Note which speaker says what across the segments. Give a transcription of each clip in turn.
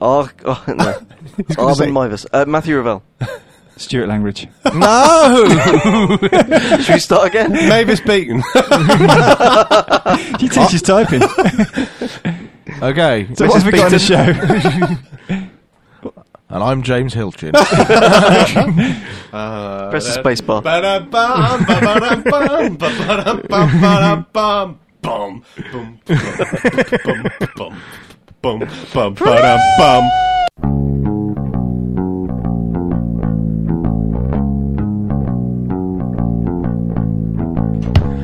Speaker 1: Ar- oh, no.
Speaker 2: gonna say-
Speaker 1: Arvin Mivers. Uh, Matthew Ravel.
Speaker 3: Stuart Langridge.
Speaker 2: No,
Speaker 1: Should we start again?
Speaker 2: Mavis Beaton.
Speaker 3: he teaches typing.
Speaker 2: Okay,
Speaker 3: So
Speaker 2: Mrs.
Speaker 3: what have we got on the
Speaker 2: Beaton,
Speaker 3: show?
Speaker 2: and I'm James Hilchin. uh,
Speaker 1: Press the space bar.
Speaker 2: ba-da-bum, ba-ba-da-bum, ba-ba-da-bum, ba-da-bum, bum, bum, bum, bum, bum, bum, ba-da-bum.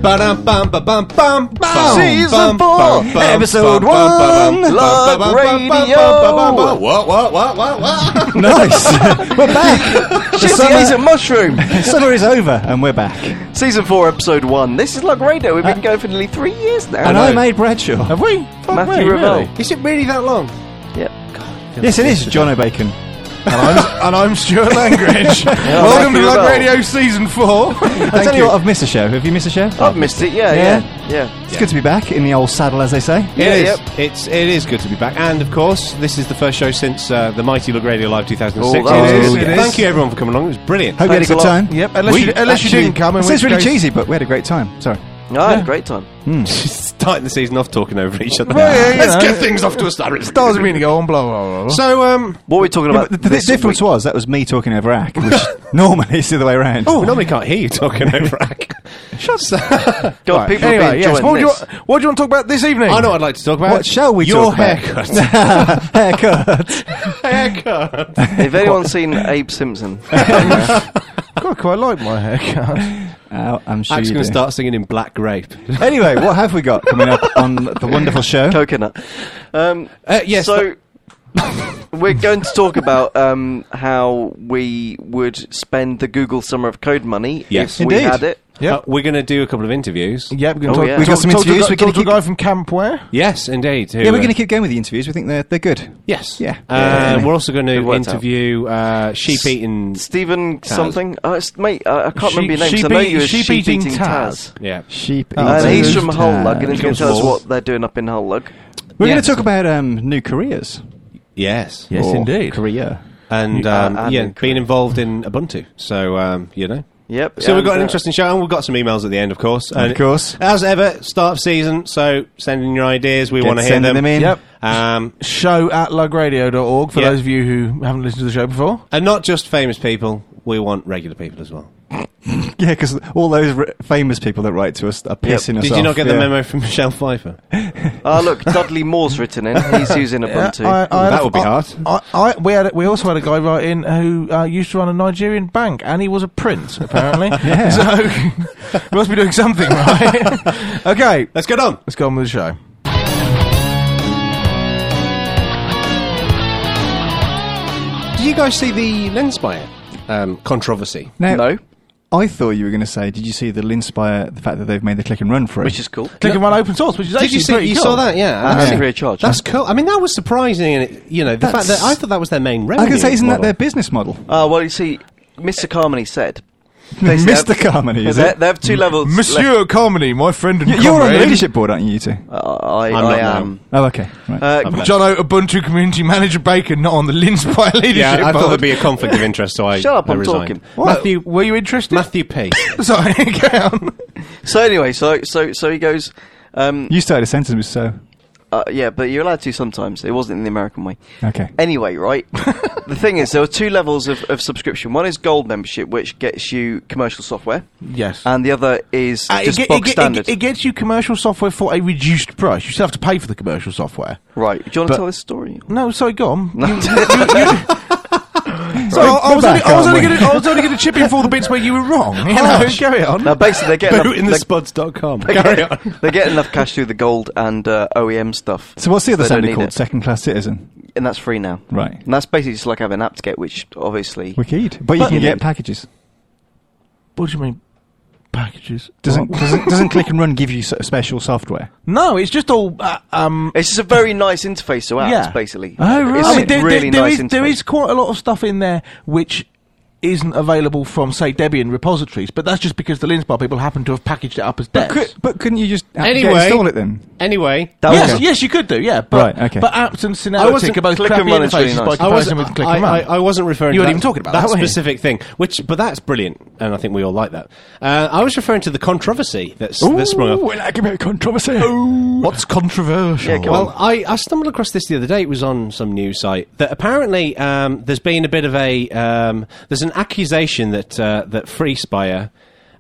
Speaker 2: Ba-dum-bum, ba-bum, bum, bum,
Speaker 1: Season
Speaker 2: bum,
Speaker 1: four,
Speaker 2: bum, bum,
Speaker 1: episode
Speaker 2: bum, bum, bum,
Speaker 1: one,
Speaker 2: bum,
Speaker 1: Lug
Speaker 2: bum, bum, bum,
Speaker 1: Radio.
Speaker 2: bum, bum, bum. What, what, what, what, what?
Speaker 3: nice. we're back. The
Speaker 1: Shitty
Speaker 3: summer-
Speaker 1: Asian Mushroom!
Speaker 3: Summer is over and we're back. And
Speaker 1: Season 4, Episode 1. This is Lug Radio. We've
Speaker 2: Uh,
Speaker 1: been going for nearly three years now.
Speaker 3: I'm Aid Bradshaw.
Speaker 2: Have we? Fuck
Speaker 1: Matthew
Speaker 2: me,
Speaker 1: Ravel.
Speaker 2: really? Is it really that long?
Speaker 1: Yep.
Speaker 3: Yes, it is John O'Bacon.
Speaker 2: And I'm, and I'm Stuart Langridge. Welcome
Speaker 1: Matthew
Speaker 2: to Lug
Speaker 1: Ravel.
Speaker 2: Radio Season 4. Thank Uh,
Speaker 3: I tell you, what, I've missed a show. Have you missed a show?
Speaker 1: I've missed it, yeah, yeah. Yeah.
Speaker 3: It's good to be back in the old saddle, as they say.
Speaker 4: It
Speaker 1: Yeah,
Speaker 4: is.
Speaker 1: yep.
Speaker 4: It's it is good to be back, and of course, this is the first show since uh, the Mighty Look Radio Live 2006.
Speaker 1: Oh, that
Speaker 2: was good. It is.
Speaker 4: Thank you everyone for coming along. It was brilliant.
Speaker 3: Hope you had a
Speaker 1: Thanks a
Speaker 3: good
Speaker 1: lot.
Speaker 3: time.
Speaker 2: Yep, unless,
Speaker 3: We
Speaker 2: you, unless you
Speaker 3: actually-
Speaker 2: didn't come. in
Speaker 3: This is
Speaker 2: which
Speaker 3: really
Speaker 2: case-
Speaker 3: cheesy, but we had a great time. Sorry.
Speaker 1: I had a great time.
Speaker 4: Starting the season off talking over each other.
Speaker 2: Well, yeah, you
Speaker 4: Let's
Speaker 2: know.
Speaker 4: get things off to a start.
Speaker 2: Doesn't mean to go on, blah, blah, blah. blah.
Speaker 4: So, um,
Speaker 1: What are we talking
Speaker 3: But
Speaker 1: about?
Speaker 3: the, the
Speaker 1: Uh, this
Speaker 3: difference
Speaker 1: week?
Speaker 3: was that was me talking over Ack, which normally is the other way around.
Speaker 4: oh, we normally can't hear you talking over. Ak.
Speaker 2: Shut up.
Speaker 1: God, people have been enjoying
Speaker 2: what, do you,
Speaker 1: this.
Speaker 2: want- what do you want to talk about this evening?
Speaker 4: I know what I'd like to talk about.
Speaker 3: What shall we
Speaker 4: Your
Speaker 3: talk about?
Speaker 4: haircut.
Speaker 3: haircut.
Speaker 4: haircut.
Speaker 1: If anyone's seen Abe Simpson, uh,
Speaker 2: God, I quite like my haircut.
Speaker 3: Ow, Oh, I'm sure
Speaker 4: Ak's
Speaker 3: you
Speaker 4: going to
Speaker 3: do.
Speaker 4: start singing in Black Grape.
Speaker 3: Anyway, what have we got coming up on the wonderful show?
Speaker 1: Coconut. Um,
Speaker 4: Uh, yes.
Speaker 1: so we're going to talk about um, how we would spend the Google summer of code money
Speaker 4: Yes.
Speaker 1: if we
Speaker 3: Indeed.
Speaker 1: had it.
Speaker 4: th-
Speaker 2: Yep.
Speaker 4: uh, we're going to do a couple of interviews.
Speaker 2: Yep, we're going
Speaker 1: Oh,
Speaker 2: to talk,
Speaker 1: yeah.
Speaker 2: we
Speaker 1: We've got
Speaker 2: talk,
Speaker 3: some
Speaker 2: talk to a
Speaker 3: interviews,
Speaker 2: guy-
Speaker 3: we're gonna
Speaker 2: talk to a
Speaker 3: keep-
Speaker 2: guy from Camp Ware.
Speaker 4: Yes, indeed. who,
Speaker 3: Yeah, we're
Speaker 4: uh,
Speaker 3: going to keep going with the interviews. We think they're they're good.
Speaker 4: Yes.
Speaker 3: Yeah.
Speaker 4: Uh,
Speaker 3: Yeah, definitely.
Speaker 4: we're also going
Speaker 1: Good
Speaker 4: to
Speaker 1: words out.
Speaker 4: interview uh, sheep eating.
Speaker 1: Stephen
Speaker 4: Taz.
Speaker 1: something. Uh, it's, mate, uh, I can't
Speaker 2: Sheep-
Speaker 1: remember your name. 'cause I
Speaker 2: sheep
Speaker 1: know
Speaker 2: eat-
Speaker 1: you as
Speaker 2: sheep
Speaker 1: sheep eating
Speaker 2: eating
Speaker 1: Taz.
Speaker 2: Taz.
Speaker 4: Yeah.
Speaker 3: Sheep.
Speaker 2: Uh,
Speaker 1: And
Speaker 3: eating
Speaker 1: he's from Hull Lug, and he's going
Speaker 4: Comes
Speaker 1: to tell us
Speaker 4: balls.
Speaker 1: what they're doing up in Hull Lug.
Speaker 3: We're going
Speaker 4: Yes.
Speaker 3: to talk about um, new careers.
Speaker 4: Yes.
Speaker 2: Yes,
Speaker 3: Or
Speaker 2: indeed.
Speaker 3: Career.
Speaker 4: and
Speaker 1: Uh,
Speaker 4: um,
Speaker 1: and
Speaker 4: yeah,
Speaker 1: incorrect.
Speaker 4: being involved in Ubuntu. So um, you know.
Speaker 1: Yep.
Speaker 4: So we've got
Speaker 1: and, uh,
Speaker 4: an interesting show, and we've got some emails at the end, of course. And
Speaker 3: course.
Speaker 4: as ever, start of season. So send in your ideas. We want to hear
Speaker 3: sending
Speaker 4: them.
Speaker 3: them in.
Speaker 2: Yep.
Speaker 4: Um,
Speaker 2: Show at lugradio.org for
Speaker 4: Yeah.
Speaker 2: those of you who haven't listened to the show before.
Speaker 4: and not just famous people. We want regular people as well.
Speaker 3: Yeah, because all those r- famous people that write to us are pissing us
Speaker 4: Did
Speaker 3: off.
Speaker 4: you not get the
Speaker 3: yeah.
Speaker 4: memo from Michelle Pfeiffer?
Speaker 1: Ah, look, Dudley Moore's written in. He's using Ubuntu.
Speaker 2: I- I-
Speaker 4: That would be
Speaker 2: I-
Speaker 4: hard.
Speaker 2: I, I, we, had, we also had a guy write in who uh, used to run a Nigerian bank, and he was a prince, apparently.
Speaker 3: Yeah.
Speaker 2: So, we must be doing something, right? okay,
Speaker 4: Let's get on.
Speaker 2: let's go on with the show.
Speaker 4: Did you guys see the Lenspire um, controversy?
Speaker 3: Now,
Speaker 1: no,
Speaker 3: I thought you were going to say, did you see the Linspire, the fact that they've made the click and run for it?
Speaker 1: which is cool.
Speaker 2: Click and run open source, which is
Speaker 4: Did
Speaker 2: actually
Speaker 4: you see?
Speaker 2: pretty
Speaker 4: You
Speaker 2: cool.
Speaker 4: saw that? Yeah.
Speaker 1: That's
Speaker 4: Um,
Speaker 1: free of charge.
Speaker 4: That's cool. I mean, that was surprising. And it, you know, the fact that
Speaker 3: That's-
Speaker 4: I thought that was their main revenue.
Speaker 3: I can say, isn't that
Speaker 4: model.
Speaker 3: their business model?
Speaker 1: Ah, well, you see, Mr. Carmody said. they said-
Speaker 3: Mr. Carmody, is
Speaker 1: they,
Speaker 3: it?
Speaker 1: they have two levels.
Speaker 2: Monsieur Carmody, my friend and
Speaker 3: Y- You're on the
Speaker 2: comrade.
Speaker 3: leadership board, aren't you, you two?
Speaker 1: left. I,
Speaker 4: not
Speaker 1: I
Speaker 4: now.
Speaker 1: am.
Speaker 3: Oh, okay. Right.
Speaker 1: Uh,
Speaker 2: John O, Ubuntu Community Manager Bacon, not on the Linspire Leadership
Speaker 4: Yeah, I
Speaker 2: Board.
Speaker 4: thought there'd be a conflict of interest, so I
Speaker 1: Shut up,
Speaker 4: I
Speaker 1: I'm
Speaker 4: resigned.
Speaker 1: talking.
Speaker 2: What? Matthew, were you interested?
Speaker 4: Matthew P.
Speaker 2: Sorry, carry on.
Speaker 1: so anyway, so so so he goes. Um,
Speaker 3: you started a sentence, so.
Speaker 1: uh, yeah, but you're allowed to sometimes. It wasn't in the American way.
Speaker 3: Okay.
Speaker 1: Anyway, right. the thing is, there are two levels of, of subscription. One is gold membership, which gets you commercial software,
Speaker 2: Yes.
Speaker 1: and the other is
Speaker 3: Ah,
Speaker 2: Uh,
Speaker 1: just
Speaker 2: it, ge-
Speaker 1: bog
Speaker 2: it, ge-
Speaker 1: standard.
Speaker 2: It, it gets you commercial software for a reduced price. You still have to pay for the commercial software.
Speaker 1: right. Do you want
Speaker 2: but-
Speaker 1: to tell this story?
Speaker 2: No, sorry, go on.
Speaker 1: No.
Speaker 2: So I, I
Speaker 3: we're
Speaker 2: was only,
Speaker 3: back,
Speaker 2: I was
Speaker 3: aren't
Speaker 2: only
Speaker 3: we?
Speaker 2: going to, I was only going to chip in for the bits where you were wrong. You know, carry on.
Speaker 1: Now, basically, they're getting enough, they're,
Speaker 4: Bootinthespots.com. Carry on.
Speaker 1: they're getting enough cash through the gold and uh, OEM stuff.
Speaker 3: So what's the other
Speaker 1: They don't
Speaker 3: standard
Speaker 1: need
Speaker 3: called?
Speaker 1: it.
Speaker 3: Second class citizen.
Speaker 1: and that's free now.
Speaker 3: Right.
Speaker 1: And that's basically just like having an app to get, which obviously
Speaker 3: Wicked. But you
Speaker 2: But-
Speaker 3: can get packages.
Speaker 2: What do you mean? Packages?
Speaker 3: Doesn't, doesn't, doesn't click and run give you so- special software?
Speaker 2: No, it's just all. Uh, um,
Speaker 1: It's just a very nice interface to apps,
Speaker 2: yeah.
Speaker 1: basically.
Speaker 2: Oh, right.
Speaker 1: It's
Speaker 2: I
Speaker 1: a
Speaker 2: mean, there-
Speaker 1: really
Speaker 2: there- there
Speaker 1: nice
Speaker 2: is-
Speaker 1: interface.
Speaker 2: there is quite a lot of stuff in there which isn't available from, say, Debian repositories, but that's just because the Linspar people happen to have packaged it up as Debian.
Speaker 3: Could, but couldn't you just uh, get
Speaker 4: Anyway.
Speaker 3: install it then?
Speaker 4: Anyway,
Speaker 1: That was
Speaker 2: yes,
Speaker 1: good.
Speaker 2: yes, you could do, yeah. But,
Speaker 3: Right, okay.
Speaker 2: but apt and
Speaker 1: I wasn't-
Speaker 2: synaptic are both
Speaker 1: Click and
Speaker 2: crappy
Speaker 1: run is
Speaker 2: interfaces
Speaker 1: really nice.
Speaker 2: by
Speaker 1: I
Speaker 4: I
Speaker 2: comparison
Speaker 4: wasn't.
Speaker 2: with click
Speaker 4: I,
Speaker 2: and run.
Speaker 4: I, I wasn't referring.
Speaker 2: You weren't
Speaker 4: to that,
Speaker 2: even talking about
Speaker 4: that
Speaker 2: that, were you?
Speaker 4: specific thing, which, but that's brilliant, and I think we all like that. Uh, I was referring to the controversy that's that sprung up. Oh.
Speaker 3: I can make controversy. What's controversial?
Speaker 1: Yeah, go on.
Speaker 4: Well, I, I stumbled across this the other day. It was on some news site that apparently um, there's been a bit of a um, there's an accusation that uh, that FreeSpire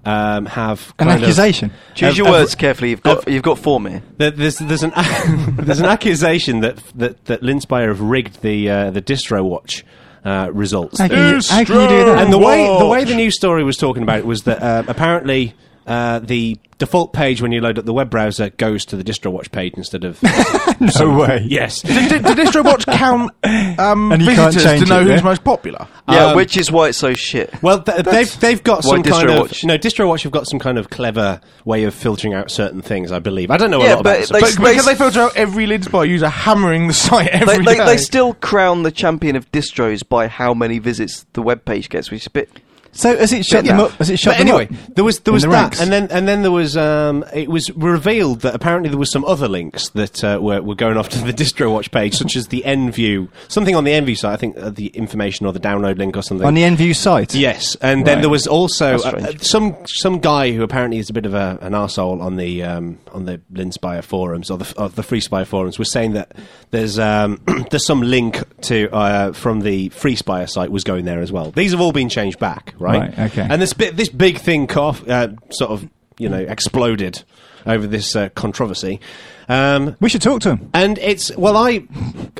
Speaker 4: um, have
Speaker 3: An
Speaker 4: kind of-
Speaker 3: accusation?
Speaker 1: Choose
Speaker 4: of-
Speaker 1: your
Speaker 4: of-
Speaker 1: words carefully. You've
Speaker 2: Oh.
Speaker 1: got you've got four here.
Speaker 4: that there's there's an there's an accusation that that that Linspire have rigged the uh, the distro watch uh, results.
Speaker 3: How can, you, how can you do that?
Speaker 4: And the way the way the news story was talking about it was that uh, apparently uh, the default page when you load up the web browser goes to the DistroWatch page instead of
Speaker 3: no way.
Speaker 4: yes.
Speaker 2: Did, did, did DistroWatch count um,
Speaker 3: And you can't
Speaker 2: visitors
Speaker 3: change
Speaker 2: to know
Speaker 3: it,
Speaker 2: who's
Speaker 3: yeah?
Speaker 2: most popular?
Speaker 1: Yeah,
Speaker 4: Um,
Speaker 1: which is why it's so shit.
Speaker 4: Well, th- they've they've got
Speaker 1: Uh, Why
Speaker 4: some kind of
Speaker 1: DistroWatch?
Speaker 4: no DistroWatch have got some kind of clever way of filtering out certain things. I believe I don't know
Speaker 1: Yeah,
Speaker 4: a lot about
Speaker 1: but
Speaker 4: this.
Speaker 1: they-
Speaker 4: but-
Speaker 2: But because they filter out every Linspire user hammering the site every
Speaker 1: They,
Speaker 2: day.
Speaker 1: they, they still crown the champion of distros by how many visits the web page gets, which is a bit.
Speaker 3: So has it shut
Speaker 1: Yeah.
Speaker 3: them up? Has it shut
Speaker 4: but
Speaker 3: them
Speaker 4: anyway,
Speaker 3: up?
Speaker 4: there was there
Speaker 3: in
Speaker 4: was
Speaker 3: the
Speaker 4: that,
Speaker 3: ranks?
Speaker 4: and then and then there was um, it was revealed that apparently there was some other links that uh, were were going off to the DistroWatch page, such as the NView, something on the NView site. I think uh, the information or the download link or something
Speaker 3: on the NView site.
Speaker 4: Yes, and then
Speaker 3: Right.
Speaker 4: there was also
Speaker 1: That's
Speaker 4: uh,
Speaker 1: strange.
Speaker 4: uh, some some guy who apparently is a bit of a, an arsehole on the um, on the Linspire forums or the, or the FreeSpire forums was saying that there's um, there's some link to uh, from the FreeSpire site was going there as well. These have all been changed back, right?
Speaker 3: Right, okay.
Speaker 4: And this bit this big thing cough, uh, sort of you know exploded over this uh, controversy. Um,
Speaker 3: we should talk to him.
Speaker 4: and it's well, I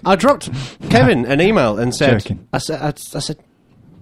Speaker 4: I dropped Kevin an email and said
Speaker 3: Joking.
Speaker 4: I said I, I said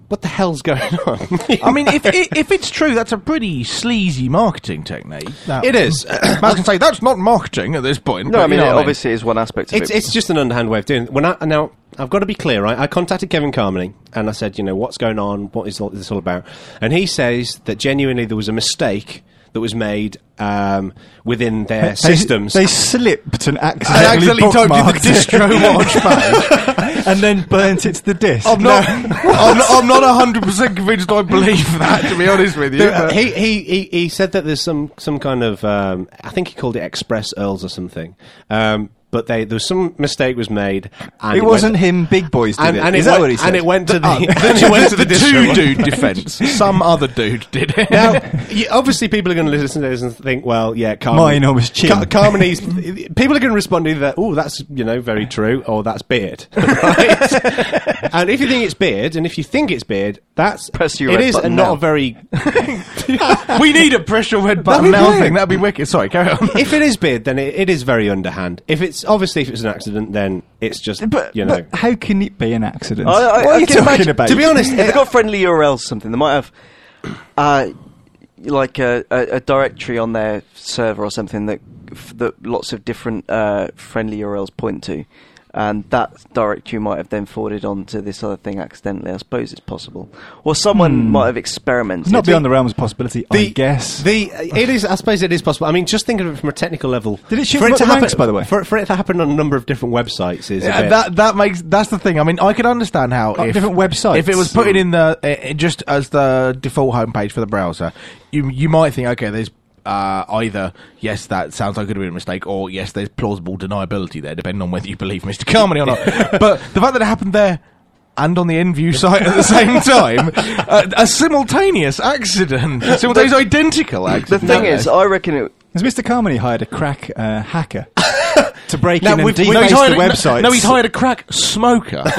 Speaker 4: what the hell's going on?
Speaker 2: I mean, if, if if it's true, that's a pretty sleazy marketing technique. That-
Speaker 4: it is.
Speaker 2: I was gonna say that's not marketing at this point.
Speaker 1: No,
Speaker 2: but
Speaker 1: I mean
Speaker 2: you know
Speaker 1: it
Speaker 2: what
Speaker 1: obviously is one aspect of
Speaker 4: it's
Speaker 1: it.
Speaker 4: it's just an underhand way of doing. It. When I now I've got to be clear, right? I contacted Kevin Carmody and I said, you know, what's going on? What is all, this all about? And he says that genuinely there was a mistake that was made um, within their systems.
Speaker 3: They, they slipped and
Speaker 2: I
Speaker 3: accidentally,
Speaker 2: accidentally typed in the
Speaker 3: bookmarked it.
Speaker 2: distro watch page.
Speaker 3: and then burnt it to the disk.
Speaker 2: I'm not. I'm, I'm not 100 percent convinced. I believe that. To be honest with you,
Speaker 4: Uh,
Speaker 2: but-
Speaker 4: he, he, he, he said that there's some, some kind of um, I think he called it Express Earls or something. Um, but they there was some mistake was made. And
Speaker 3: It wasn't
Speaker 4: went,
Speaker 3: him. Big boys did
Speaker 4: And,
Speaker 3: it.
Speaker 4: and
Speaker 3: Is
Speaker 4: it
Speaker 3: that
Speaker 4: went,
Speaker 3: what he said?
Speaker 4: And it went to the,
Speaker 2: Ah,
Speaker 4: and it went to the,
Speaker 2: two
Speaker 4: distro.
Speaker 2: dude defence. Some other dude did it.
Speaker 4: Now, y- obviously, people are going to listen to this and think, "Well, yeah, Carmen,
Speaker 3: Mine always chin.
Speaker 4: Car- Carmenie's." people are going to respond either, "Oh, that's you know very true," or "That's beard." Right? and if you think it's beard, and if you think it's beard, that's
Speaker 1: Press your
Speaker 4: it
Speaker 1: red
Speaker 4: is,
Speaker 1: button
Speaker 4: and
Speaker 1: now.
Speaker 4: not a very
Speaker 2: we need a pressure red button
Speaker 4: That'd be
Speaker 2: now
Speaker 4: great.
Speaker 2: thing. That'd be wicked. Sorry, carry on.
Speaker 4: if it is beard, then it, it is very underhand. If it's obviously if it's an accident, then it's just
Speaker 3: But,
Speaker 4: you know.
Speaker 3: but how can it be an accident?
Speaker 1: I, I,
Speaker 3: what are
Speaker 1: I
Speaker 3: you
Speaker 1: can
Speaker 3: talking
Speaker 1: imagine-
Speaker 3: about?
Speaker 1: To be honest, if they've got friendly URLs, something they might have, uh, like a, a, a directory on their server or something that f- that lots of different uh, friendly URLs point to, and that directory might have then forwarded on to this other thing accidentally. I suppose it's possible, or someone might have experimented.
Speaker 3: it's not beyond the realms of possibility, I guess.
Speaker 4: The it is. I suppose it is possible. I mean, just think of it from a technical level.
Speaker 3: Did it shoot
Speaker 4: for it
Speaker 3: up
Speaker 4: to
Speaker 3: the
Speaker 4: happen?
Speaker 3: ranks, by the way?
Speaker 4: for, for it to happen on a number of different websites is a
Speaker 2: Yeah,
Speaker 4: bit-
Speaker 2: that that makes that's the thing. I mean, I could understand how
Speaker 3: Like
Speaker 2: if,
Speaker 3: different websites.
Speaker 2: If it was putting in the uh, just as the default homepage for the browser, you you might think, okay, there's uh, either yes, that sounds like it could have been a mistake, or yes, there's plausible deniability there, depending on whether you believe Mr. Carmody or not. but the fact that it happened there. And on the NView site at the same time, uh, a simultaneous accident, simultaneous identical
Speaker 1: The
Speaker 2: accident.
Speaker 1: thing is, I reckon it.
Speaker 3: Has Mr. Carmody hired a crack uh, hacker to break
Speaker 4: Now,
Speaker 3: in and
Speaker 4: we've- we've
Speaker 3: deface
Speaker 2: he's hired-
Speaker 3: the website?
Speaker 2: No, he's hired a crack smoker.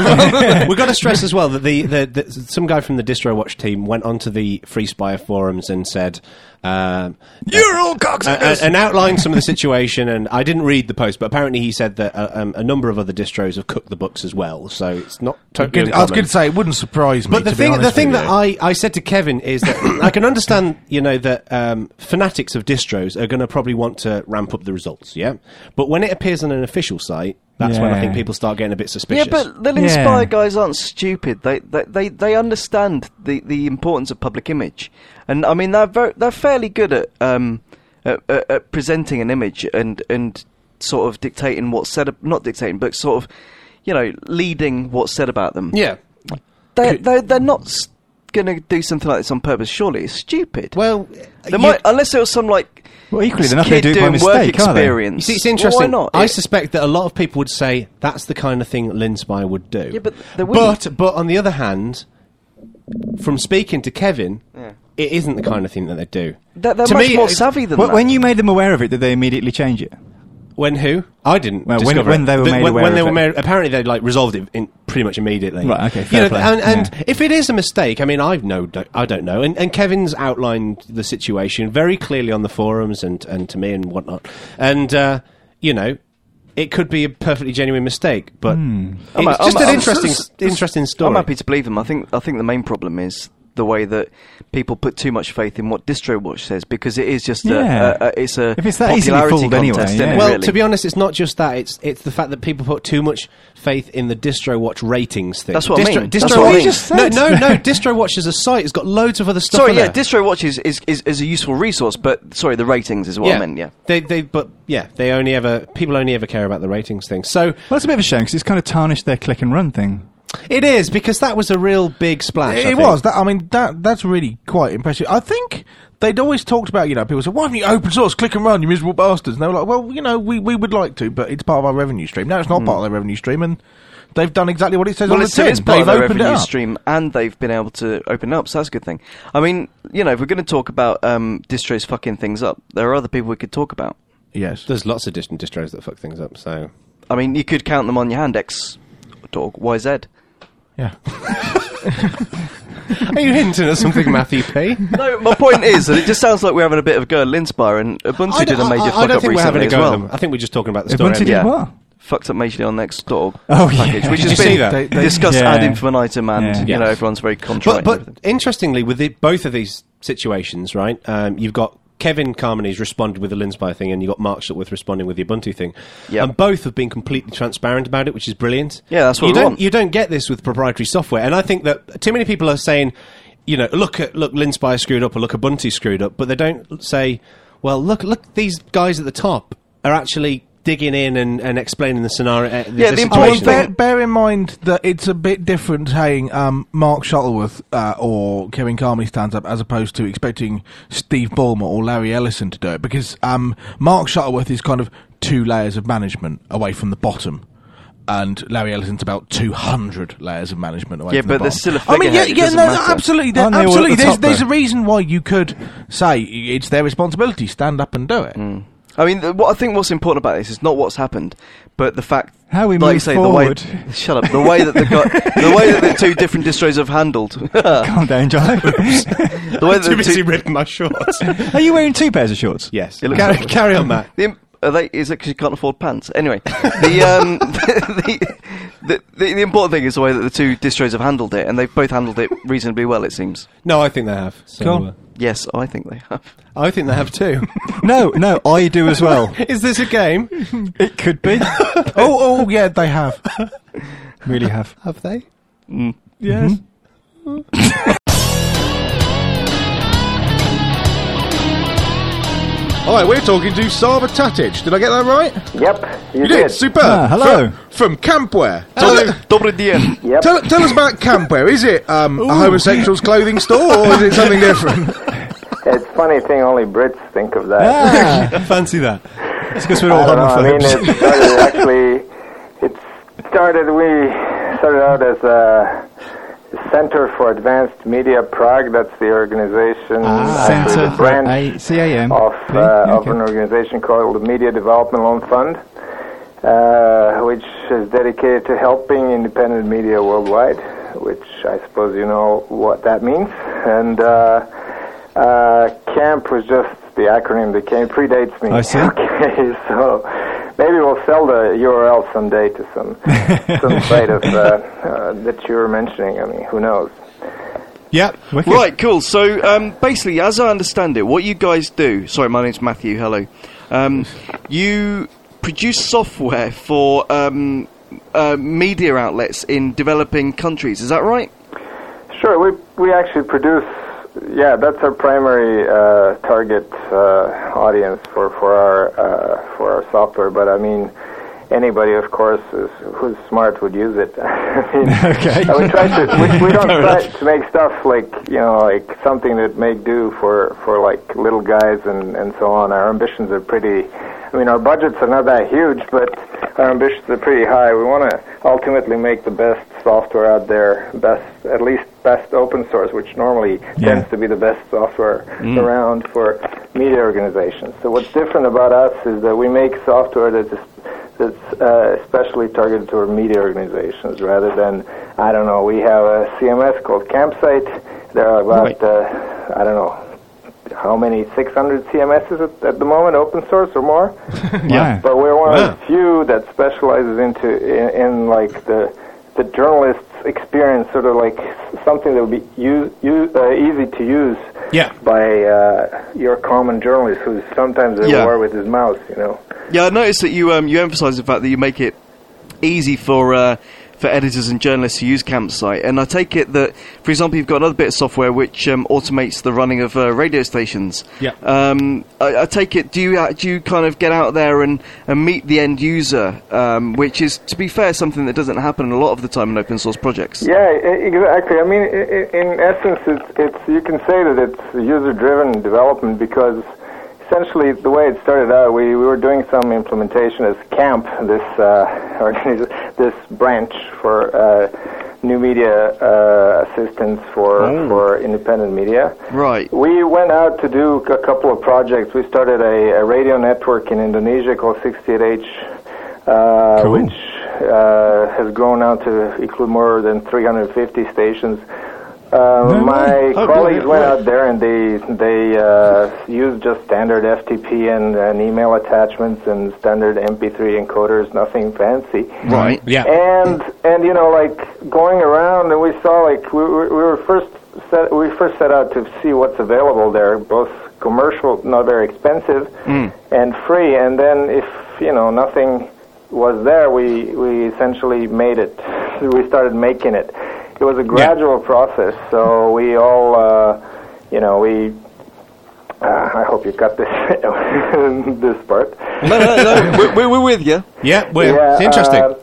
Speaker 4: We've got to stress as well that the, the, the some guy from the DistroWatch team went onto the Free Spire forums and said, um,
Speaker 3: You're all
Speaker 4: uh,
Speaker 3: cocksuckers.
Speaker 4: and, and outlined some of the situation. And I didn't read the post, but apparently he said that uh, um, a number of other distros have cooked the books as well. So it's not totally.
Speaker 2: Good- I was
Speaker 4: uncommon.
Speaker 2: going to say it wouldn't surprise me.
Speaker 4: But the
Speaker 2: to be
Speaker 4: thing, the
Speaker 2: honest
Speaker 4: thing
Speaker 2: with
Speaker 4: that
Speaker 2: you.
Speaker 4: I, I said to Kevin is that I can understand, you know, that um, fanatics of distros are going to probably want to ramp up the results, yeah. But when it appears on an official site, that's when I
Speaker 3: Yeah.
Speaker 4: think people start getting a bit suspicious.
Speaker 1: Yeah, but the Linspire
Speaker 3: Yeah.
Speaker 1: guys aren't stupid. They they, they, they understand the, the importance of public image, and I mean they're very, they're fairly good at um at, at, at presenting an image and and sort of dictating what's said, ab- not dictating, but sort of you know leading what's said about them.
Speaker 4: yeah,
Speaker 1: they they they're not s- going to do something like this on purpose, surely it's stupid.
Speaker 4: Well,
Speaker 1: They might, uh, unless it was some like
Speaker 3: Well, equally, they're not
Speaker 1: kid
Speaker 3: going to do it by
Speaker 1: doing work
Speaker 3: mistake, are they?
Speaker 1: experience.
Speaker 4: You see, it's interesting.
Speaker 1: Well, why not?
Speaker 4: I
Speaker 1: It-
Speaker 4: suspect that a lot of people would say that's the kind of thing Linspy would do.
Speaker 1: Yeah, but they wouldn't.
Speaker 4: but, but on the other hand, from speaking to Kevin, it isn't the kind of thing that they do.
Speaker 1: they're, they're
Speaker 4: to
Speaker 1: much
Speaker 4: me,
Speaker 1: more
Speaker 4: it's-
Speaker 1: savvy than
Speaker 3: Well,
Speaker 1: that.
Speaker 3: when you made them aware of it, did they immediately change it?
Speaker 4: When who? I didn't.
Speaker 3: Well, when-
Speaker 4: discover
Speaker 3: when
Speaker 4: it.
Speaker 3: they were
Speaker 4: The-
Speaker 3: made
Speaker 4: when,
Speaker 3: aware
Speaker 4: when they
Speaker 3: of
Speaker 4: were
Speaker 3: it.
Speaker 4: made, apparently they like resolved it in pretty much immediately.
Speaker 3: Right, okay,
Speaker 4: You
Speaker 3: fair
Speaker 4: know,
Speaker 3: play.
Speaker 4: And, and
Speaker 3: Yeah.
Speaker 4: if it is a mistake, I mean, I've no, I don't know. And, and Kevin's outlined the situation very clearly on the forums and and to me and whatnot. And uh, you know, it could be a perfectly genuine mistake, but
Speaker 3: Hmm.
Speaker 1: I'm-
Speaker 4: it's
Speaker 1: I'm-
Speaker 4: just an
Speaker 1: I'm-
Speaker 4: interesting, interesting story.
Speaker 1: I'm happy to believe them. I think I think the main problem is the way that people put too much faith in what DistroWatch says because it is just
Speaker 3: Yeah.
Speaker 1: a, a, a it's a
Speaker 3: If it's that easily
Speaker 1: popularity
Speaker 3: fooled anyway,
Speaker 1: contest.
Speaker 3: yeah.
Speaker 1: isn't it,
Speaker 4: Well,
Speaker 1: really?
Speaker 4: to be honest, it's not just that. It's it's the fact that people put too much faith in the DistroWatch ratings thing.
Speaker 1: That's what I
Speaker 4: Distro,
Speaker 1: mean.
Speaker 4: Distro
Speaker 1: That's what I
Speaker 4: Watch-
Speaker 1: mean. Just
Speaker 4: no,
Speaker 1: said.
Speaker 4: no, no. DistroWatch is a site. It's got loads of other stuff.
Speaker 1: sorry,
Speaker 4: on
Speaker 1: yeah,
Speaker 4: there.
Speaker 1: DistroWatch is, is, is, is a useful resource, but sorry, the ratings is what I meant. Yeah,
Speaker 4: They they but yeah, they only ever people only ever care about the ratings thing. So
Speaker 3: Well, it's a bit of a shame because it's kind of tarnished their click and run thing.
Speaker 4: it is because that was a real big splash. I
Speaker 2: It
Speaker 4: think.
Speaker 2: was. That, I mean, that that's really quite impressive. I think they'd always talked about, you know, people said, why haven't you open source, click and run, you miserable bastards? And they were like, well, you know, we, we would like to, but it's part of our revenue stream. No, it's not part of their revenue stream, and they've done exactly what it says
Speaker 1: Hmm. well,
Speaker 2: on the
Speaker 1: it's,
Speaker 2: tin.
Speaker 1: it's part of
Speaker 2: They've
Speaker 1: their
Speaker 2: opened it
Speaker 1: revenue
Speaker 2: up.
Speaker 1: stream, and they've been able to open it up, so that's a good thing. I mean, you know, if we're going to talk about um, distros fucking things up, there are other people we could talk about.
Speaker 2: Yes.
Speaker 4: There's lots of distant distros that fuck things up. So
Speaker 1: I mean, you could count them on your hand. X, dog, YZ.
Speaker 2: Yeah.
Speaker 4: are you hinting at something, Matthew P?
Speaker 1: No, my point is that it just sounds like we're having a bit of a go at Linspire, and Ubuntu did a major
Speaker 4: I,
Speaker 1: fuck
Speaker 4: don't
Speaker 1: up
Speaker 4: think
Speaker 1: recently
Speaker 4: we're having a
Speaker 1: as
Speaker 4: go
Speaker 1: well.
Speaker 4: at them. I think we're just talking about the story.
Speaker 3: Ubuntu did
Speaker 1: yeah.
Speaker 3: what?
Speaker 1: Fucked up majorly on next dog
Speaker 3: Oh, yeah.
Speaker 1: package, which
Speaker 3: Did
Speaker 1: has
Speaker 4: you see
Speaker 1: been
Speaker 4: that? They-
Speaker 2: they-
Speaker 1: discussed
Speaker 3: Yeah.
Speaker 1: ad infinitum, and
Speaker 3: Yeah.
Speaker 1: you
Speaker 4: Yes.
Speaker 1: know everyone's very contrite.
Speaker 4: But,
Speaker 1: and
Speaker 4: but
Speaker 1: everything.
Speaker 4: interestingly, with the, both of these situations, right, um, you've got Kevin Carmody's responded with the Linspire thing, and you've got Mark Shuttleworth responding with the Ubuntu thing.
Speaker 1: Yep.
Speaker 4: And both have been completely transparent about it, which is brilliant.
Speaker 1: Yeah, that's what
Speaker 4: you
Speaker 1: we
Speaker 4: don't,
Speaker 1: want.
Speaker 4: You don't get this with proprietary software. And I think that too many people are saying, you know, look, at, look, Linspire screwed up, or look, Ubuntu screwed up, but they don't say, well, look, look, these guys at the top are actually digging in and, and explaining the scenario. Uh,
Speaker 1: Yeah, the
Speaker 2: Oh, well,
Speaker 1: important
Speaker 4: situation.
Speaker 2: bear,
Speaker 1: thing-
Speaker 2: bear in mind that it's a bit different saying um, Mark Shuttleworth uh, or Kevin Carmody stands up as opposed to expecting Steve Ballmer or Larry Ellison to do it because um, Mark Shuttleworth is kind of two layers of management away from the bottom. And Larry Ellison's about two hundred layers of management away.
Speaker 1: Yeah,
Speaker 2: from
Speaker 1: but
Speaker 2: the
Speaker 1: there's
Speaker 2: bottom.
Speaker 1: still a
Speaker 2: I mean, yeah,
Speaker 1: figurehead, it
Speaker 2: yeah,
Speaker 1: doesn't
Speaker 2: no,
Speaker 1: matter.
Speaker 2: absolutely, there-
Speaker 3: Aren't they all at
Speaker 2: absolutely.
Speaker 3: the
Speaker 2: there's
Speaker 3: top,
Speaker 2: there's a
Speaker 3: though?
Speaker 2: reason why you could say it's their responsibility. Stand up and do
Speaker 1: Mm.
Speaker 2: it.
Speaker 1: I mean, the, what I think what's important about this is not what's happened, but the fact
Speaker 3: How we
Speaker 1: like you
Speaker 3: move
Speaker 1: say,
Speaker 3: forward.
Speaker 1: The way, shut up. The way that the got, the way that the two different distros have handled. the
Speaker 3: Calm down, John.
Speaker 1: way that the two,
Speaker 4: ripping my shorts.
Speaker 3: Are you wearing two pairs of shorts?
Speaker 4: yes.
Speaker 1: It looks
Speaker 4: Carry,
Speaker 1: like-
Speaker 4: carry on, Matt.
Speaker 1: The, imp- are they, is it because you can't afford pants? Anyway, the, um, the, the, the the important thing is the way that the two distros have handled it, and they've both handled it reasonably well, it seems.
Speaker 4: No, I think they have. So,
Speaker 3: Cool.
Speaker 4: uh,
Speaker 1: Yes, I think they have.
Speaker 4: I think they have too.
Speaker 3: No, no, I do as well.
Speaker 4: Is this a game?
Speaker 3: it could be.
Speaker 2: oh, oh, yeah, they have.
Speaker 3: really have.
Speaker 4: Have they?
Speaker 3: Yes.
Speaker 2: Hi, we're talking to Saba Tatic. Did I get that right?
Speaker 5: Yep, you,
Speaker 2: You
Speaker 5: did.
Speaker 2: did, super.
Speaker 3: Ah, hello.
Speaker 2: From, from Campware. Tell,
Speaker 1: Dobre, dobre dia.
Speaker 5: Yep.
Speaker 2: tell, tell us about Campware. Is it um, a homosexuals clothing store or is it something different?
Speaker 5: it's funny thing. Only Brits think of that.
Speaker 4: Fancy that.
Speaker 3: It's because we're
Speaker 5: Uh. I
Speaker 3: Ah, all
Speaker 5: don't know. I mean,
Speaker 3: homophobes.
Speaker 5: it started actually. It started. We started out as a Center for Advanced Media Prague. That's the organization. actually
Speaker 3: Centre
Speaker 5: the
Speaker 3: for
Speaker 5: branch
Speaker 3: A- CAM.
Speaker 5: Ah. of,
Speaker 3: P?
Speaker 5: uh, of
Speaker 3: Okay.
Speaker 5: an organization called the Media Development Loan Fund, uh, which is dedicated to helping independent media worldwide, which I suppose you know what that means. And uh, uh, CAMP was just the acronym that came, predates me.
Speaker 3: I see.
Speaker 5: Okay, so maybe we'll sell the URL someday to some, some site of, uh, uh, that you were mentioning. I mean, who knows?
Speaker 4: Yep.
Speaker 1: Right, cool. So um, basically, as I understand it, what you guys do. Sorry, my name's Matthew. Hello. Um, you produce software for um, uh, media outlets in developing countries. Is that right?
Speaker 5: Sure, we we actually produce. Yeah, that's our primary uh, target uh, audience for for our uh, for our software. But I mean, anybody, of course, is, who's smart would use it. I mean,
Speaker 3: Okay.
Speaker 5: I would try to. We, we don't
Speaker 3: Fair
Speaker 5: try
Speaker 3: enough.
Speaker 5: to make stuff like you know, like something that make do for for like little guys and and so on. Our ambitions are pretty. I mean, our budgets are not that huge, but our ambitions are pretty high. We want to ultimately make the best software out there, best at least best open source, which normally
Speaker 3: Yeah.
Speaker 5: tends to be the best software around for media organizations. So what's different about us is that we make software that's that's uh, especially targeted toward media organizations rather than I don't know. We have a CMS called Campsite. There are about
Speaker 4: Right.
Speaker 5: uh, I don't know how many 600 CMSs at, at the moment, open source or more.
Speaker 3: Yeah.
Speaker 5: But we're one
Speaker 4: Wow.
Speaker 5: of the few that specializes into in, in like the the journalist's experience, sort of like s- something that would be use, use, uh, easy to use
Speaker 4: Yeah.
Speaker 5: by uh, your common journalist who's sometimes at
Speaker 1: Yeah.
Speaker 5: war with his mouse, you know.
Speaker 1: Yeah, I noticed that you um, you emphasise the fact that you make it easy for uh, for editors and journalists to use Campsite, and I take it that, for example, you've got another bit of software which um, automates the running of uh, radio stations.
Speaker 6: Yeah.
Speaker 1: Um, I, I take it. Do you uh, do you kind of get out there and, and meet the end user, um, which is, to be fair, something that doesn't happen a lot of the time in open source projects.
Speaker 5: Yeah, e- exactly. I mean, i- i- in essence, it's, it's you can say that it's user-driven development because essentially the way it started out, we, we were doing some implementation as Camp, this uh, organiz- this branch for uh, new media uh, assistance for for independent media.
Speaker 1: Right.
Speaker 5: We went out to do a couple of projects. We started a, a radio network in Indonesia called 68H, uh,
Speaker 3: Cool.
Speaker 5: which uh, has grown now to include more than 350 stations. Uh, my
Speaker 4: Oh,
Speaker 5: colleagues
Speaker 4: good.
Speaker 5: went out there and they they uh, used just standard FTP and, and email attachments and standard MP3 encoders, nothing fancy.
Speaker 1: Right.
Speaker 4: Yeah.
Speaker 5: And and you know, like going around, and we saw like we, we, we were first set, we first set out to see what's available there, both commercial, not very expensive,
Speaker 4: Mm.
Speaker 5: and free. And then if you know nothing was there, we we essentially made it. We started making it. It was a gradual process, so we all uh, you know we. Uh, I hope you cut this this part.
Speaker 1: no, no, no. we're, we're- we're with you.
Speaker 4: Yeah. Well, it's interesting.
Speaker 5: uh,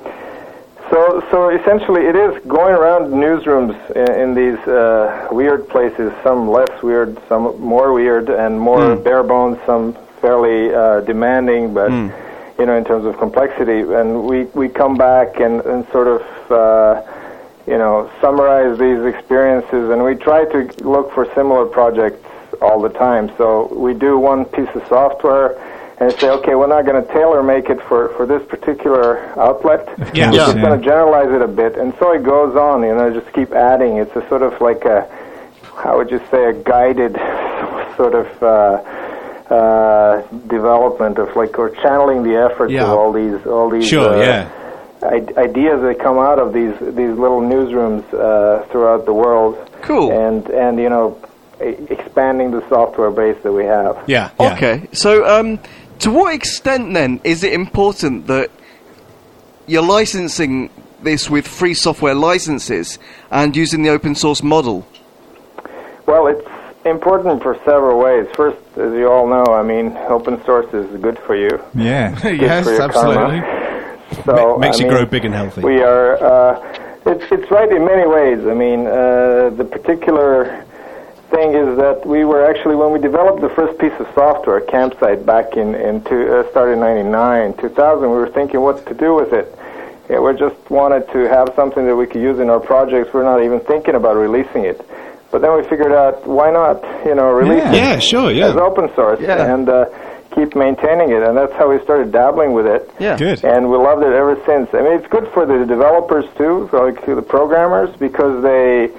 Speaker 5: so, so essentially, it is going around newsrooms in, in these uh, weird places, some less weird, some more weird, and more bare bones, some fairly uh, demanding, but you know, in terms of complexity. And we, we come back and, and sort of. Uh, you know, summarize these experiences, and we try to look for similar projects all the time. So we do one piece of software and say, okay, we're not going to tailor make it for, for this particular outlet.
Speaker 4: Yeah.
Speaker 5: We're
Speaker 4: Yeah.
Speaker 5: just going to generalize it a bit. And so it goes on, you know, just keep adding. It's a sort of like a, how would you say, a guided sort of. Uh, uh, development of like or channeling the efforts
Speaker 6: Yeah.
Speaker 5: of all these all these
Speaker 4: Sure,
Speaker 5: uh,
Speaker 4: yeah.
Speaker 5: I- ideas that come out of these these little newsrooms uh, throughout the world.
Speaker 1: Cool.
Speaker 5: And and you know, e- expanding the software base that we have.
Speaker 4: Yeah. yeah.
Speaker 1: Okay. So, um, to what extent then is it important that you're licensing this with free software licenses and using the open source model?
Speaker 5: Well, it's important for several ways. First, as you all know, I mean, open source is good for you.
Speaker 3: Yeah.
Speaker 6: yes,
Speaker 5: for your
Speaker 6: absolutely.
Speaker 5: So
Speaker 4: Ma- makes
Speaker 5: I
Speaker 4: you
Speaker 5: mean,
Speaker 4: grow big and healthy.
Speaker 5: We are. Uh, it's it's right in many ways. I mean, uh, the particular thing is that we were actually when we developed the first piece of software, Campsite, back in in two, uh, started in '99, 2000. We were thinking what to do with it. Yeah, we just wanted to have something that we could use in our projects. We're not even thinking about releasing it. But then we figured out why not? You know, release it
Speaker 4: Yeah. Sure.
Speaker 5: as
Speaker 4: Yeah.
Speaker 5: open source
Speaker 1: Yeah.
Speaker 5: and uh, keep maintaining it. And that's how we started dabbling with it.
Speaker 1: Yeah.
Speaker 3: Good.
Speaker 5: And we loved it ever since. I mean, it's good for the developers too, for, like the programmers, because they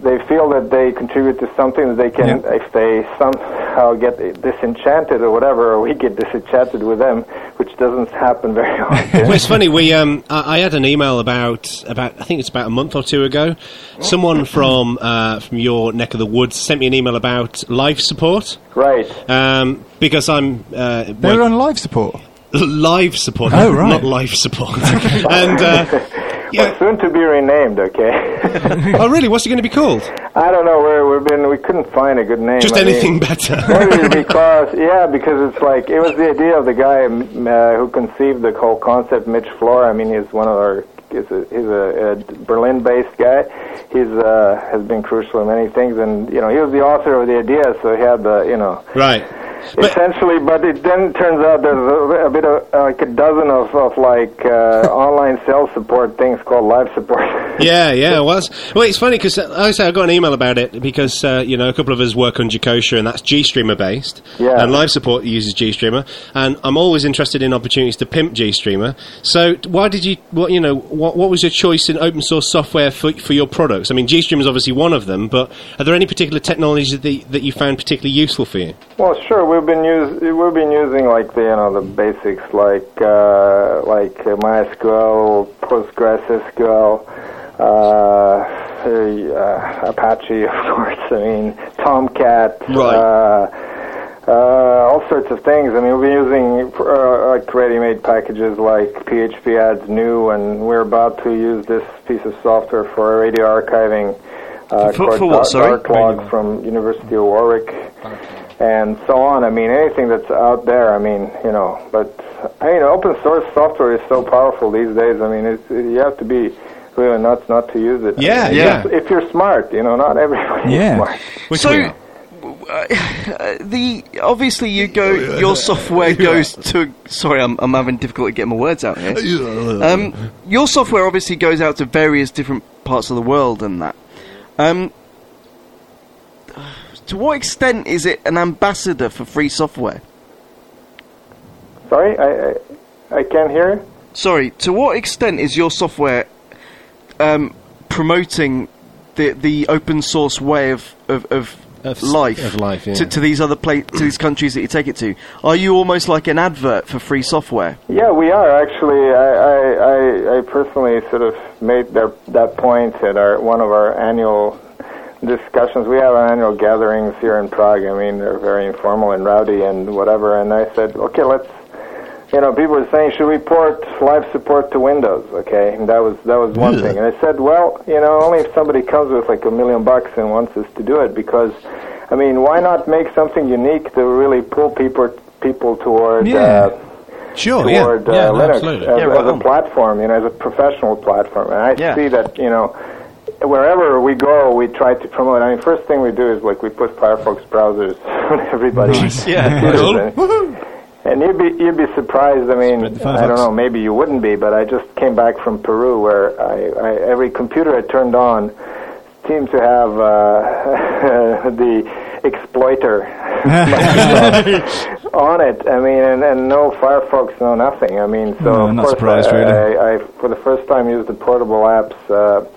Speaker 5: they feel that they contribute to something that they can,
Speaker 3: Yeah.
Speaker 5: if they somehow get disenchanted or whatever, or we get disenchanted with them, which doesn't happen very often.
Speaker 4: Well, it's funny. We um, I, I had an email about about I think it's about a month or two ago. Someone from uh, from your neck of the woods sent me an email about life support
Speaker 5: right.
Speaker 4: um, because I'm uh,
Speaker 3: They were
Speaker 4: work-
Speaker 3: on live support.
Speaker 4: live support.
Speaker 3: Oh, right.
Speaker 4: not life support. and uh, yeah,
Speaker 5: Soon to be renamed, okay?
Speaker 4: oh really? What's it going to be called?
Speaker 5: I don't know where we've been. We couldn't find a good name.
Speaker 4: Just
Speaker 5: I mean,
Speaker 4: anything better.
Speaker 5: Maybe because yeah, because it's like it was the idea of the guy m- uh, who conceived the whole concept, Mitch Flora. I mean, he's one of our. He's a, he's a, a Berlin-based guy. He's uh, has been crucial in many things, and you know he was the author of the idea, so he had the you know
Speaker 4: right. But
Speaker 5: essentially. But it then turns out there's a, a bit of uh, like a dozen of of like uh, online self support things called live support.
Speaker 4: yeah, yeah, it was. Well, it's funny because, like I say, I got an email about it because, uh, you know, a couple of us work on Jacosha and that's GStreamer based.
Speaker 5: Yeah.
Speaker 4: And Live Support uses GStreamer. And I'm always interested in opportunities to pimp GStreamer. So, why did you, what, you know, what, what was your choice in open source software for, for your products? I mean, GStreamer is obviously one of them, but are there any particular technologies that, that you found particularly useful for you?
Speaker 5: Well, sure. We've been use, we've been using like the you know the basics like uh, like uh, MySQL, Postgres SQL, uh, uh, Apache, of course. I mean Tomcat.
Speaker 4: Right.
Speaker 5: Uh, uh, all sorts of things. I mean, we've been using uh, like ready-made packages like PHP adds new, and we're about to use this piece of software for radio archiving. Uh,
Speaker 1: For-
Speaker 5: called
Speaker 1: for what,
Speaker 5: Dark-
Speaker 1: sorry?
Speaker 5: Dark Log from University of Warwick and so on. I mean, anything that's out there. I mean, you know, but I mean, open source software is so powerful these days. I mean, it's, you have to be really nuts not to use it.
Speaker 4: Yeah,
Speaker 5: I mean,
Speaker 4: yeah.
Speaker 5: If, if you're smart, you know, not everybody
Speaker 3: Yeah.
Speaker 5: is smart.
Speaker 1: so, uh, the obviously you
Speaker 4: Oh,
Speaker 1: go your software goes to. Sorry, I'm, I'm having difficulty getting my words out here. Um, your software obviously goes out to various different parts of the world and that. Um, to what extent is it an ambassador for free software?
Speaker 5: Sorry, I, I I can't hear.
Speaker 1: Sorry, to what extent is your software um, promoting the the open source way of of, of,
Speaker 4: Of s-
Speaker 1: life,
Speaker 4: of life, yeah.
Speaker 1: to, to these other pla- to these countries that you take it to? Are you almost like an advert for free software?
Speaker 5: Yeah, we are actually. I I, I, I personally sort of made their, that point at our one of our annual discussions. We have our annual gatherings here in Prague. I mean, they're very informal and rowdy and whatever. And I said, okay, let's. You know, people were saying, should we port live support to Windows? Okay, and that was that was one thing. And I said, well, you know, only if somebody comes with like a million bucks and wants us to do it, because, I mean, why not make something unique to really pull people people toward
Speaker 3: Yeah.
Speaker 5: uh,
Speaker 6: Sure, yeah.
Speaker 5: toward
Speaker 6: yeah,
Speaker 5: uh,
Speaker 6: no,
Speaker 5: Linux
Speaker 6: absolutely.
Speaker 5: as,
Speaker 1: Yeah, right
Speaker 5: as a
Speaker 1: on.
Speaker 5: platform, you know, as a professional platform. And I
Speaker 1: Yeah.
Speaker 5: see that, you know, wherever we go, we try to promote. I mean, first thing we do is like we put Firefox browsers on everybody.
Speaker 1: Yeah.
Speaker 5: And, and you'd be you'd be surprised. I mean,
Speaker 3: Spread the
Speaker 5: I
Speaker 3: Firefox.
Speaker 5: don't know. Maybe you wouldn't be, but I just came back from Peru, where I, I every computer I turned on seemed to have uh, the exploiter on it. I mean, and, and no Firefox, no nothing. I mean, so
Speaker 3: No,
Speaker 5: of
Speaker 3: I'm not
Speaker 5: course,
Speaker 3: surprised,
Speaker 5: I,
Speaker 3: really.
Speaker 5: I, I for the first time used the portable apps. Uh,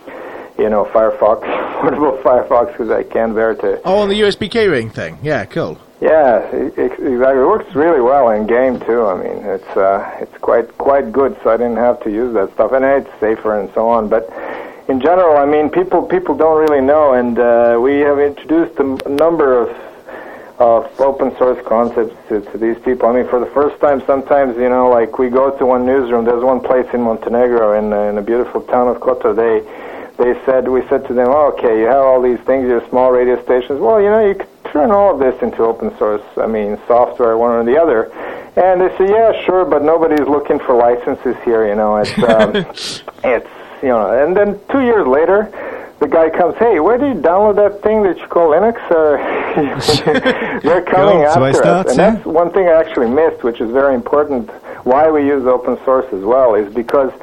Speaker 5: you know, Firefox, portable Firefox, because I can't bear to.
Speaker 6: Oh, on the USB keyring thing. Yeah, cool.
Speaker 5: Yeah, ex- exactly. It works really well in game too. I mean, it's uh, it's quite quite good. So I didn't have to use that stuff, and it's safer and so on. But in general, I mean, people people don't really know, and uh, we have introduced a m- number of of open source concepts to, to these people. I mean, for the first time, sometimes you know, like we go to one newsroom. There's one place in Montenegro, in uh, in a beautiful town of Kotor. They they said we said to them, oh, okay, you have all these things, your small radio stations. Well, you know, you could turn all of this into open source. I mean, software, one or the other. And they said, yeah, sure, but nobody's looking for licenses here. You know, it's um, it's you know. And then two years later. The guy comes, hey, where do you download that thing that you call Linux? Or they're coming
Speaker 3: Go, so I
Speaker 5: after
Speaker 3: start,
Speaker 5: us, and
Speaker 3: yeah.
Speaker 5: that's one thing I actually missed, which is very important. Why we use open source as well is because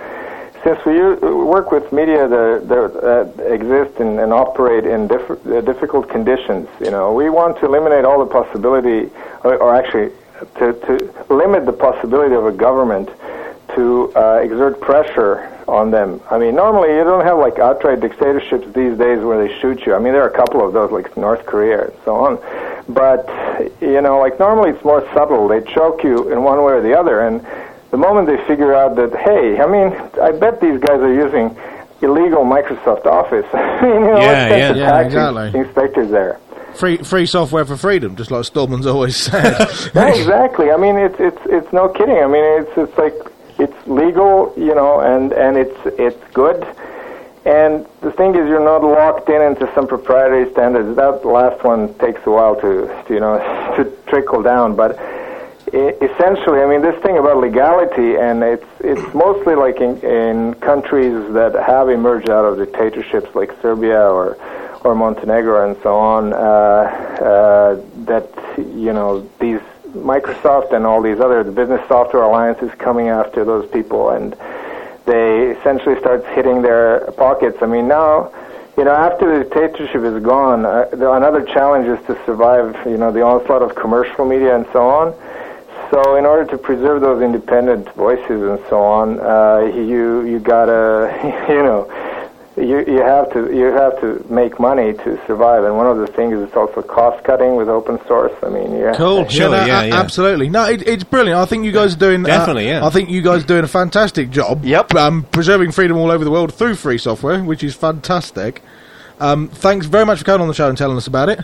Speaker 5: since we u- work with media that, that uh, exist and, and operate in diff- uh, difficult conditions, you know, we want to eliminate all the possibility, or, or actually to, to limit the possibility of a government to uh, exert pressure on them. I mean, normally you don't have like outright dictatorships these days where they shoot you. I mean, there are a couple of those, like North Korea and so on. But you know, like normally it's more subtle. They choke you in one way or the other, and the moment they figure out that, hey, I mean, I bet these guys are using illegal Microsoft Office. you know,
Speaker 4: Yeah,
Speaker 5: let's send
Speaker 4: yeah.
Speaker 5: the
Speaker 6: Yeah,
Speaker 5: tax
Speaker 6: exactly.
Speaker 5: Inspectors there.
Speaker 6: Free free software for freedom, just like Stallman's always said.
Speaker 5: Yeah, exactly. I mean, it's it's it's no kidding. I mean, it's it's like it's legal, you know, and and it's it's good, And the thing is, you're not locked in into some proprietary standards. That last one takes a while to, to you know, to trickle down. But e- essentially, I mean, this thing about legality, and it's it's mostly like in, in countries that have emerged out of dictatorships, like Serbia or or Montenegro and so on, uh, uh, that you know these Microsoft and all these other the business software alliances coming after those people and they essentially starts hitting their pockets. I mean, now, you know, after the dictatorship is gone, uh, the, another challenge is to survive, you know, the onslaught of commercial media and so on. So, in order to preserve those independent voices and so on, uh, you you gotta, you know, you you have to you have to make money to survive. And one of the things is also cost cutting with open source. I mean, yeah.
Speaker 4: Cool. Sure,
Speaker 2: no,
Speaker 4: yeah,
Speaker 2: a-
Speaker 4: yeah.
Speaker 2: absolutely. No, it, it's brilliant. I think you guys are doing uh,
Speaker 4: Definitely, yeah.
Speaker 2: I think you guys are doing a fantastic job.
Speaker 1: Yep.
Speaker 2: um, preserving freedom all over the world through free software, which is fantastic. Um, thanks very much for coming on the show and telling us about it.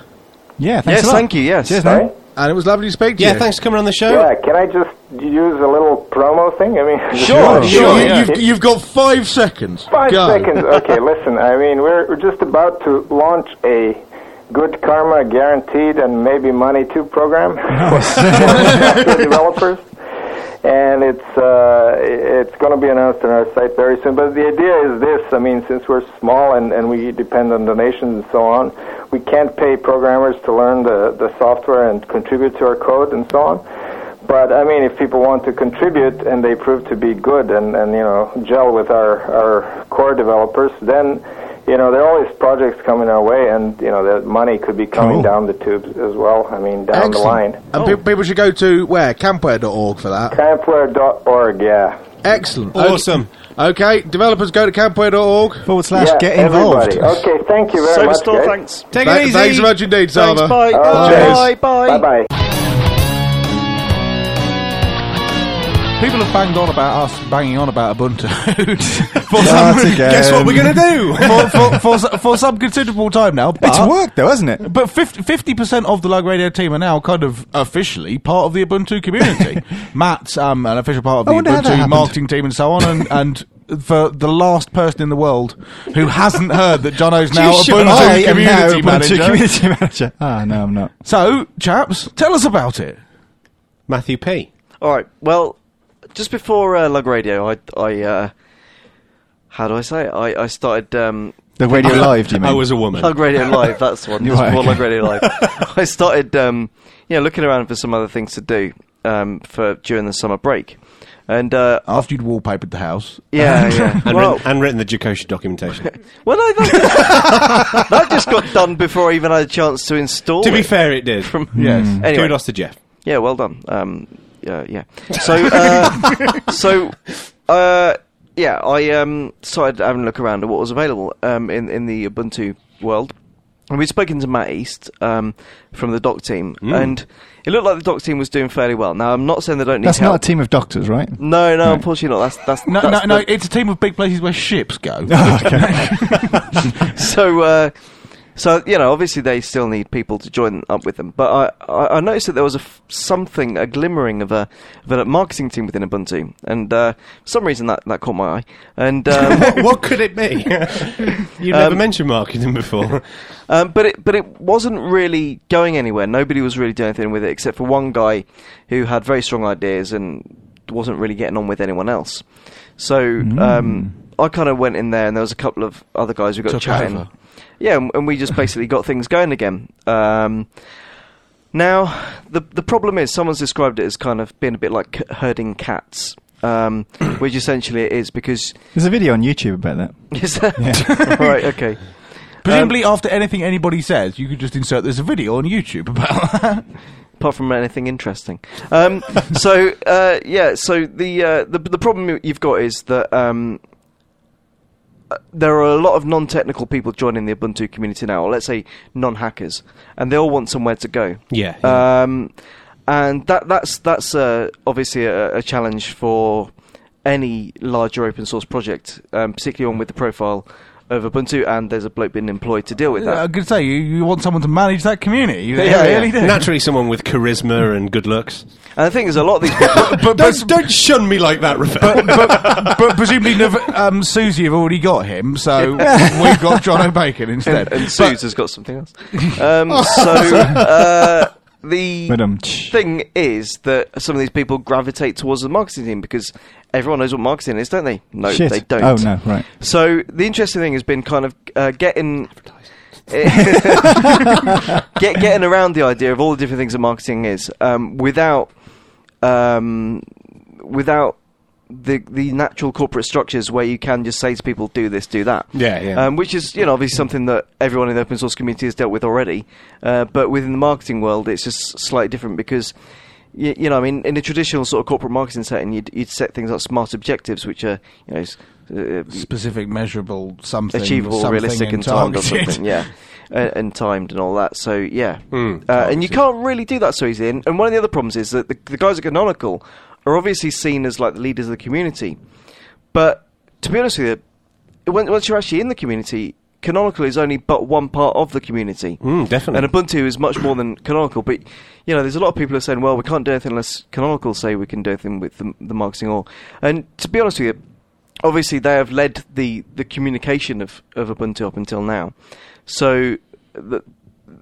Speaker 3: Yeah, thanks
Speaker 1: Yes,
Speaker 3: a lot.
Speaker 1: thank you. Yes.
Speaker 3: Cheers,
Speaker 5: Sorry?
Speaker 3: man.
Speaker 2: And it was lovely to speak to
Speaker 4: Yeah,
Speaker 2: you.
Speaker 4: thanks for coming on the show.
Speaker 5: Yeah, can I just use a little promo thing? I mean,
Speaker 1: Sure,
Speaker 2: You,
Speaker 1: sure,
Speaker 2: you,
Speaker 1: yeah.
Speaker 2: have you've got five seconds.
Speaker 5: Five
Speaker 2: Go.
Speaker 5: seconds. Okay, listen. I mean, we're, we're just about to launch a good karma guaranteed and maybe money too program for developers. And it's uh, it's going to be announced on our site very soon. But the idea is this: I mean, since we're small and, and we depend on donations and so on, we can't pay programmers to learn the, the software and contribute to our code and so on. But I mean, if people want to contribute and they prove to be good and, and you know gel with our, our core developers, then you know there are always projects coming our way, and you know the money could be coming
Speaker 3: Cool.
Speaker 5: down the tubes as well. I mean, down
Speaker 2: Excellent.
Speaker 5: the line.
Speaker 2: And pe- people should go to where? Campware.org for that.
Speaker 5: Campware.org, yeah.
Speaker 2: Excellent.
Speaker 4: Awesome.
Speaker 2: Okay, developers go to campware.org.
Speaker 3: Forward slash
Speaker 5: yeah,
Speaker 3: get involved.
Speaker 5: Everybody. Okay, thank you very
Speaker 1: So
Speaker 5: much.
Speaker 1: store,
Speaker 5: guys.
Speaker 1: thanks.
Speaker 4: Take it
Speaker 2: Thank-
Speaker 4: easy.
Speaker 2: Thanks so much indeed,
Speaker 1: Thanks,
Speaker 2: Salva.
Speaker 1: bye.
Speaker 5: Uh,
Speaker 1: bye.
Speaker 5: cheers.
Speaker 1: Bye.
Speaker 5: Bye bye.
Speaker 2: People have banged on about us banging on about Ubuntu. for
Speaker 3: Start again.
Speaker 2: guess what we're going to do?
Speaker 3: for, for, for, s- for some considerable time now. But,
Speaker 2: It's
Speaker 3: worked though, hasn't it?
Speaker 2: but 50 percent of the Lug Radio team are now kind of officially part of the Ubuntu community. Matt's um, an official part of
Speaker 3: I
Speaker 2: the
Speaker 3: wonder how that
Speaker 2: Ubuntu
Speaker 3: happened.
Speaker 2: marketing team and so on, and and. For the last person in the world who hasn't heard that Jono's now
Speaker 3: You should- I
Speaker 2: Ubuntu
Speaker 3: am
Speaker 2: community
Speaker 3: now Ubuntu
Speaker 2: manager.
Speaker 3: community manager. Ah, no, I'm not.
Speaker 2: so, chaps, tell us about it.
Speaker 4: Matthew P.
Speaker 1: All right. Well, just before uh, Lug Radio, I, I uh, how do I say? It? I I started um,
Speaker 3: The radio live, do you mean?
Speaker 4: I was a woman.
Speaker 1: Lug Radio Live. That's the one. Just
Speaker 3: Right,
Speaker 1: before Lug
Speaker 3: okay.
Speaker 1: Radio Live, I started um, yeah looking around for some other things to do um, for during the summer break, and uh,
Speaker 2: After you'd wallpapered the house,
Speaker 1: yeah, yeah.
Speaker 4: And,
Speaker 1: well,
Speaker 4: written, and written the Jacosha documentation.
Speaker 1: well, no, that, that just got done before I even had a chance to install.
Speaker 4: to be
Speaker 1: it.
Speaker 4: fair, it did.
Speaker 1: From-
Speaker 3: Yes.
Speaker 1: Anyway.
Speaker 4: Kudos to Jeff.
Speaker 1: Yeah, well done. Um, yeah, yeah. So, uh, so, uh, yeah, I um, started having a look around at what was available um, in in the Ubuntu world, and we'd spoken to Matt East um, from the Doc team,
Speaker 2: Mm.
Speaker 1: and it looked like the Doc team was doing fairly well. Now, I'm not saying they don't need
Speaker 3: That's
Speaker 1: help.
Speaker 3: not a team of doctors, right?
Speaker 1: No, no, unfortunately not. That's that's
Speaker 2: no, no,
Speaker 1: that's
Speaker 2: no,
Speaker 1: the-
Speaker 2: it's a team of big places where ships go.
Speaker 3: Oh,
Speaker 1: so uh, so you know obviously they still need people to join up with them but i i, I noticed that there was a f- something a glimmering of a of a marketing team within ubuntu and uh, for some reason that that caught my eye and um,
Speaker 4: What, what could it be? you never mentioned marketing before.
Speaker 1: um, but it but it wasn't really going anywhere nobody was really doing anything with it except for one guy who had very strong ideas and wasn't really getting on with anyone else so um I kind of went in there, and there was a couple of other guys who got
Speaker 2: Hmm. Took
Speaker 1: chatting.
Speaker 2: over.
Speaker 1: Yeah, and, and we just basically got things going again. Um, now, the the problem is someone's described it as kind of being a bit like c- herding cats, um, which essentially it is because.
Speaker 3: There's a video on YouTube about that.
Speaker 1: Is that right? Okay.
Speaker 2: Presumably,
Speaker 3: um,
Speaker 2: after anything anybody says, you could just insert there's a video on YouTube about that.
Speaker 1: apart from anything interesting. Um, so uh, yeah, so the, uh, the the problem you've got is that um, uh, there are a lot of non-technical people joining the Ubuntu community now, or let's say non-hackers, and they all want somewhere to go.
Speaker 4: Yeah,
Speaker 1: Um, and that that's that's uh, obviously a, a challenge for any larger open source project, um, particularly one with the profile of Ubuntu, and there's a bloke being employed to deal with
Speaker 6: I
Speaker 4: Uh,
Speaker 1: that.
Speaker 6: could say you, you want someone to manage that community. You
Speaker 1: Yeah, yeah.
Speaker 6: really do.
Speaker 4: Naturally, someone with charisma and good looks.
Speaker 1: And the thing is, a lot of these people.
Speaker 6: But, but,
Speaker 4: don't, don't shun me like that, Rafael.
Speaker 6: but, but, but presumably, Nev- um, Susie, you've already got him, so we've got John O'Bacon instead.
Speaker 1: and, and Suze has got something else. Um, so uh, the
Speaker 3: Oh. Madam, tch.
Speaker 1: thing is that some of these people gravitate towards the marketing team because everyone knows what marketing is, don't they? No,
Speaker 3: Shit.
Speaker 1: they don't.
Speaker 3: Oh, no, right.
Speaker 1: So the interesting thing has been kind of uh, getting. Get, getting around the idea of all the different things that marketing is um, without um, without the the natural corporate structures where you can just say to people do this do that
Speaker 4: Yeah, yeah.
Speaker 1: um, which is you know obviously something that everyone in the open source community has dealt with already uh, but within the marketing world it's just slightly different because you, you know I mean in a traditional sort of corporate marketing setting you'd, you'd set things like smart objectives which are you know s- uh,
Speaker 6: Specific, measurable, something
Speaker 1: achievable,
Speaker 6: something
Speaker 1: realistic, and timed or
Speaker 6: targeted.
Speaker 1: something. Yeah, and, and timed and all that. So yeah, uh, and you can't really do that so easily. And, and one of the other problems is that the, the guys at Canonical are obviously seen as like the leaders of the community, but to be honest with you, when, once you're actually in the community. Canonical is only but one part of the community.
Speaker 4: Mm, definitely.
Speaker 1: And Ubuntu is much more than Canonical. But, you know, there's a lot of people who are saying, well, we can't do anything unless Canonical say we can do anything with the, the marketing or. And to be honest with you, obviously they have led the, the communication of, of Ubuntu up until now. So, the,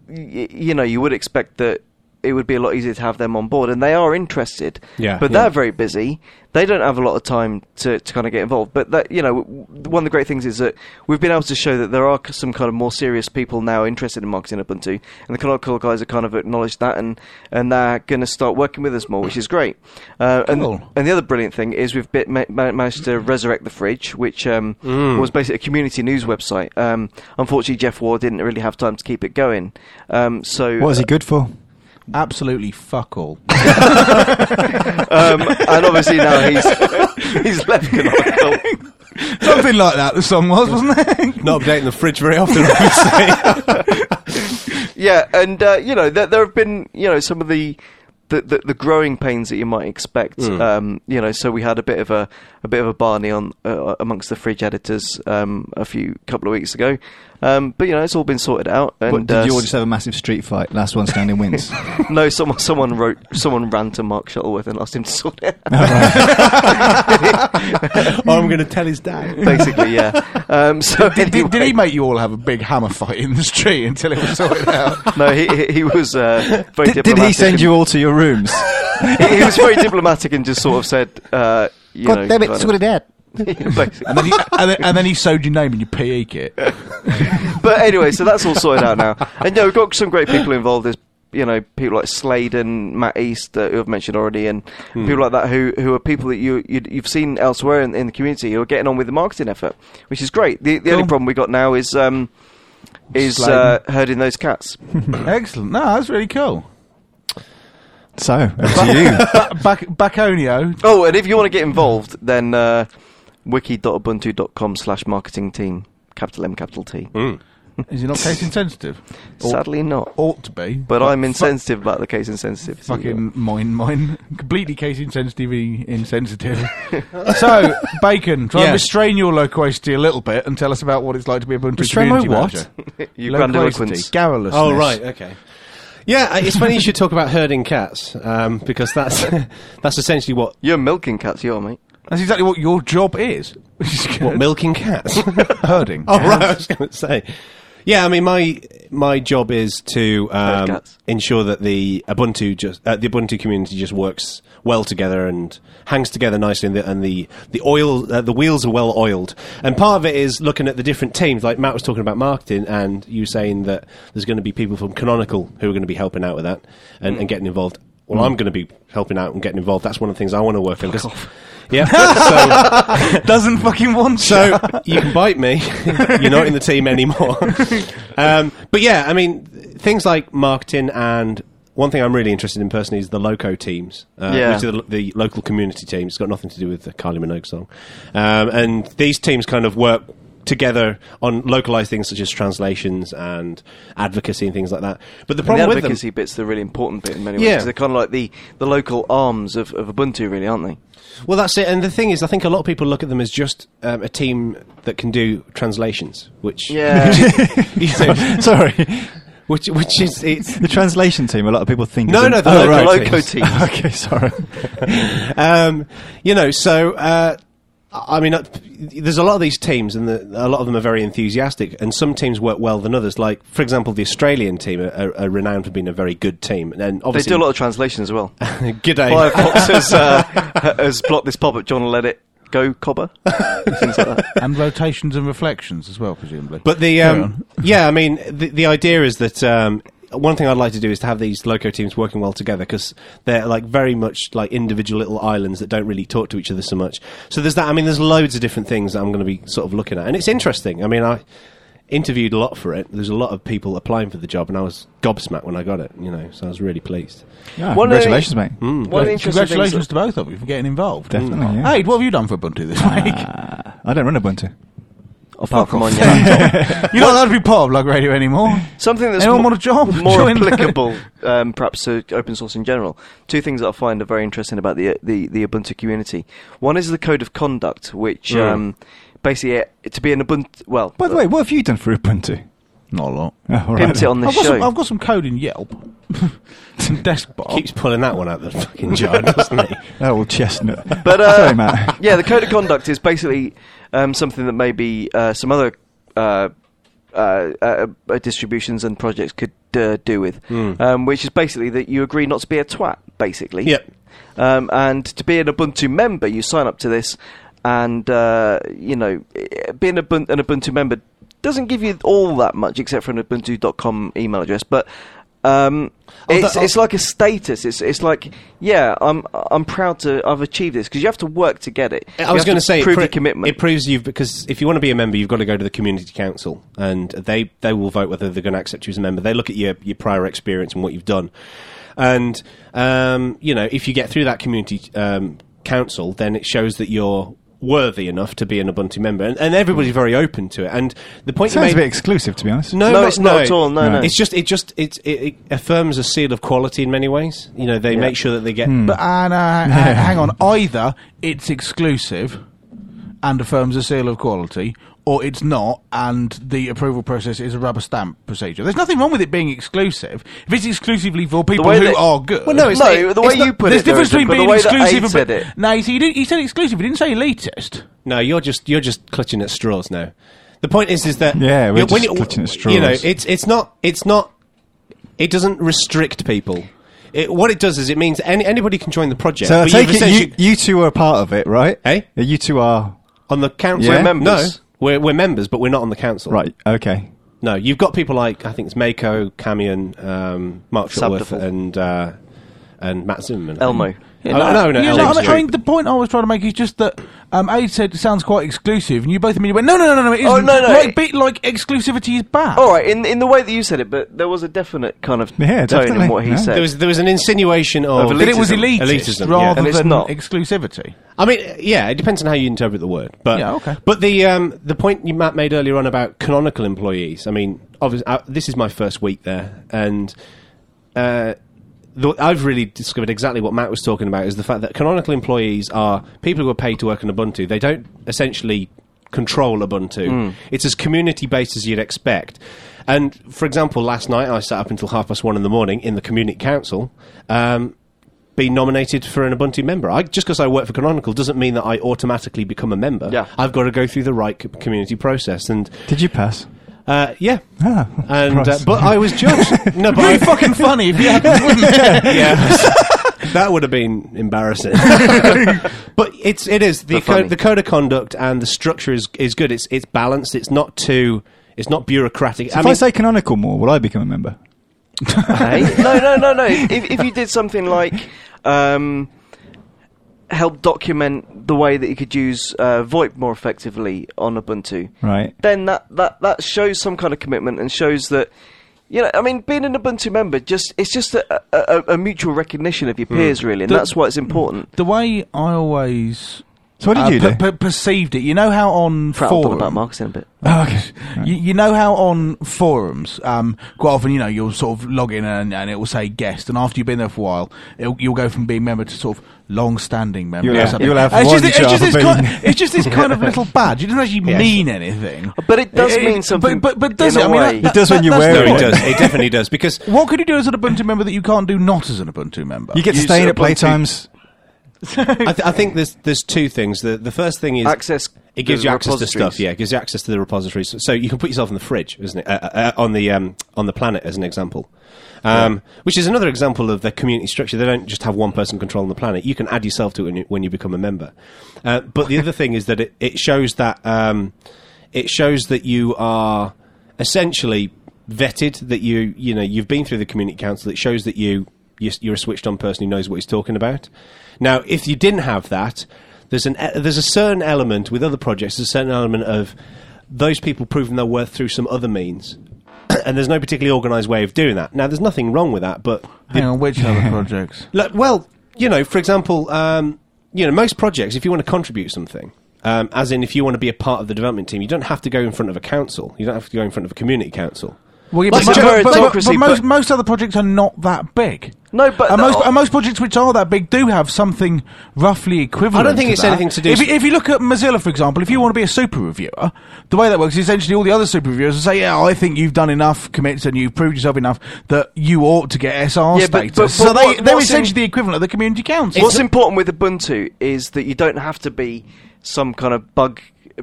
Speaker 1: y- you know, you would expect that it would be a lot easier to have them on board. And they are interested.
Speaker 4: Yeah.
Speaker 1: But
Speaker 4: Yeah.
Speaker 1: they're very busy. They don't have a lot of time to, to kind of get involved. But, that, you know, w- one of the great things is that we've been able to show that there are c- some kind of more serious people now interested in marketing Ubuntu. And the Canonical guys have kind of acknowledged that and, and they're going to start working with us more, which is great. Uh, and,
Speaker 6: Cool.
Speaker 1: and the other brilliant thing is we've bit, ma- ma- managed to resurrect the fridge, which um, was basically a community news website. Um, unfortunately, Jeff Ward didn't really have time to keep it going. Um, so
Speaker 3: What is he good for?
Speaker 6: Absolutely fuck all.
Speaker 1: um, and obviously now he's he's left canonical.
Speaker 6: something like that. The song was, wasn't it?
Speaker 4: Not updating the fridge very often, I would say.
Speaker 1: Yeah, and uh, you know there, there have been you know some of the. The, the, the growing pains that you might expect,
Speaker 3: Hmm.
Speaker 1: um, you know. So we had a bit of a, a bit of a Barney on uh, amongst the fridge editors um, a few couple of weeks ago, um, but you know it's all been sorted out. And
Speaker 3: What,
Speaker 1: uh,
Speaker 3: did you all just have a massive street fight? Last one standing wins.
Speaker 1: No, someone someone wrote someone ran to Mark Shuttleworth and asked him to sort it. out.
Speaker 4: or I'm going to tell his dad.
Speaker 1: Basically, yeah. Um, so
Speaker 6: Did, did, did
Speaker 1: anyway,
Speaker 6: he make you all have a big hammer fight in the street until it was sorted out?
Speaker 1: No, he he- he was uh, very
Speaker 3: did, did
Speaker 1: diplomatic.
Speaker 3: he send
Speaker 1: and-
Speaker 3: you all to your rooms?
Speaker 1: He, he was very diplomatic and just sort of said, uh, you know, kind of-
Speaker 3: out.
Speaker 1: Basically.
Speaker 6: And then, he, and, then, and then he sewed your name in your PE kit.
Speaker 1: but anyway, so that's all sorted out now. And yeah, we've got some great people involved. There's you know people like Slade and Matt East, uh, who I've mentioned already, and people like that who who are people that you you'd, you've seen elsewhere in, in the community who are getting on with the marketing effort, which is great. The, the only problem we got now is um, is uh, herding those cats.
Speaker 6: Excellent. No, that's really cool.
Speaker 3: So, over to you.
Speaker 6: Ba- back, Baconio.
Speaker 1: Oh, and if you want to get involved, then uh, wiki.ubuntu.com slash marketing team, capital M, capital T.
Speaker 6: Is he not case insensitive? Or-
Speaker 1: Sadly not.
Speaker 6: Ought to be.
Speaker 1: But I'm insensitive about the case insensitive.
Speaker 6: Fucking mine, mine. Completely case insensitive, insensitive. so, Bacon, try
Speaker 4: Yeah.
Speaker 6: and restrain your loquacity a little bit and tell us about what it's like to be a Ubuntu
Speaker 3: Restrain my
Speaker 6: community
Speaker 3: what?
Speaker 6: manager.
Speaker 1: you
Speaker 6: Loquacity,
Speaker 1: grandiloquence.
Speaker 6: garrulousness.
Speaker 4: Oh, right, okay. Yeah, uh, it's funny you should talk about herding cats um, because that's that's essentially what
Speaker 1: You're milking cats, you are, mate.
Speaker 6: That's exactly what your job is. Which is
Speaker 4: what
Speaker 6: good.
Speaker 4: milking cats.
Speaker 6: herding.
Speaker 4: Oh right, I was going to say. Yeah, I mean my my job is to
Speaker 1: Herd
Speaker 4: um,
Speaker 1: cats.
Speaker 4: ensure that the Ubuntu just uh, the Ubuntu community just works well together and hangs together nicely, and the and the the oil uh, the wheels are well oiled. And part of it is looking at the different teams, like Matt was talking about marketing, and you saying that there's going to be people from Canonical who are going to be helping out with that and, and getting involved. Well, I'm going to be helping out and getting involved. That's one of the things I want to work on. 'cause- Yeah. so,
Speaker 6: Doesn't fucking want to.
Speaker 4: so you can bite me. You're not in the team anymore. um, but yeah, I mean, things like marketing and one thing I'm really interested in personally is the loco teams, uh,
Speaker 1: Yeah.
Speaker 4: which are the, the local community teams. It's got nothing to do with the Kylie Minogue song. Um, and these teams kind of work together on localized things such as translations and advocacy and things like that. But
Speaker 1: And
Speaker 4: the
Speaker 1: the
Speaker 4: problem with them,
Speaker 1: advocacy bit's the really important bit in many ways.
Speaker 4: Yeah.
Speaker 1: 'cause They're kind of like the, the local arms of, of Ubuntu, really, aren't they?
Speaker 4: Well, that's it. And the thing is, I think a lot of people look at them as just um, a team that can do translations, which you know,
Speaker 3: Sorry,
Speaker 4: which which is it's.
Speaker 3: the translation team. A lot of people think.
Speaker 4: No,
Speaker 3: is an-
Speaker 4: no, the
Speaker 3: Oh,
Speaker 4: local-
Speaker 3: right.
Speaker 1: loco teams.
Speaker 3: okay, sorry.
Speaker 4: Um, you know, so uh, I mean, uh, there's a lot of these teams, and the, a lot of them are very enthusiastic. And some teams work well than others. Like, for example, the Australian team are, are, are renowned for being a very good team, and
Speaker 1: They
Speaker 4: obviously
Speaker 1: do a lot of translation as well.
Speaker 4: G'day.
Speaker 1: Firefox has, uh, has blocked this pop up. John let it go, Cobber. Things like that.
Speaker 6: and rotations and reflections as well, presumably.
Speaker 4: But the
Speaker 6: Carry
Speaker 4: um, yeah, I mean, the, the idea is that um, one thing I'd like to do is to have these loco teams working well together because they're like very much like individual little islands that don't really talk to each other so much. So there's that. I mean, there's loads of different things that I'm going to be sort of looking at, and it's interesting. I mean, I interviewed a lot for it. There's a lot of people applying for the job, and I was gobsmacked when I got it. You know, so I was really pleased.
Speaker 3: Yeah,
Speaker 1: One of the-
Speaker 3: congratulations, mate.
Speaker 4: Mm.
Speaker 1: One of the interesting things
Speaker 6: Congratulations to both of you for getting involved.
Speaker 3: Definitely, yeah.
Speaker 6: Aid, what have you done for Ubuntu this week?
Speaker 3: I don't run Ubuntu.
Speaker 1: apart from on your laptop.
Speaker 6: You're not allowed to be part of Lug Radio anymore.
Speaker 1: Something that's
Speaker 6: Anyone
Speaker 1: more,
Speaker 6: want a job?
Speaker 1: more
Speaker 6: Join-
Speaker 1: applicable, um, perhaps to open source in general. Two things that I find are very interesting about the the, the Ubuntu community. One is the code of conduct, which
Speaker 4: Mm.
Speaker 1: um, basically uh, to be an Ubuntu. Well,
Speaker 3: By the way, what have you done for Ubuntu?
Speaker 6: Not a lot.
Speaker 3: Oh, all right.
Speaker 1: pimped it on
Speaker 6: I've
Speaker 1: this
Speaker 6: got,
Speaker 1: show.
Speaker 6: some, I've got some code in Yelp. Some desk bar.
Speaker 4: Keeps pulling that one out of the fucking jar, doesn't he?
Speaker 3: That old Oh, chestnut.
Speaker 1: But uh,
Speaker 3: Sorry, Matt.
Speaker 1: yeah, the code of conduct is basically um, something that maybe uh, some other uh, uh, uh, uh, distributions and projects could uh, do with, um, which is basically that you agree not to be a twat, basically.
Speaker 4: Yep.
Speaker 1: Um, and to be an Ubuntu member, you sign up to this, and uh, you know, eh, being Ubuntu, an Ubuntu member doesn't give you all that much, except for an Ubuntu.com email address, but. Um, it's,
Speaker 4: that-
Speaker 1: it's like a status. It's it's like yeah, I'm I'm proud to I've achieved this because you have to work to get it.
Speaker 4: I was going to
Speaker 1: to
Speaker 4: say,
Speaker 1: prove
Speaker 4: it, pro-
Speaker 1: your commitment.
Speaker 4: It proves you've because if you want to be a member, you've got to go to the community council, and they they will vote whether they're going to accept you as a member. They look at your your prior experience and what you've done, and um, you know if you get through that community um, council, then it shows that you're worthy enough to be an Ubuntu member, and, and everybody's very open to it. And the point you
Speaker 3: Sounds
Speaker 4: made,
Speaker 3: a bit exclusive, to be honest.
Speaker 4: no,
Speaker 1: No, it's not at all. No, no.
Speaker 4: It's just it just it, it, it affirms a seal of quality in many ways. You know, they
Speaker 1: Yeah.
Speaker 4: make sure that they get.
Speaker 1: Mm.
Speaker 6: But and, uh, uh, hang on, either it's exclusive and affirms a seal of quality, or it's not, and the approval process is a rubber stamp procedure. There's nothing wrong with it being exclusive if it's exclusively for people
Speaker 1: way
Speaker 6: who
Speaker 1: that-
Speaker 6: are good.
Speaker 1: Well, no, it's- No, the way you put
Speaker 6: there's
Speaker 1: it, there
Speaker 6: difference
Speaker 1: isn't,
Speaker 6: between
Speaker 1: but the
Speaker 6: being
Speaker 1: way that Aid
Speaker 6: exclusive. and-
Speaker 1: said it.
Speaker 6: No, you see, he, didn't, he said exclusive. He didn't say elitist.
Speaker 4: No, you're just you're just clutching at straws now. The point is, is that
Speaker 3: Yeah, we're
Speaker 4: you- when
Speaker 3: just
Speaker 4: you-
Speaker 3: clutching at
Speaker 4: You know,
Speaker 3: straws.
Speaker 4: it's it's not it's not it doesn't restrict people. It, what it does is it means any, anybody can join the project.
Speaker 3: So I
Speaker 4: but
Speaker 3: take it
Speaker 4: you've
Speaker 3: you,
Speaker 4: essentially-
Speaker 3: you two are a part of it, right?
Speaker 4: Eh?
Speaker 3: Yeah, You two are.
Speaker 4: on the council.
Speaker 3: We're
Speaker 1: members.
Speaker 4: No, we're, we're members, but we're not on the council.
Speaker 3: Right, okay.
Speaker 4: No, you've got people like I think it's Mako, Camion, um, Mark Shuttleworth,
Speaker 1: Sabdiful.
Speaker 4: and uh, and Matt Zimmerman.
Speaker 1: Elmo.
Speaker 4: Oh, no, no,
Speaker 6: You know,
Speaker 4: Elmo's
Speaker 6: I mean- I
Speaker 4: great.
Speaker 6: mean, the point I was trying to make is just that um, Aid said it sounds quite exclusive, and you both immediately went, no, no, no, no, no, it
Speaker 1: Oh,
Speaker 6: isn't.
Speaker 1: no, Oh, no,
Speaker 6: Like,
Speaker 1: it-
Speaker 6: be, like exclusivity is bad.
Speaker 1: all right, in in the way that you said it, but there was a definite kind of
Speaker 3: Yeah,
Speaker 1: tone in
Speaker 3: definitely,
Speaker 1: what he
Speaker 3: yeah.
Speaker 1: said.
Speaker 4: There was there was an insinuation of
Speaker 1: Of
Speaker 6: That it was
Speaker 1: Elitism.
Speaker 6: elitist,
Speaker 4: Elitism, yeah.
Speaker 6: rather
Speaker 1: And it's
Speaker 6: than
Speaker 1: not.
Speaker 6: exclusivity.
Speaker 4: I mean, yeah, it depends on how you interpret the word. But
Speaker 6: Yeah, okay.
Speaker 4: But the um, the point you Matt made earlier on about canonical employees. I mean, obviously, uh, this is my first week there, and uh, the, I've really discovered exactly what Matt was talking about is the fact that canonical employees are people who are paid to work on Ubuntu. They don't essentially control Ubuntu. It's as community based as you'd expect. And for example, last night I sat up until half past one in the morning in the community council. Um, be nominated for an Ubuntu member. I, just because I work for Canonical doesn't mean that I automatically become a member.
Speaker 1: Yeah.
Speaker 4: I've got to go through the right co- community process, and
Speaker 3: Did you pass?
Speaker 4: uh, yeah,
Speaker 3: Ah,
Speaker 4: and uh,
Speaker 3: Christ.
Speaker 4: but I was judged. no, but
Speaker 6: Very
Speaker 4: I,
Speaker 6: fucking funny if you hadn't.
Speaker 4: yeah. that would have been embarrassing. but it's it is the
Speaker 1: But funny.
Speaker 4: code, the code of conduct and the structure is is good. It's it's balanced. It's not too. It's not bureaucratic.
Speaker 3: if I say canonical more, will I become a member?
Speaker 1: Hey? no, no, no, no. If, if you did something like um, help document the way that you could use uh, VoIP more effectively on Ubuntu,
Speaker 3: Right.
Speaker 1: then that, that, that shows some kind of commitment and shows that, you know, I mean, being an Ubuntu member, just it's just a,
Speaker 2: Hmm.
Speaker 1: a, a- a mutual recognition of your peers, really, and that's why it's important.
Speaker 6: the way I always
Speaker 3: So what did
Speaker 2: Uh,
Speaker 3: you
Speaker 2: per-
Speaker 3: do?
Speaker 2: per- perceived it. You know how on
Speaker 1: Pratt, I'll talk
Speaker 2: forums.
Speaker 1: about marketing a bit.
Speaker 2: Oh, okay. You, you know how on forums, um, quite often, you know, you'll sort of log in and, and it will say guest, and after you've been there for a while, it'll, you'll go from being member to sort of long-standing member.
Speaker 3: You'll
Speaker 2: or
Speaker 3: have-
Speaker 2: something.
Speaker 3: you'll have
Speaker 2: And
Speaker 3: one
Speaker 2: it's, just, it's,
Speaker 3: job
Speaker 2: just this
Speaker 3: being-
Speaker 2: kind, it's just this kind of little badge. It doesn't actually mean anything,
Speaker 1: But it does mean something
Speaker 2: But but, but does
Speaker 1: in
Speaker 2: it?
Speaker 1: a
Speaker 2: I mean,
Speaker 1: way.
Speaker 2: that-
Speaker 3: It does
Speaker 2: that-
Speaker 3: when you
Speaker 2: that's
Speaker 3: wear
Speaker 2: the
Speaker 4: No,
Speaker 3: it.
Speaker 4: he
Speaker 2: point.
Speaker 4: does. He definitely does because
Speaker 2: What could you do as an Ubuntu member that you can't do not as an Ubuntu member?
Speaker 3: You get to
Speaker 1: You
Speaker 3: stay
Speaker 1: said
Speaker 3: in at playtimes.
Speaker 4: I, th- I think there's there's two things. The the first thing is
Speaker 1: Access
Speaker 4: It gives
Speaker 1: the
Speaker 4: you access to
Speaker 1: repositories.
Speaker 4: stuff. Yeah, it gives you access to the repositories. So you can put yourself in the fridge, isn't it? Uh, uh, uh, on the um, on the planet, as an example. Um, Which is another example of the community structure. They don't just have one person controlling the planet. You can add yourself to it when you, when you become a member. Uh, but the other thing is that it, it shows that um, it shows that you are essentially vetted. That you you know you've been through the community council. It shows that you you- you're a switched on person who knows what he's talking about. Now, if you didn't have that, there's an e- there's a certain element with other projects. There's a certain element of those people proving their worth through some other means, and there's no particularly organised way of doing that. Now, there's nothing wrong with that, but
Speaker 2: Hang on, which other projects?
Speaker 4: like, well, you know, for example, um, you know, most projects, if you want to contribute something, um, as in if you want to be a part of the development team, you don't have to go in front of a council. You don't have to go in front of a community council.
Speaker 2: Well, yeah,
Speaker 1: Like
Speaker 2: but,
Speaker 1: a
Speaker 2: but- but- but-
Speaker 1: meritocracy,
Speaker 2: most,
Speaker 1: but-
Speaker 2: most other projects are not that big.
Speaker 1: No, but
Speaker 2: and
Speaker 1: the-
Speaker 2: most, and most projects which are that big do have something roughly equivalent.
Speaker 4: I don't think
Speaker 2: to
Speaker 4: it's
Speaker 2: that.
Speaker 4: anything to do-
Speaker 2: If you, if you look at Mozilla, for example, if you want to be a super reviewer, the way that works is essentially all the other super reviewers will say, "Yeah, I think you've done enough commits and you've proved yourself enough that you ought to get SR
Speaker 1: Yeah, but-
Speaker 2: status."
Speaker 1: but- but
Speaker 2: so they,
Speaker 1: what-
Speaker 2: they're
Speaker 1: what's in-
Speaker 2: essentially the equivalent of the community council.
Speaker 1: What's important with Ubuntu is that you don't have to be some kind of bug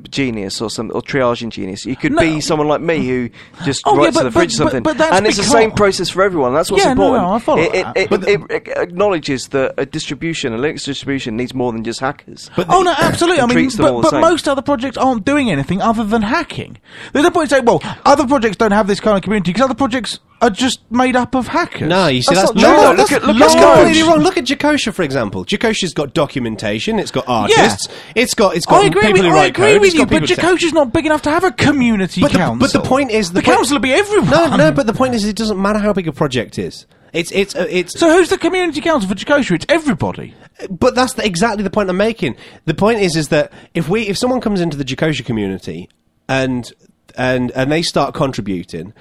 Speaker 1: genius or some or triaging genius. You could
Speaker 2: No.
Speaker 1: be someone like me who just
Speaker 2: Oh, yeah,
Speaker 1: writes to
Speaker 2: but-
Speaker 1: the fridge
Speaker 2: but-
Speaker 1: something,
Speaker 2: but- but that's
Speaker 1: and it's the
Speaker 2: because-
Speaker 1: same process for everyone. That's what's
Speaker 2: Yeah, no,
Speaker 1: important.
Speaker 2: no, I follow
Speaker 1: it,
Speaker 2: that.
Speaker 1: It,
Speaker 2: But
Speaker 1: it- it acknowledges that a distribution, a Linux distribution, needs more than just hackers. But
Speaker 2: oh no, absolutely. I mean,
Speaker 1: treats them all
Speaker 2: but,
Speaker 1: the same.
Speaker 2: but most other projects aren't doing anything other than hacking. There's no point saying, "Well, other projects don't have this kind of community" because other projects are just made up of hackers.
Speaker 4: No, you see,
Speaker 1: That's
Speaker 4: that's,
Speaker 1: not true,
Speaker 4: no,
Speaker 1: though.
Speaker 4: that's
Speaker 1: Look at- look at
Speaker 4: that's
Speaker 1: Scotland.
Speaker 4: completely wrong. Look at Jakosha, for example. Jakosha's got documentation. It's got artists. It's got it's got
Speaker 2: I agree
Speaker 4: people
Speaker 2: with,
Speaker 4: who
Speaker 2: I
Speaker 4: write
Speaker 2: agree
Speaker 4: code.
Speaker 2: with
Speaker 4: it's got
Speaker 2: you, but
Speaker 4: people who-
Speaker 2: Jacobia's not big enough to have a community
Speaker 4: But the-
Speaker 2: council.
Speaker 4: but the point is
Speaker 2: the,
Speaker 4: the point-
Speaker 2: council will be everyone.
Speaker 4: No, no. But the point is, it doesn't matter how big a project is. It's it's uh, it's
Speaker 2: so who's the community council for Jacosia? It's everybody.
Speaker 4: But that's the, exactly the point I'm making. The point is, is that if we, if someone comes into the Jacosha community and and and they start contributing,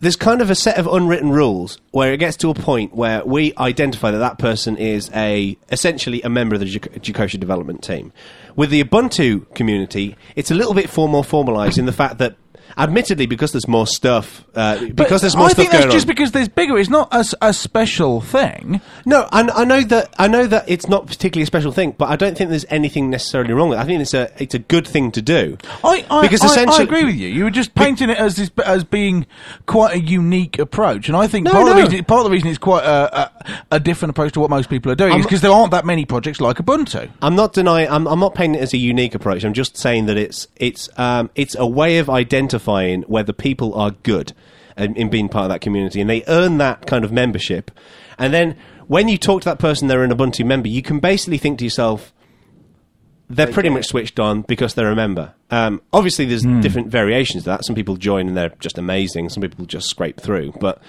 Speaker 4: there's kind of a set of unwritten rules where it gets to a point where we identify that that person is a essentially a member of the Jac- Jacosha development team. With the Ubuntu community, it's a little bit for- more formalised in the fact that, admittedly, because there's more stuff, uh,
Speaker 2: But
Speaker 4: because there's more
Speaker 2: I
Speaker 4: stuff
Speaker 2: think
Speaker 4: going
Speaker 2: that's
Speaker 4: on.
Speaker 2: just because there's bigger. It's not a, s- a special thing.
Speaker 4: No, I, I know that I know that it's not particularly a special thing, but I don't think there's anything necessarily wrong with it. I think it's a it's a good thing to do.
Speaker 2: I, I,
Speaker 4: because
Speaker 2: I,
Speaker 4: essentially,
Speaker 2: I agree with you. You were just painting it as this, as being quite a unique approach, and I think
Speaker 4: No,
Speaker 2: part, of the
Speaker 4: no.
Speaker 2: reason, part of the reason it's quite a, a, a different approach to what most people are doing is
Speaker 4: I'm- Mm-hmm.
Speaker 2: because there aren't that many projects like Ubuntu.
Speaker 4: I'm not denying. I'm, I'm not painting it as a unique approach. I'm just saying that it's it's um, it's a way of identifying whether people are good in, in being part of that community, and they earn that kind of membership. And then when you talk to that person, they're an Ubuntu member. You can basically think to yourself, they're pretty much switched on because they're a member. Um, obviously, there's different variations to that. Some people join and they're just amazing. Some people just scrape through. But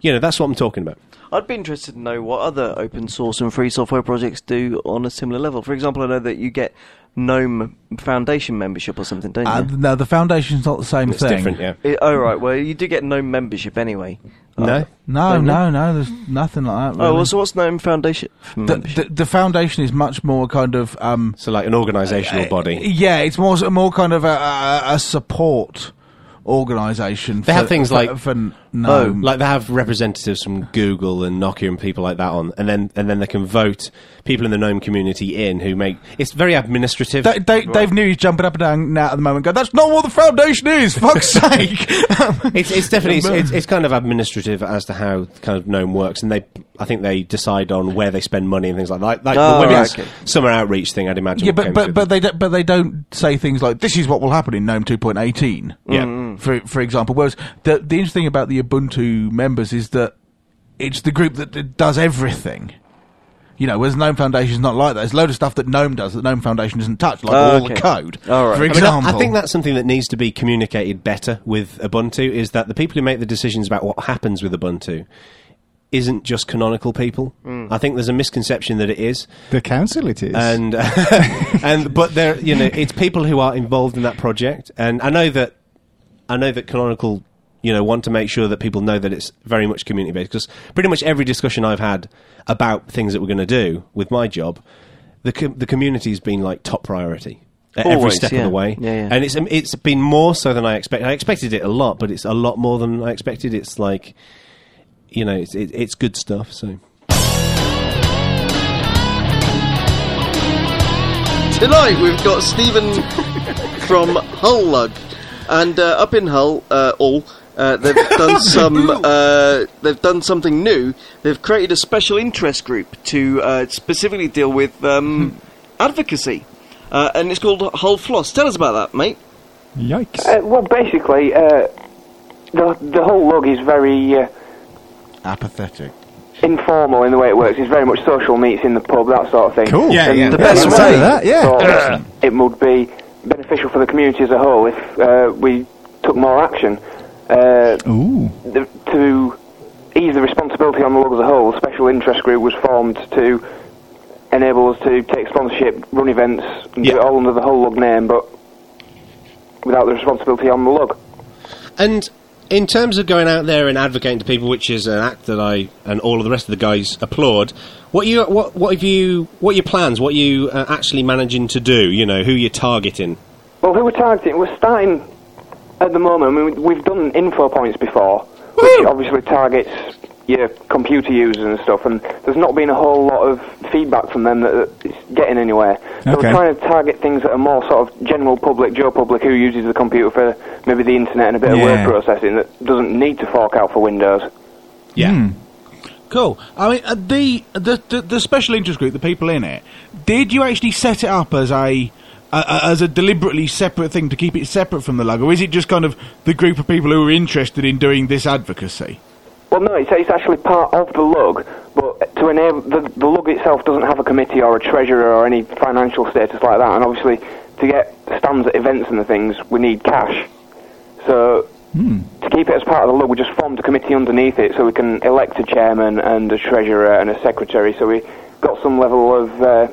Speaker 4: you know, that's what I'm talking about.
Speaker 1: I'd be interested to know what other open source and free software projects do on a similar level. For example, I know that you get GNOME Foundation membership or something, don't you?
Speaker 2: Uh, no, the foundation's not the same
Speaker 4: It's
Speaker 2: thing.
Speaker 4: different, yeah.
Speaker 1: It- oh right, well you do get GNOME membership anyway.
Speaker 4: No.
Speaker 2: No,
Speaker 1: Don't
Speaker 2: no, no. There's nothing like that. Really.
Speaker 1: Oh well, so what's GNOME Foundation
Speaker 2: the,
Speaker 1: membership?
Speaker 2: the, the foundation is much more kind of um, eh,
Speaker 4: So, like an organisational body.
Speaker 2: yeah, it's more more kind of a, a, a support organisation. for-
Speaker 4: They have things
Speaker 2: for-
Speaker 4: like-
Speaker 2: for no,
Speaker 4: Um, Like they have representatives from Google and Nokia and people like that on, and then and then they can vote people in the GNOME community in who make it's very administrative.
Speaker 2: Da- Da- Dave News jumping up and down now at the moment. Go, that's not what the foundation is. Fuck's sake!
Speaker 4: it's, it's definitely it's, it's, it's kind of administrative as to how kind of GNOME works, and they I think they decide on where they spend money and things like that. Like, like
Speaker 1: Oh,
Speaker 4: the
Speaker 1: right,
Speaker 4: women's
Speaker 1: okay.
Speaker 4: summer outreach thing, I'd imagine.
Speaker 2: yeah, but
Speaker 4: came
Speaker 2: but,
Speaker 4: through
Speaker 2: but they don't, but they don't say things like this is what will happen in GNOME 2.18.
Speaker 4: Yeah.
Speaker 2: Mm-hmm. for for example. Whereas the the interesting thing about the Ubuntu members is that it's the group that, that does everything. You know, whereas GNOME Foundation's not like that. There's a load of stuff that GNOME does that GNOME Foundation doesn't touch, like
Speaker 1: Oh,
Speaker 2: all
Speaker 1: okay.
Speaker 2: the code.
Speaker 1: All right. I
Speaker 2: For
Speaker 4: I mean,
Speaker 2: example,
Speaker 4: I, I think that's something that needs to be communicated better with Ubuntu is that the people who make the decisions about what happens with Ubuntu isn't just canonical people.
Speaker 2: Mm.
Speaker 4: I think there's a misconception that it is,
Speaker 3: The council it is.
Speaker 4: and and but there, you know, it's people who are involved in that project. And I know that I know that canonical, you know, want to make sure that people know that it's very much community based because pretty much every discussion I've had about things that we're going to do with my job, the com- the community has been like top priority. At every
Speaker 1: Always,
Speaker 4: step
Speaker 1: yeah.
Speaker 4: of the way,
Speaker 1: Yeah, yeah.
Speaker 4: and it's um, it's been more so than I expected. I expected it a lot, but it's a lot more than I expected. It's like, you know, it's it, it's good stuff. So
Speaker 7: Tonight we've got Stephen from Hull Lug, and uh, up in Hull, uh, all uh, they've done some. Uh, they've done something new.
Speaker 1: They've created a special interest group to uh, specifically deal with um, advocacy, uh, and it's called Hull Floss. Tell us about that, mate.
Speaker 3: Yikes.
Speaker 8: Uh, well, basically, uh, the the whole log is very uh,
Speaker 2: Apathetic.
Speaker 8: informal in the way it works. It's very much social meets in the pub, that sort of thing.
Speaker 3: Cool. Yeah,
Speaker 8: And
Speaker 2: yeah.
Speaker 8: the
Speaker 3: best
Speaker 8: best
Speaker 3: way.
Speaker 8: way
Speaker 3: That, yeah.
Speaker 8: So it would be beneficial for the community as a whole if uh, we took more action uh,
Speaker 3: Ooh.
Speaker 8: the, to ease the responsibility on the log as a whole. A special interest group was formed to enable us to take sponsorship, run events, and do
Speaker 4: Yeah.
Speaker 8: it all under the whole log name, but without the responsibility on the log.
Speaker 4: And in terms of going out there and advocating to people, which is an act that I and all of the rest of the guys applaud, what you what what have you what are your plans? What are you uh, actually managing to do? You know, who you're targeting?
Speaker 8: Well, who we're targeting? We're starting at the moment. I mean, we've done info points before, which obviously targets your computer users and stuff. And there's not been a whole lot of feedback from them that it's getting anywhere. So
Speaker 3: Okay.
Speaker 8: we're trying to target things that are more sort of general public, Joe public, who uses the computer for maybe the internet and a bit of
Speaker 3: Yeah.
Speaker 8: word processing that doesn't need to fork out for Windows.
Speaker 4: Yeah.
Speaker 2: Cool. I mean, uh, the, the the the special interest group, the people in it, did you actually set it up as a uh, as a deliberately separate thing to keep it separate from the lug, or is it just kind of the group of people who are interested in doing this advocacy?
Speaker 8: Well, no, it's, it's actually part of the lug, but to enable the, the lug itself doesn't have a committee or a treasurer or any financial status like that. And obviously, to get stands at events and the things, we need cash. So to keep it as part of the lug, we just formed a committee underneath it, so we can elect a chairman and a treasurer and a secretary. So we got some level of uh,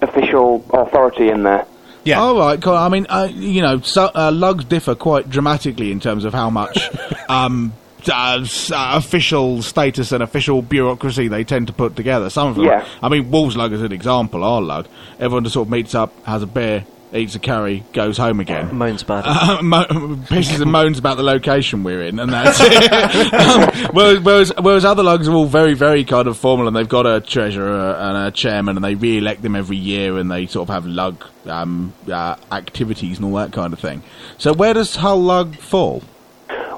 Speaker 8: official authority in there.
Speaker 4: Yeah.
Speaker 2: All right. Cool. I mean, uh, you know, so, uh, lugs differ quite dramatically in terms of how much um, uh, s- uh, official status and official bureaucracy they tend to put together. Some of them.
Speaker 8: Yeah.
Speaker 2: I mean, Wolves lug is an example. Our lug. Everyone just sort of meets up, has a beer, eats a curry, goes home again.
Speaker 1: Moans about it.
Speaker 2: uh, mo- pisses and moans about the location we're in, and that's it. um, whereas, whereas, whereas other lugs are all very, very kind of formal, and they've got a treasurer and a chairman, and they re-elect them every year, and they sort of have lug um, uh, activities and all that kind of thing. So where does Hull Lug fall?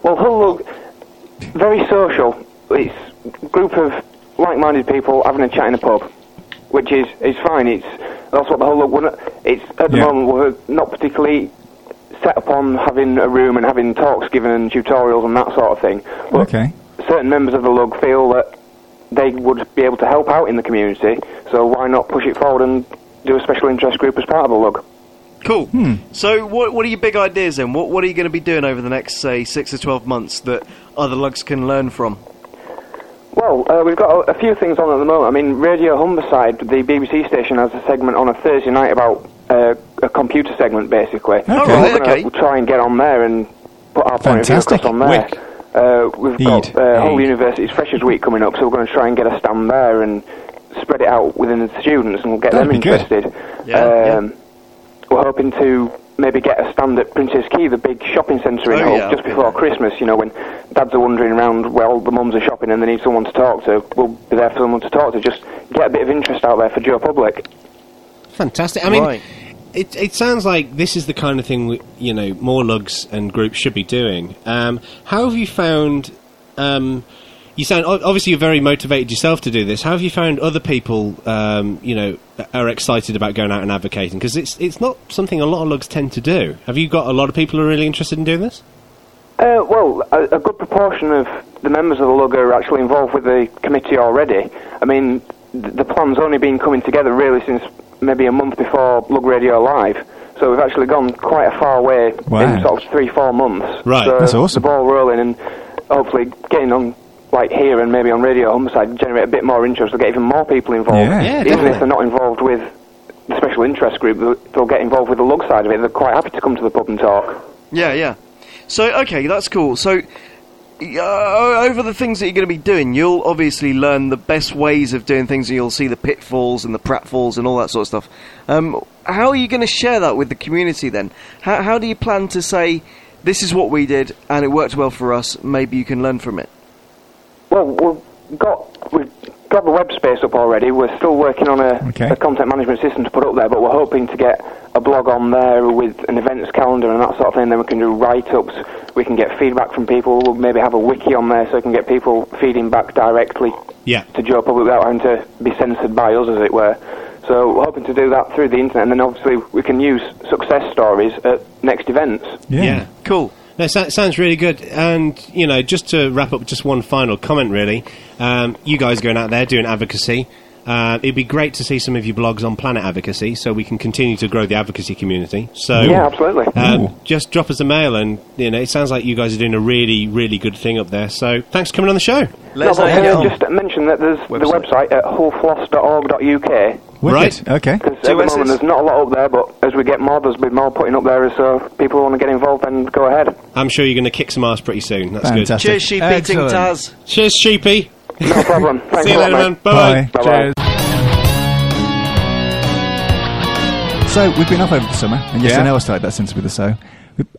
Speaker 8: Well, Hull Lug, very social. It's a group of like-minded people having a chat in a pub, which is, is fine. It's that's what the Hull Lug. we're not- It's at the
Speaker 3: Yeah.
Speaker 8: moment we're not particularly set upon having a room and having talks given and tutorials and that sort of thing. But
Speaker 3: Okay.
Speaker 8: certain members of the Lug feel that they would be able to help out in the community, so why not push it forward and do a special interest group as part of the Lug?
Speaker 1: Cool. So, what what are your big ideas then? What what are you going to be doing over the next say six to twelve months that other lugs can learn from?
Speaker 8: Well, uh, we've got a, a few things on at the moment. I mean, Radio Humberside, the BBC station, has a segment on a Thursday night about uh, a computer segment, basically.
Speaker 3: All
Speaker 8: So
Speaker 1: right,
Speaker 8: we're gonna
Speaker 1: okay.
Speaker 8: try and get on there and put our
Speaker 3: Fantastic.
Speaker 8: point of view across on there. Uh, we've got
Speaker 3: Indeed.
Speaker 8: uh, whole
Speaker 3: Indeed.
Speaker 8: university's Freshers Week coming up, so we're going to try and get a stand there and spread it out within the students and get
Speaker 3: That'd
Speaker 8: them
Speaker 3: be good.
Speaker 8: interested.
Speaker 1: Yeah,
Speaker 8: um, We're hoping to maybe get a stand at Princess Key, the big shopping centre in
Speaker 1: Oh,
Speaker 8: Hull,
Speaker 1: yeah,
Speaker 8: just
Speaker 1: okay.
Speaker 8: before Christmas, you know, when dads are wandering around, well, the mums are shopping and they need someone to talk to, we'll be there for someone to talk to. Just get a bit of interest out there for Joe Public.
Speaker 4: Fantastic. I mean,
Speaker 1: Right.
Speaker 4: it, it sounds like this is the kind of thing we, you know more lugs and groups should be doing. Um, how have you found? Um, you sound ob- obviously you're very motivated yourself to do this. How have you found other people? Um, you know, that are excited about going out and advocating because it's it's not something a lot of lugs tend to do. Have you got a lot of people who are really interested in doing this?
Speaker 8: Uh, well, a, a good proportion of the members of the Lug are actually involved with the committee already. I mean, th- the plan's only been coming together really since maybe a month before Lug Radio Live. So we've actually gone quite a far way
Speaker 3: Wow.
Speaker 8: in sort of three, four months.
Speaker 4: Right.
Speaker 8: So
Speaker 3: That's awesome.
Speaker 8: The ball rolling and hopefully getting on like here and maybe on Radio Homicide, generate a bit more interest. They'll get even more people involved.
Speaker 3: Yeah. Yeah,
Speaker 8: even if they're not involved with the special interest group, they'll- they'll get involved with the lug side of it. They're quite happy to come to the pub and talk.
Speaker 1: Yeah, yeah. So okay, that's cool. So uh, over the things that you're going to be doing, you'll obviously learn the best ways of doing things, and you'll see the pitfalls and the pratfalls and all that sort of stuff. Um, how are you going to share that with the community then? How, how do you plan to say this is what we did and it worked well for us? Maybe you can learn from it.
Speaker 8: Well, we've got we've got the web space up already. We're still working on a,
Speaker 3: Okay.
Speaker 8: a content management system to put up there, but we're hoping to get a blog on there with an events calendar and that sort of thing. Then we can do write-ups. We can get feedback from people. We'll maybe have a wiki on there so we can get people feeding back directly
Speaker 4: Yeah.
Speaker 8: to Joe Public without having to be censored by us, as it were. So we're hoping to do that through the internet, and then obviously we can use success stories at next events.
Speaker 3: Yeah.
Speaker 4: Yeah.
Speaker 1: Cool.
Speaker 4: No, so- sounds really good. And, you know, just to wrap up, just one final comment, really. Um, you guys going out there doing advocacy. Uh, it'd be great to see some of your blogs on planet advocacy so we can continue to grow the advocacy community. So,
Speaker 8: Yeah, absolutely.
Speaker 4: Um, just drop us a mail, and you know it sounds like you guys are doing a really, really good thing up there. So thanks for coming on the show.
Speaker 1: Let's
Speaker 8: no,
Speaker 1: not
Speaker 8: but,
Speaker 1: get
Speaker 8: uh,
Speaker 1: on.
Speaker 8: just mention that there's the website at hullfloss.org.uk.
Speaker 3: Wicked.
Speaker 4: Right.
Speaker 3: Okay.
Speaker 8: Because at
Speaker 1: Two
Speaker 8: the moment
Speaker 1: S's.
Speaker 8: there's not a lot up there, but as we get more, there's been more putting up there, so if people want to get involved, then go ahead.
Speaker 4: I'm sure you're going to kick some ass pretty soon. That's
Speaker 3: Fantastic.
Speaker 1: Cheers, sheep eating
Speaker 6: Excellent.
Speaker 1: Taz.
Speaker 4: good. Cheers, Sheepy.
Speaker 8: No problem. Thanks
Speaker 4: See you
Speaker 8: a lot,
Speaker 4: later, man.
Speaker 8: mate.
Speaker 4: Bye.
Speaker 3: Bye.
Speaker 8: Bye-bye.
Speaker 3: So we've been off over the summer, and yes,
Speaker 6: Yeah.
Speaker 3: I know I started that since with the so.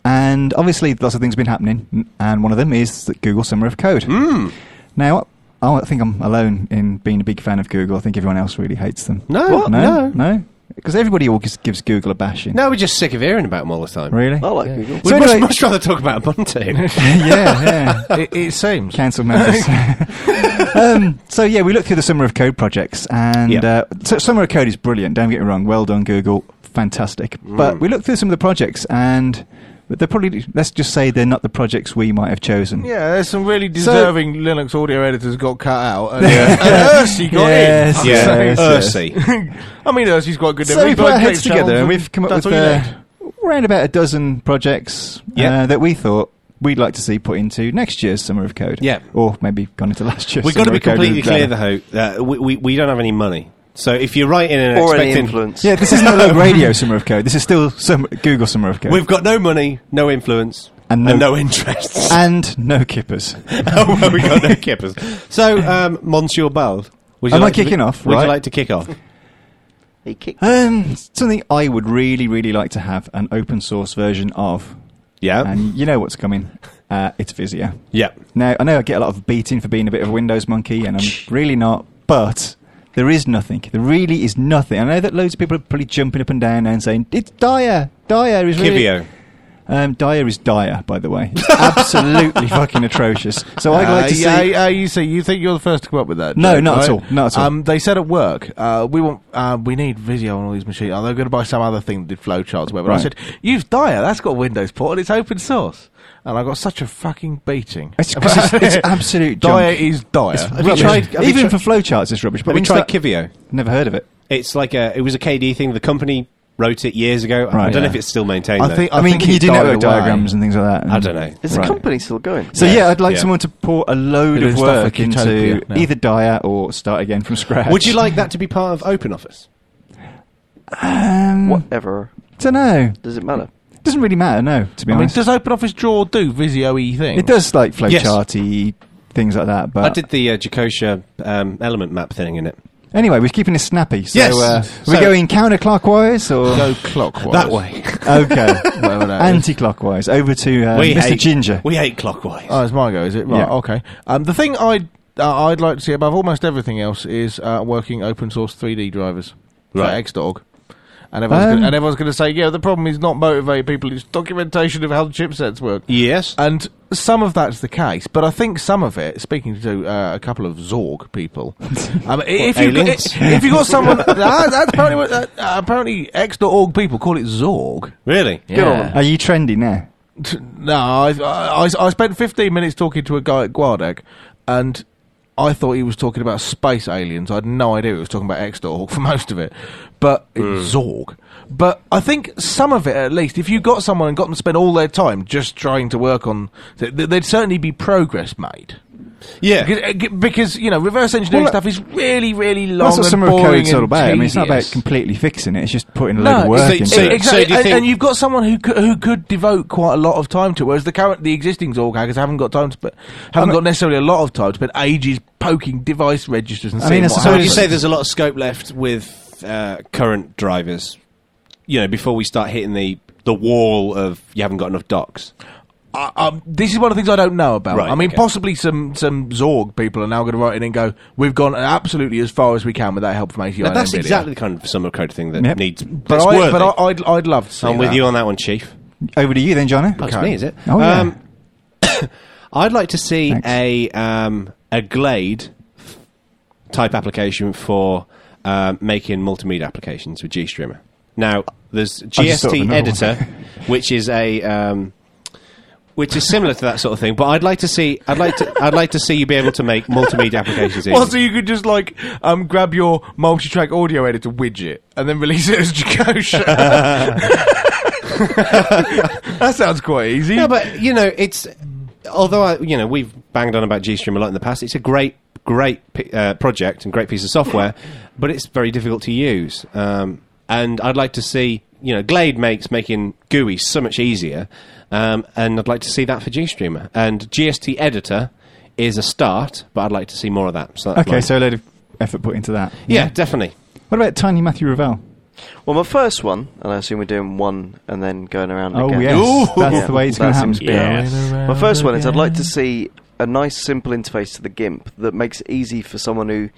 Speaker 3: And obviously, lots of things have been happening, and one of them is the Google Summer of Code. Now, I I think I'm alone in being a big fan of Google. I think everyone else really hates them.
Speaker 4: No, What?
Speaker 3: no,
Speaker 4: no.
Speaker 3: no, because everybody always gives Google a bashing.
Speaker 4: No, we're just sick of hearing about him all the time.
Speaker 3: really.
Speaker 1: I like Google.
Speaker 4: We'd
Speaker 3: So
Speaker 4: much,
Speaker 3: anyway-
Speaker 4: much rather talk about Ubuntu.
Speaker 3: yeah, yeah.
Speaker 6: it, it seems.
Speaker 3: Cancel members. um, so yeah, we looked through the Summer of Code projects, and
Speaker 4: Yeah.
Speaker 3: uh, so Summer of Code is brilliant. Don't get me wrong. Well done, Google. Fantastic. But we looked through some of the projects, and they're probably let's just say they're not the projects we might have chosen.
Speaker 6: Yeah, there's some really
Speaker 3: So-
Speaker 6: deserving Linux audio editors got cut out. And, uh, and Ursi got
Speaker 3: Yes, yes,
Speaker 6: in.
Speaker 3: yes.
Speaker 4: Ursi.
Speaker 6: I mean, Ursi's quite good. at
Speaker 3: So
Speaker 6: it,
Speaker 3: we
Speaker 6: but
Speaker 3: put our
Speaker 6: I'd
Speaker 3: heads
Speaker 6: take channel
Speaker 3: together, and
Speaker 6: from-
Speaker 3: we've come up
Speaker 6: that's
Speaker 3: with
Speaker 6: all you
Speaker 3: uh,
Speaker 6: need.
Speaker 3: around about a dozen projects
Speaker 4: Yeah.
Speaker 3: uh, that we thought. We'd like to see put into next year's Summer of Code.
Speaker 4: Yeah.
Speaker 3: Or maybe gone into last year's
Speaker 4: We've got to
Speaker 3: Summer
Speaker 4: be
Speaker 3: of Code
Speaker 4: completely
Speaker 3: with Glenn.
Speaker 4: clear, though. Uh, we, we, we don't have any money. So if you're writing and
Speaker 1: Or any
Speaker 4: expecting,
Speaker 1: influence.
Speaker 3: Yeah, this is not like radio Summer of Code. This is still summer, Google Summer of Code.
Speaker 4: we've got no money, no influence,
Speaker 3: And no-
Speaker 4: interests.
Speaker 3: and no kippers.
Speaker 4: oh, well, we got no kippers. So, um, Monsieur Bald, would you
Speaker 3: Am I
Speaker 4: like to-
Speaker 3: kicking off,
Speaker 4: Would you
Speaker 3: right?
Speaker 4: like to kick off?
Speaker 1: He kicked.
Speaker 3: Um, something I would really, really like to have an open source version of,
Speaker 4: Yeah.
Speaker 3: and you know what's coming. Uh, it's Visio.
Speaker 4: yeah.
Speaker 3: Now I know I get a lot of beating for being a bit of a Windows monkey, and I'm really not. But there is nothing. There really is nothing. I know that loads of people are probably jumping up and down now and saying it's dire. Dire is really
Speaker 4: Kivio.
Speaker 3: Um, dire is dire, by the way. It's absolutely fucking atrocious. So I'd like to
Speaker 6: Uh,
Speaker 3: see.
Speaker 6: yeah, uh, you see, you think you're the first to come up with that?
Speaker 3: No,
Speaker 6: Jake,
Speaker 3: not at
Speaker 6: right?
Speaker 3: all, not at all.
Speaker 6: Um, they said at work, uh, we want, uh, we need Visio on all these machines. Are they going to buy some other thing that did flowcharts? or Whatever. And I
Speaker 3: Right.
Speaker 6: said, use Dia. That's got a Windows port and it's open source. And I got such a fucking beating.
Speaker 3: It's, 'cause it's, it's absolute
Speaker 6: Dia
Speaker 3: junk.
Speaker 6: is Dia.
Speaker 4: Have you
Speaker 3: Rubbish.
Speaker 4: tried- have you
Speaker 3: Even
Speaker 4: tri-
Speaker 3: for flowcharts, it's rubbish. But
Speaker 4: Have you
Speaker 3: when
Speaker 4: tried
Speaker 3: start-
Speaker 4: Kivio?
Speaker 3: Never heard of it.
Speaker 4: It's like a. It was a KD thing. The company wrote it years ago. I
Speaker 3: Right,
Speaker 4: don't know
Speaker 3: yeah.
Speaker 4: if it's still maintained. though.
Speaker 3: I, mean,
Speaker 6: think
Speaker 3: can you
Speaker 6: it
Speaker 3: do
Speaker 6: died
Speaker 3: network
Speaker 6: away.
Speaker 3: diagrams and things like that?
Speaker 4: I don't know.
Speaker 1: Is
Speaker 3: Right.
Speaker 1: the company still going?
Speaker 3: So yeah, I'd like
Speaker 4: Yeah.
Speaker 3: someone to pour a load
Speaker 6: They're
Speaker 3: of
Speaker 6: doing stuff like
Speaker 3: work
Speaker 6: Utopia
Speaker 3: into
Speaker 6: now.
Speaker 3: either Dia or start again from scratch.
Speaker 4: Would you like that to be part of Open Office?
Speaker 3: Um,
Speaker 1: Whatever.
Speaker 3: Don't know.
Speaker 1: Does it matter?
Speaker 3: Doesn't really matter. No, to be
Speaker 6: I mean,
Speaker 3: honest,
Speaker 6: does OpenOffice Draw do Visio-y things?
Speaker 3: it does like
Speaker 4: Yes.
Speaker 3: flowcharty things like that. But
Speaker 4: I did the uh, Jacosha um, element map thing in it.
Speaker 3: anyway, we're keeping it snappy. So
Speaker 4: Yes.
Speaker 3: uh,
Speaker 4: So-
Speaker 3: we're going counterclockwise or
Speaker 6: Go clockwise.
Speaker 4: That way.
Speaker 3: okay,
Speaker 6: Whatever that is.
Speaker 3: anti-clockwise over to uh, Mr.
Speaker 4: hate
Speaker 3: Ginger.
Speaker 4: We hate clockwise.
Speaker 6: Oh, it's my go, is it? Right,
Speaker 3: Yeah.
Speaker 6: okay. Um, the thing I'd, uh, I'd like to see above almost everything else is uh, working open source 3D drivers.
Speaker 4: Right.
Speaker 6: Like Xdog. And everyone's, gonna,
Speaker 3: Um,
Speaker 6: and everyone's going to say, yeah, the problem is not motivating people, it's documentation of how the chipsets work.
Speaker 4: yes.
Speaker 6: And some of that's the case, but I think some of it. Speaking to uh, a couple of Zorg people, um, i- if you got,
Speaker 4: aliens?
Speaker 6: i- if you got someone, that, that's apparently what, uh, apparently X.org people call it Zorg.
Speaker 4: really?
Speaker 6: Good on
Speaker 3: Are you trendy now?
Speaker 6: T- No, I, I, I- I spent 15 minutes talking to a guy at Guardec, and I thought he was talking about space aliens. I had no idea he was talking about X.org for most of it, but
Speaker 3: Hmm.
Speaker 6: it's Zorg. But I think some of it, at least, if you got someone and got them to spend all their time just trying to work on, th- th- there'd certainly be progress made.
Speaker 4: Yeah.
Speaker 6: Because, eh, because, you know, reverse engineering
Speaker 3: Well,
Speaker 6: stuff is really, really long.
Speaker 3: That's what
Speaker 6: and
Speaker 3: some of the
Speaker 6: boring
Speaker 3: code's all
Speaker 6: and
Speaker 3: about. I mean, it's not about
Speaker 6: tedious.
Speaker 3: completely fixing it. It's just putting a load of work
Speaker 4: so-
Speaker 3: into
Speaker 4: so-
Speaker 3: it.
Speaker 6: exactly,
Speaker 4: do you
Speaker 6: and,
Speaker 4: think-
Speaker 6: and you've got someone who could, who could devote quite a lot of time to it, whereas the current, the existing Zorg hackers haven't got time to, but haven't got necessarily a lot of time to spend ages poking device registers and
Speaker 3: I
Speaker 6: seeing
Speaker 3: mean,
Speaker 6: what
Speaker 3: it's a
Speaker 4: So would you
Speaker 3: Absolutely.
Speaker 4: say there's a lot of scope left with uh, current drivers? You know, before we start hitting the the wall of you haven't got enough docks.
Speaker 6: I, um, this is one of the things I don't know about.
Speaker 4: Right,
Speaker 6: I mean,
Speaker 4: okay.
Speaker 6: possibly some some Zorg people are now going to write in and go, "We've gone absolutely as far as we can without help from ACI."
Speaker 4: Now, that's
Speaker 6: and NVIDIA."
Speaker 4: exactly the kind of summer code thing that
Speaker 3: Yep.
Speaker 4: needs.
Speaker 6: But
Speaker 4: that's
Speaker 6: I,
Speaker 4: worthy.
Speaker 6: but I, I'd I'd love to see.
Speaker 4: I'm with
Speaker 6: that.
Speaker 4: you on that one, Chief.
Speaker 3: Over to you then, Johnny.
Speaker 4: Oh, it's me, is it?
Speaker 3: Oh, yeah.
Speaker 4: I'd like to see
Speaker 3: Thanks.
Speaker 4: a um, a Glade type application for um, making multimedia applications with GStreamer. Now, there's
Speaker 3: just thought of
Speaker 4: GST
Speaker 3: another
Speaker 4: Editor, which is a um, which is similar to that sort of thing. But I'd like to see I'd like to I'd like to see you be able to make multimedia applications.
Speaker 6: Well,
Speaker 4: easy.
Speaker 6: so you could just like um, grab your multi-track audio editor widget and then release it as Jacosha. that sounds quite easy.
Speaker 4: No, but you know, it's although I, you know we've banged on about GStream a lot in the past. It's a great, great pi- uh, project and great piece of software, but it's very difficult to use. Um, and I'd like to see you know Glade makes making GUI so much easier, um, and I'd like to see that for GStreamer and GST Editor is a start, but I'd like to see more of that. So that's
Speaker 3: Okay,
Speaker 4: mine.
Speaker 3: so a load of effort put into that.
Speaker 4: yeah, definitely.
Speaker 3: What about Tiny Matthew Ravel?
Speaker 1: Well, my first one, and I assume we're doing one and then going around
Speaker 3: Oh,
Speaker 1: again.
Speaker 3: yes. Ooh. That's the way it's
Speaker 1: That
Speaker 3: gonna happen.
Speaker 1: seems better. My first one is I'd like to see a nice, simple interface to the GIMP that makes it easy for someone who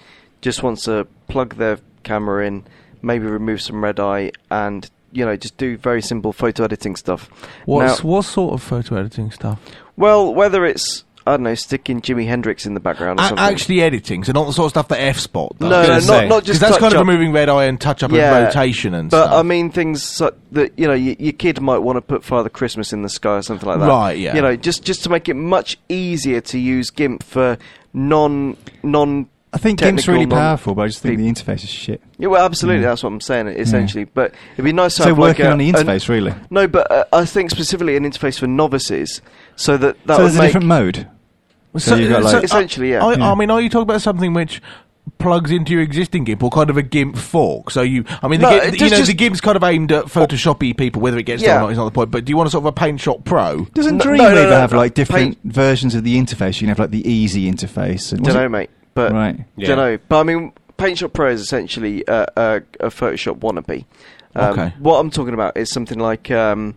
Speaker 1: just wants to plug their camera in, maybe remove some red eye, and you know just do very simple photo editing stuff. Now-
Speaker 6: What's, what sort of photo editing stuff?
Speaker 1: well, whether it's I don't know, sticking Jimi Hendrix in the background or
Speaker 6: A-
Speaker 1: something.
Speaker 6: actually, editing, so not the sort of stuff that F spot.
Speaker 1: no,
Speaker 6: does.
Speaker 1: no,
Speaker 4: say.
Speaker 1: not, not
Speaker 6: 'Cause
Speaker 1: just
Speaker 6: that's
Speaker 1: touch
Speaker 6: kind of
Speaker 1: up.
Speaker 6: removing red eye and touch up and rotation and
Speaker 1: but
Speaker 6: stuff.
Speaker 1: I mean things so, that you know your, your kid might want to put Father Christmas in the sky or something like that.
Speaker 6: Right, yeah.
Speaker 1: You know, just just to make it much easier to use GIMP for non non.
Speaker 3: I think GIMP's really
Speaker 1: technical, non-
Speaker 3: powerful, but I just think the interface is shit.
Speaker 1: Yeah, well, absolutely. That's what I'm saying. Essentially, but it'd be nice to
Speaker 3: So
Speaker 1: have
Speaker 3: working
Speaker 1: like a,
Speaker 3: on the
Speaker 1: an-
Speaker 3: interface, really.
Speaker 1: no, but uh, I think specifically an interface for novices, so that that
Speaker 3: so
Speaker 1: would
Speaker 3: there's a
Speaker 1: make
Speaker 3: different mode. So you've got, like-
Speaker 1: Essentially, yeah.
Speaker 6: I, I
Speaker 3: Yeah.
Speaker 6: mean, are you talking about something which plugs into your existing GIMP or kind of a GIMP fork? So you, I mean, the,
Speaker 1: No,
Speaker 6: GIMP-
Speaker 1: it
Speaker 6: you
Speaker 1: just-
Speaker 6: know,
Speaker 1: just-
Speaker 6: the GIMP's kind of aimed at Photoshoppy people, whether it gets there
Speaker 1: Yeah.
Speaker 6: or not is not the point. But do you want a sort of a Paint Shop Pro?
Speaker 3: Doesn't
Speaker 1: No,
Speaker 3: Dreamweaver
Speaker 1: no, no, no,
Speaker 3: have
Speaker 1: no.
Speaker 3: like different
Speaker 1: Paint-
Speaker 3: versions of the interface? You can have like the easy interface. And
Speaker 1: Don't know, mate. But
Speaker 3: Right.
Speaker 4: Yeah.
Speaker 1: don't know. But I mean, PaintShop Pro is essentially a, a, a Photoshop wannabe. Um,
Speaker 6: Okay.
Speaker 1: What I'm talking about is something like um,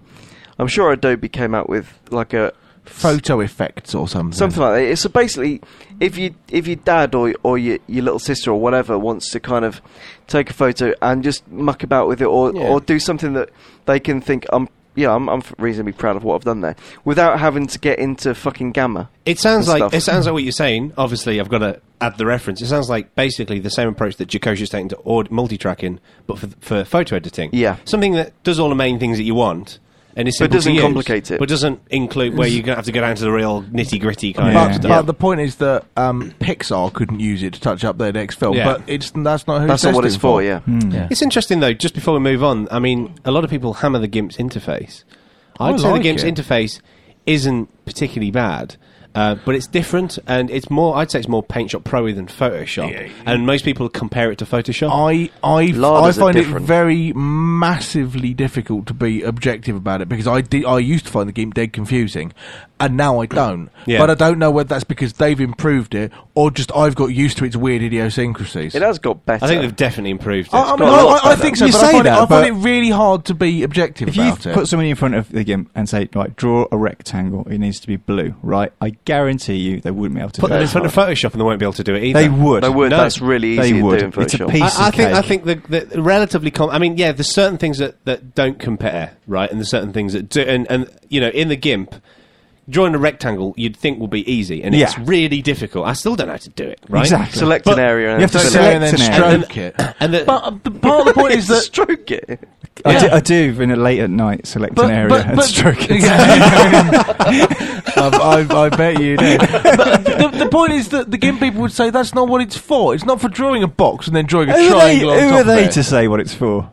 Speaker 1: I'm sure Adobe came out with like a
Speaker 6: Photo effects or something.
Speaker 1: something like that. It's so basically, if you if your dad or or your, your little sister or whatever wants to kind of take a photo and just muck about with it, or or do something that they can think I'm. Yeah, I'm, I'm reasonably proud of what I've done there, without having to get into fucking gamma.
Speaker 4: It sounds
Speaker 1: and
Speaker 4: like
Speaker 1: stuff.
Speaker 4: it sounds like what you're saying. Obviously, I've got to add the reference. It sounds like basically the same approach that Jacosia's taken to aud- multi-tracking, but for, for photo editing.
Speaker 1: Yeah.
Speaker 4: something that does all the main things that you want, and is
Speaker 1: But
Speaker 4: simple to
Speaker 1: doesn't
Speaker 4: use,
Speaker 1: complicate it.
Speaker 4: But doesn't include where you're going to have to go down to the real nitty gritty kind
Speaker 3: Yeah.
Speaker 4: of
Speaker 6: But,
Speaker 4: stuff.
Speaker 6: but the point is that um, Pixar couldn't use it to touch up their next film,
Speaker 4: Yeah.
Speaker 6: but it's that's not who
Speaker 1: That's not what
Speaker 6: tested
Speaker 1: it's for, yeah.
Speaker 3: Hmm.
Speaker 4: It's interesting though. Just before we move on, I mean, a lot of people hammer the GIMP's interface. I'd
Speaker 6: I
Speaker 4: say
Speaker 6: like
Speaker 4: the GIMP's
Speaker 6: it.
Speaker 4: interface isn't particularly bad, uh, but it's different and it's more. I'd say it's more PaintShop Pro than Photoshop, and most people compare it to Photoshop.
Speaker 6: I I I
Speaker 1: Larders are
Speaker 6: find it
Speaker 1: different.
Speaker 6: very massively difficult to be objective about it because I did I used to find the game dead confusing, and now I don't.
Speaker 4: Yeah.
Speaker 6: But I don't know whether that's because they've improved it or just I've got used to its weird idiosyncrasies.
Speaker 1: It has got better.
Speaker 4: I think they've definitely improved it.
Speaker 6: I, I mean,
Speaker 1: got a
Speaker 6: I,
Speaker 1: lot
Speaker 6: I- I
Speaker 1: better.
Speaker 6: think so,
Speaker 3: You
Speaker 6: but I
Speaker 3: say
Speaker 6: find, it,
Speaker 3: that,
Speaker 6: I find
Speaker 3: but-
Speaker 6: it really hard to be objective
Speaker 3: If you
Speaker 6: about it.
Speaker 3: put somebody in front of the GIMP and say, like, draw a rectangle, it needs to be blue, right? I guarantee you they wouldn't be able to
Speaker 4: Put
Speaker 3: do
Speaker 4: them in
Speaker 3: that.
Speaker 4: front of Photoshop and they won't be able to do it either.
Speaker 3: They would.
Speaker 1: They would.
Speaker 4: No,
Speaker 1: that's really
Speaker 3: They
Speaker 1: easy
Speaker 3: would.
Speaker 1: to do in
Speaker 3: It's a
Speaker 1: Photoshop.
Speaker 3: piece of
Speaker 4: I, I think I
Speaker 3: cake.
Speaker 4: think the, the relatively com- I mean, yeah, there's certain things that, that don't compare, right? And there's certain things that do, and, and you know, in the GIMP, drawing a rectangle you'd think will be easy, and it's
Speaker 3: Yeah.
Speaker 4: really difficult. I still don't know how to do it, right?
Speaker 3: Exactly.
Speaker 1: Select
Speaker 4: But
Speaker 1: an area and
Speaker 3: you have to
Speaker 1: fill it.
Speaker 3: select
Speaker 6: and then
Speaker 3: an area.
Speaker 6: stroke it.
Speaker 4: And the,
Speaker 6: But uh, the part of the point is that
Speaker 1: stroke it.
Speaker 3: I,
Speaker 6: Yeah.
Speaker 3: do, I do, in a late at night, select an area and stroke it.
Speaker 6: I, I, I bet you do. But the, the point is that the GIMP people would say that's not what it's for. It's not for drawing a box and then drawing a
Speaker 3: Who are they,
Speaker 6: triangle on
Speaker 3: who
Speaker 6: top
Speaker 3: are
Speaker 6: of
Speaker 3: they
Speaker 6: it.
Speaker 3: to say what it's for?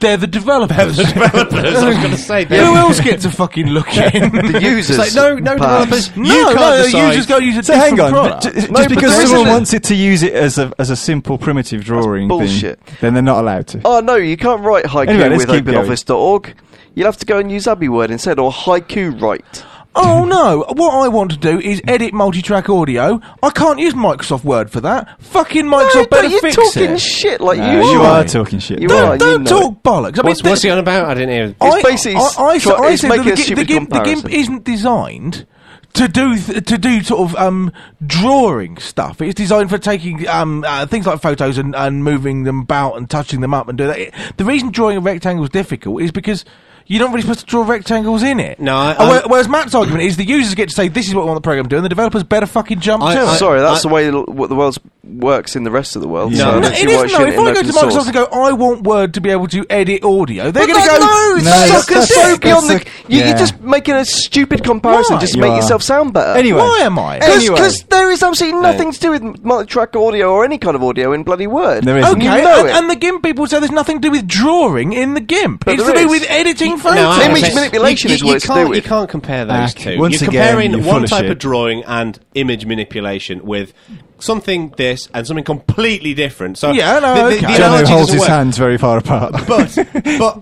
Speaker 6: They're the developers.
Speaker 4: I was going to say,
Speaker 6: Who else gets a fucking look in?
Speaker 1: The users.
Speaker 4: It's like, no, no
Speaker 1: perhaps.
Speaker 4: developers.
Speaker 6: No,
Speaker 4: you can't
Speaker 6: no, the
Speaker 4: decide.
Speaker 6: users go use a
Speaker 3: So
Speaker 6: different
Speaker 3: hang on,
Speaker 6: product.
Speaker 3: ju- just
Speaker 1: No, but
Speaker 3: because
Speaker 1: there
Speaker 3: someone
Speaker 1: isn't.
Speaker 3: wants it to use it as a as a simple primitive drawing thing,
Speaker 1: bullshit.
Speaker 3: then they're not allowed to.
Speaker 1: Oh no, you can't write haiku
Speaker 3: Anyway, let's
Speaker 1: with
Speaker 3: keep going.
Speaker 1: OpenOffice.org. You'll have to go and use AbbyWord instead, or haiku write.
Speaker 6: Oh no! What I want to do is edit multi-track audio. I can't use Microsoft Word for that. Fucking Microsoft
Speaker 1: No,
Speaker 6: better
Speaker 1: but you're
Speaker 6: fix
Speaker 1: talking
Speaker 6: it.
Speaker 1: shit like
Speaker 3: No,
Speaker 1: usual.
Speaker 3: you are talking shit.
Speaker 1: You
Speaker 3: though.
Speaker 1: are.
Speaker 6: don't don't
Speaker 1: know
Speaker 6: talk bollocks. I mean,
Speaker 4: What's,
Speaker 6: the-
Speaker 4: what's he on about? I didn't
Speaker 3: Oh,
Speaker 4: hear.
Speaker 1: It's basically s- try- it's
Speaker 6: said that
Speaker 1: making a
Speaker 6: the, gi- the,
Speaker 1: stupid
Speaker 6: GIMP, the GIMP
Speaker 1: comparison.
Speaker 6: isn't designed to do th- to do sort of um, drawing stuff. It's designed for taking um, uh, things like photos and, and moving them about and touching them up and do that. It- the reason drawing a rectangle is difficult is because. You're not really supposed to draw rectangles in it.
Speaker 4: No, I-
Speaker 6: Uh, where-
Speaker 4: I-
Speaker 6: whereas Matt's argument is the users get to say this is what we want the program to do, and the developers better fucking jump
Speaker 4: I-
Speaker 6: to
Speaker 4: I-
Speaker 6: it.
Speaker 1: Sorry, that's
Speaker 4: I-
Speaker 1: the way l- what the world works in the rest of the world.
Speaker 4: No.
Speaker 1: so I
Speaker 4: No,
Speaker 1: don't
Speaker 6: No,
Speaker 1: see
Speaker 6: it
Speaker 1: why
Speaker 6: is no.
Speaker 1: shouldn't
Speaker 6: If
Speaker 1: in
Speaker 6: I go to
Speaker 1: open
Speaker 6: Microsoft
Speaker 1: source.
Speaker 6: and go, I want Word to be able to edit audio, they're
Speaker 1: But
Speaker 6: going to go.
Speaker 1: that- no, it's
Speaker 3: No,
Speaker 1: suck
Speaker 3: that's-
Speaker 1: a
Speaker 3: that's-
Speaker 1: dick beyond the.
Speaker 3: that's a-
Speaker 1: You,
Speaker 3: yeah.
Speaker 1: You're just making a stupid comparison.
Speaker 6: Why?
Speaker 1: Just
Speaker 3: You
Speaker 1: make
Speaker 3: are.
Speaker 1: yourself sound better.
Speaker 3: Anyway.
Speaker 6: Why am I?
Speaker 1: Because
Speaker 3: Anyway.
Speaker 1: there is absolutely nothing to do with multi-track audio or any kind of audio in bloody Word.
Speaker 3: There isn't.
Speaker 6: Okay,
Speaker 1: You know
Speaker 6: and,
Speaker 1: it.
Speaker 6: and the GIMP people say there's nothing to do with drawing in the GIMP.
Speaker 1: But
Speaker 6: it's
Speaker 1: there
Speaker 6: to do
Speaker 1: is.
Speaker 6: with editing photos.
Speaker 4: I-
Speaker 1: Image
Speaker 4: it's-
Speaker 1: manipulation
Speaker 4: you,
Speaker 1: is
Speaker 4: you-
Speaker 1: what
Speaker 4: you
Speaker 1: it's to do
Speaker 4: can't,
Speaker 1: with.
Speaker 4: You can't compare
Speaker 3: Back.
Speaker 4: those two.
Speaker 3: Once
Speaker 4: you're
Speaker 3: again,
Speaker 4: comparing
Speaker 3: you're full
Speaker 4: one
Speaker 3: of
Speaker 4: type
Speaker 3: shit.
Speaker 4: of drawing and image manipulation with something this and something completely different. So
Speaker 6: Yeah, no,
Speaker 4: the, the,
Speaker 6: okay.
Speaker 4: the
Speaker 6: Jono
Speaker 3: Jono
Speaker 4: analogy
Speaker 3: holds
Speaker 4: doesn't
Speaker 3: his
Speaker 4: work.
Speaker 3: hands very far apart.
Speaker 4: But but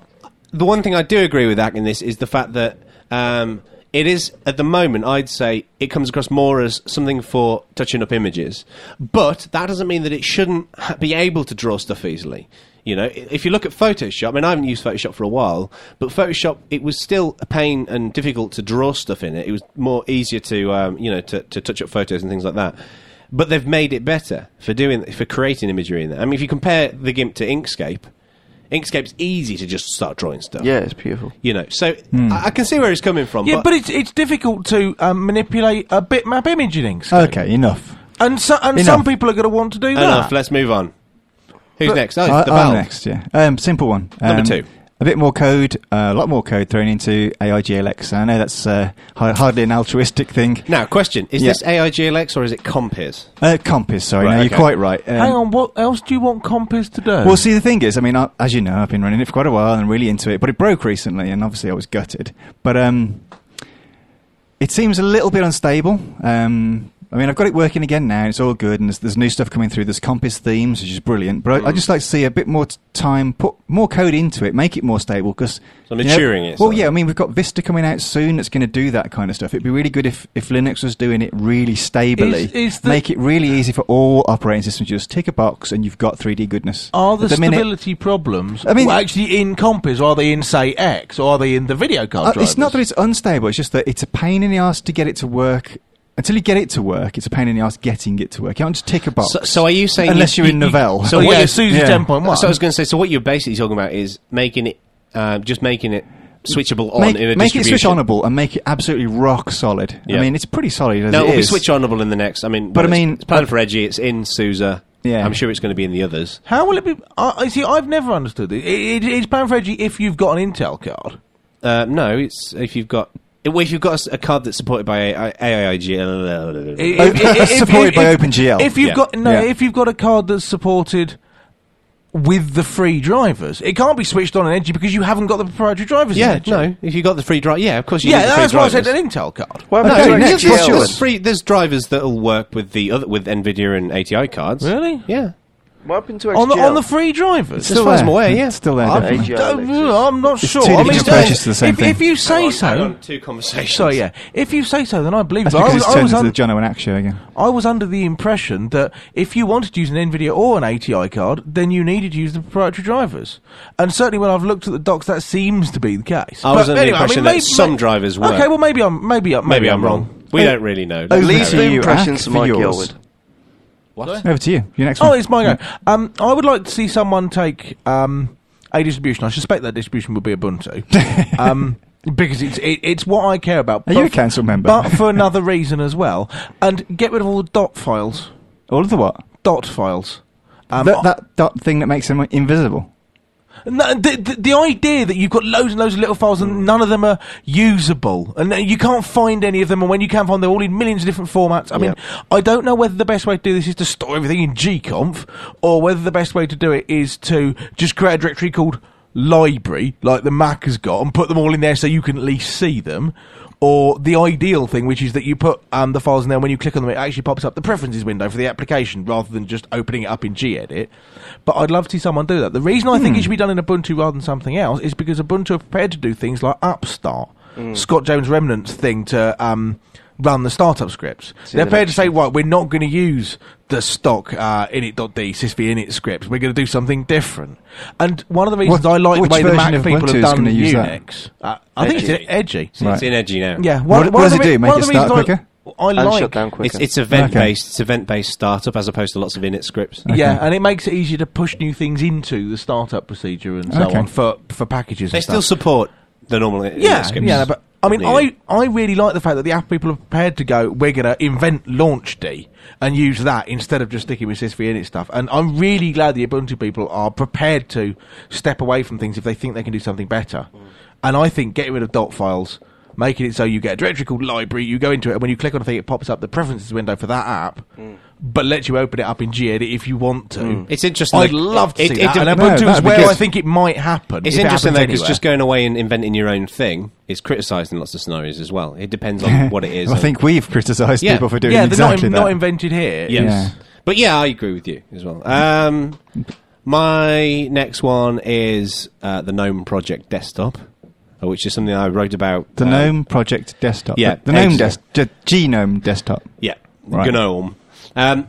Speaker 4: the one thing I do agree with Ak in this is the fact that um, it is at the moment I'd say it comes across more as something for touching up images, but that doesn't mean that it shouldn't ha- be able to draw stuff easily. You know, i- if you look at Photoshop, I mean, I haven't used Photoshop for a while, but Photoshop it was still a pain and difficult to draw stuff in it. It was more easier to um, you know to, to touch up photos and things like that. But they've made it better for doing for creating imagery in there. I mean, if you compare the GIMP to Inkscape, Inkscape's easy to just start drawing stuff.
Speaker 1: yeah, it's beautiful.
Speaker 4: You know, so
Speaker 3: Hmm.
Speaker 4: I, I can see where he's coming from.
Speaker 6: yeah,
Speaker 4: but,
Speaker 6: but it's it's difficult to um, manipulate a bitmap image in Inkscape,
Speaker 3: okay, enough.
Speaker 6: and so, and
Speaker 3: Uh, Enough.
Speaker 6: some people are going to want to do
Speaker 4: enough.
Speaker 6: that.
Speaker 4: Let's move on. Who's next? Oh,
Speaker 3: I-
Speaker 4: it's the
Speaker 3: I'm
Speaker 4: Valve.
Speaker 3: next, yeah. Um, simple one. Um,
Speaker 4: Number two.
Speaker 3: A bit more code, uh, a lot more code thrown into AIGLX. I know that's uh, hi- hardly an altruistic thing.
Speaker 4: Now, question: Is
Speaker 3: Yeah.
Speaker 4: this AIGLX or is it Compiz?
Speaker 3: Uh, Compass, sorry.
Speaker 4: Right,
Speaker 3: no,
Speaker 4: okay.
Speaker 3: you're quite right. Um,
Speaker 6: Hang on, what else do you want Compass to do?
Speaker 3: Well, see, the thing is, I mean, I, as you know, I've been running it for quite a while and really into it, but it broke recently, and obviously I was gutted. But um, it seems a little bit unstable. Um, I mean, I've got it working again now, and it's all good, and there's, there's new stuff coming through. There's Compass themes, which is brilliant, but
Speaker 4: Hmm.
Speaker 3: I, I just like to see a bit more t- time, put more code into it, make it more stable, because...
Speaker 4: So maturing it,
Speaker 3: Well,
Speaker 4: so.
Speaker 3: yeah, I mean, we've got Vista coming out soon that's going to do that kind of stuff. It'd be really good if, if Linux was doing it really stably.
Speaker 6: Is- is the-
Speaker 3: make it really easy for all operating systems. You just tick a box and you've got 3D goodness.
Speaker 6: are the,
Speaker 3: At minute-
Speaker 6: stability problems
Speaker 3: I mean-
Speaker 6: well, actually in Compass? Or are they in say X? Or are they in the video card?
Speaker 3: Uh, it's not that
Speaker 6: drivers?
Speaker 3: it's unstable. It's just that it's a pain in the ass to get it to work. Until you get it to work, it's a pain in the ass getting it to work. You can't just tick a box.
Speaker 4: So, so are you saying
Speaker 3: unless
Speaker 4: you,
Speaker 3: you're in
Speaker 4: you-
Speaker 3: Novell?
Speaker 4: So
Speaker 6: Oh,
Speaker 4: what
Speaker 6: yeah,
Speaker 4: you're-
Speaker 6: Susie
Speaker 3: yeah.
Speaker 6: 10.1.
Speaker 4: So I was going to say. So what you're basically talking about is making it, uh, just making it switchable on
Speaker 3: make,
Speaker 4: in a
Speaker 3: make it
Speaker 4: distribution.
Speaker 3: switch onable and make it absolutely rock solid.
Speaker 4: Yeah.
Speaker 3: I mean, it's pretty solid as
Speaker 4: No,
Speaker 3: it
Speaker 4: it'll be
Speaker 3: is.
Speaker 4: switch onable in the next. I mean,
Speaker 3: But I
Speaker 4: well, it's-
Speaker 3: mean-
Speaker 4: it's planned for Edgy. It's in Sousa.
Speaker 3: Yeah.
Speaker 4: I'm sure it's going to be in the others.
Speaker 6: How will it be? I I see, I've never understood it. it, it it's planned for edgy if you've got an Intel card.
Speaker 4: Uh, no, it's if you've got. Well, if you've got a s- a card that's supported by AI, uh, AIIG,
Speaker 6: If-
Speaker 3: Open-
Speaker 6: if- if-
Speaker 3: supported
Speaker 6: if-
Speaker 3: by
Speaker 6: if-
Speaker 3: OpenGL.
Speaker 6: If you've
Speaker 4: Yeah.
Speaker 6: got no,
Speaker 3: Yeah.
Speaker 6: if you've got a card that's supported with the free drivers, it can't be switched on an Edgy because you haven't got the proprietary drivers. in
Speaker 4: Yeah,
Speaker 6: Edgy.
Speaker 4: no. If you got the free drive, yeah, of course you.
Speaker 6: yeah,
Speaker 4: need the free
Speaker 6: that's why I said
Speaker 4: drivers.
Speaker 6: an Intel card.
Speaker 1: Why am I
Speaker 3: Okay,
Speaker 1: doing
Speaker 3: next
Speaker 1: XGL?
Speaker 3: question.
Speaker 4: There's free. There's drivers that'll work with the other with Nvidia and ATI cards.
Speaker 6: Really?
Speaker 4: Yeah.
Speaker 1: What happened to XGL?
Speaker 6: On the on the free drivers.
Speaker 4: Still far as I'm aware, yeah.
Speaker 3: It's still there.
Speaker 1: I'm-
Speaker 3: definitely.
Speaker 6: Don't- I'm not
Speaker 3: It's
Speaker 6: sure.
Speaker 3: two
Speaker 6: I mean,
Speaker 3: different
Speaker 6: so-
Speaker 3: approaches to the same
Speaker 6: if,
Speaker 3: thing.
Speaker 6: if you say so,
Speaker 4: two conversations.
Speaker 6: sorry, yeah. If you say so, then I believe.
Speaker 3: That's
Speaker 6: it. I
Speaker 3: because
Speaker 6: was,
Speaker 3: it's
Speaker 6: I
Speaker 3: turned
Speaker 6: was
Speaker 3: into
Speaker 6: un-
Speaker 3: the John Owen Axe show again.
Speaker 6: I was under the impression that if you wanted to use an NVIDIA or an ATI card, then you needed to use the proprietary drivers. And certainly when I've looked at the docs, that seems to be the case.
Speaker 4: I was under the impression that some drivers were.
Speaker 6: Okay, well, maybe I'm, maybe, I-
Speaker 4: Maybe, I'm wrong. We don't really know.
Speaker 1: At
Speaker 3: Over
Speaker 1: least
Speaker 3: to
Speaker 1: the
Speaker 3: you,
Speaker 1: impressions
Speaker 3: Ak,
Speaker 1: to
Speaker 3: for
Speaker 1: Mike
Speaker 3: yours.
Speaker 1: Gilwood.
Speaker 3: Over to you. Your next
Speaker 6: Oh,
Speaker 3: one.
Speaker 6: it's my go. Um, I would like to see someone take um, a distribution. I suspect that distribution would be Ubuntu. um, because it's it, it's what I care about.
Speaker 3: Are you
Speaker 6: but-
Speaker 3: a council member?
Speaker 6: But for another reason as well. And get rid of all the dot files.
Speaker 3: All of the what?
Speaker 6: Dot files. Um,
Speaker 3: that, that dot thing that makes him invisible.
Speaker 6: No, the, the, the idea that you've got loads and loads of little files and none of them are usable and you can't find any of them and when you can find them, they're all in millions of different formats. I mean, I don't know whether the best way to do this is to store everything in gconf or whether the best way to do it is to just create a directory called library like the Mac has got and put them all in there so you can at least see them. Or the ideal thing, which is that you put um, the files in there, and when you click on them, it actually pops up the preferences window for the application rather than just opening it up in gedit. But I'd love to see someone do that. The reason I think it should be done in Ubuntu rather than something else is because Ubuntu are prepared to do things like Upstart, Scott Jones Remnant's thing to um, run the startup scripts. They're
Speaker 1: they're
Speaker 6: prepared to say, right, we're not going to use the stock uh, init.d, sysv init scripts. We're going to do something different. And one of the reasons
Speaker 3: What-
Speaker 6: I like
Speaker 3: which
Speaker 6: the way the
Speaker 3: version
Speaker 6: Mac
Speaker 3: of
Speaker 6: people
Speaker 3: Ubuntu
Speaker 6: have
Speaker 3: is
Speaker 6: done
Speaker 3: gonna use that?
Speaker 6: Unix. Uh, I think
Speaker 4: Edgy.
Speaker 6: it's edgy.
Speaker 4: It's, it's in edgy now.
Speaker 6: Yeah.
Speaker 3: What- what does
Speaker 6: of
Speaker 3: it
Speaker 6: the
Speaker 3: do?
Speaker 6: re-
Speaker 3: Make
Speaker 6: one
Speaker 3: it
Speaker 6: of the
Speaker 3: start
Speaker 6: reasons I-
Speaker 3: quicker?
Speaker 6: I
Speaker 1: and
Speaker 6: like
Speaker 1: shut down quicker.
Speaker 4: It's, it's event
Speaker 3: Okay.
Speaker 4: based. It's event based startup as opposed to lots of init scripts.
Speaker 6: Yeah, and it makes it easier to push new things into the startup procedure and so
Speaker 3: Okay.
Speaker 6: on for for packages.
Speaker 4: They
Speaker 6: and
Speaker 4: still
Speaker 6: stuff.
Speaker 4: support the normal init
Speaker 6: yeah,
Speaker 4: scripts.
Speaker 6: yeah, but I mean,
Speaker 4: Yeah.
Speaker 6: I, I really like the fact that the app people are prepared to go. We're gonna invent launch D and use that instead of just sticking with sysv init stuff. And I'm really glad the Ubuntu people are prepared to step away from things if they think they can do something better.
Speaker 4: Mm.
Speaker 6: And I think getting rid of dot files. Making it so you get a directory called library, you go into it, and when you click on a thing, it pops up the preferences window for that app, but lets you open it up in gedit if you want to.
Speaker 4: Mm. It's interesting.
Speaker 6: I'd
Speaker 4: that-
Speaker 6: love to
Speaker 4: it-
Speaker 6: see
Speaker 4: it-
Speaker 6: that.
Speaker 4: it-
Speaker 6: and
Speaker 3: no,
Speaker 6: Ubuntu is
Speaker 3: that'd be
Speaker 6: where
Speaker 3: good.
Speaker 6: I think it might happen.
Speaker 4: It's
Speaker 6: if it
Speaker 4: interesting though,
Speaker 6: happens
Speaker 4: because
Speaker 6: anywhere.
Speaker 4: just going away and inventing your own thing is criticised in lots of scenarios as well. It depends on what it is.
Speaker 3: I
Speaker 4: and-
Speaker 3: think we've criticised
Speaker 4: Yeah.
Speaker 3: people for doing
Speaker 6: yeah, they're not,
Speaker 3: exactly
Speaker 6: in- not
Speaker 3: that.
Speaker 6: invented here.
Speaker 4: yes,
Speaker 3: Yeah.
Speaker 4: but yeah, I agree with you as well. Um, my next one is uh, the GNOME Project Desktop, uh, which is something I wrote about.
Speaker 3: the
Speaker 4: uh,
Speaker 3: GNOME Project Desktop.
Speaker 4: Yeah,
Speaker 3: The GNOME,
Speaker 4: ex-
Speaker 3: des- ge- genome Desktop.
Speaker 4: yeah,
Speaker 3: Right.
Speaker 4: GNOME. Um,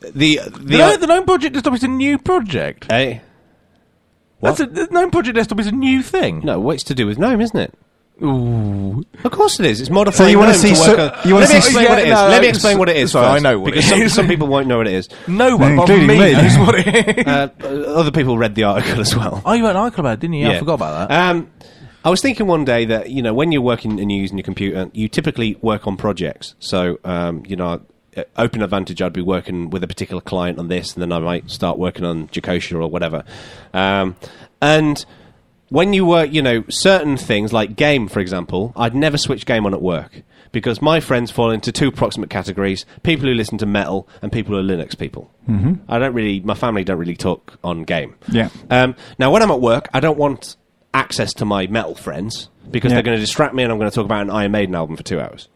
Speaker 4: the the,
Speaker 6: The, Gnome- the GNOME Project Desktop is a new project.
Speaker 4: eh?
Speaker 6: That's a, the GNOME Project Desktop is a new thing.
Speaker 4: no, what's to do with GNOME, isn't it?
Speaker 6: Ooh.
Speaker 4: Of course it is. It's modifying.
Speaker 3: So you wanna
Speaker 4: GNOME
Speaker 3: see
Speaker 4: to work
Speaker 3: so-
Speaker 4: on-
Speaker 3: you wanna
Speaker 4: Let me
Speaker 3: see-
Speaker 4: explain what it is.
Speaker 6: Yeah, no,
Speaker 4: Let me explain what it is.
Speaker 6: sorry, I
Speaker 4: first,
Speaker 6: know what it
Speaker 4: because some,
Speaker 6: is.
Speaker 4: some people won't know what it is.
Speaker 6: No one, but me,
Speaker 3: Including me.
Speaker 6: knows what it is.
Speaker 4: Uh, other people read the article as well.
Speaker 6: oh, you wrote an article about it, didn't you? I forgot about that.
Speaker 4: Um, I was thinking one day that you know when you're working and you're using your computer, you typically work on projects. So um, you know, at Open Advantage, I'd be working with a particular client on this, and then I might start working on Jacosha or whatever. Um, and when you work, you know, certain things like game, for example, I'd never switch game on at work because my friends fall into two proximate categories: people who listen to metal and people who are Linux people. Mm-hmm. I don't really, my family don't really talk on game.
Speaker 3: Yeah.
Speaker 4: Um, now, when I'm at work, I don't want access to my metal friends because
Speaker 3: Yeah.
Speaker 4: they're going to distract me and I'm going to talk about an Iron Maiden album for two hours.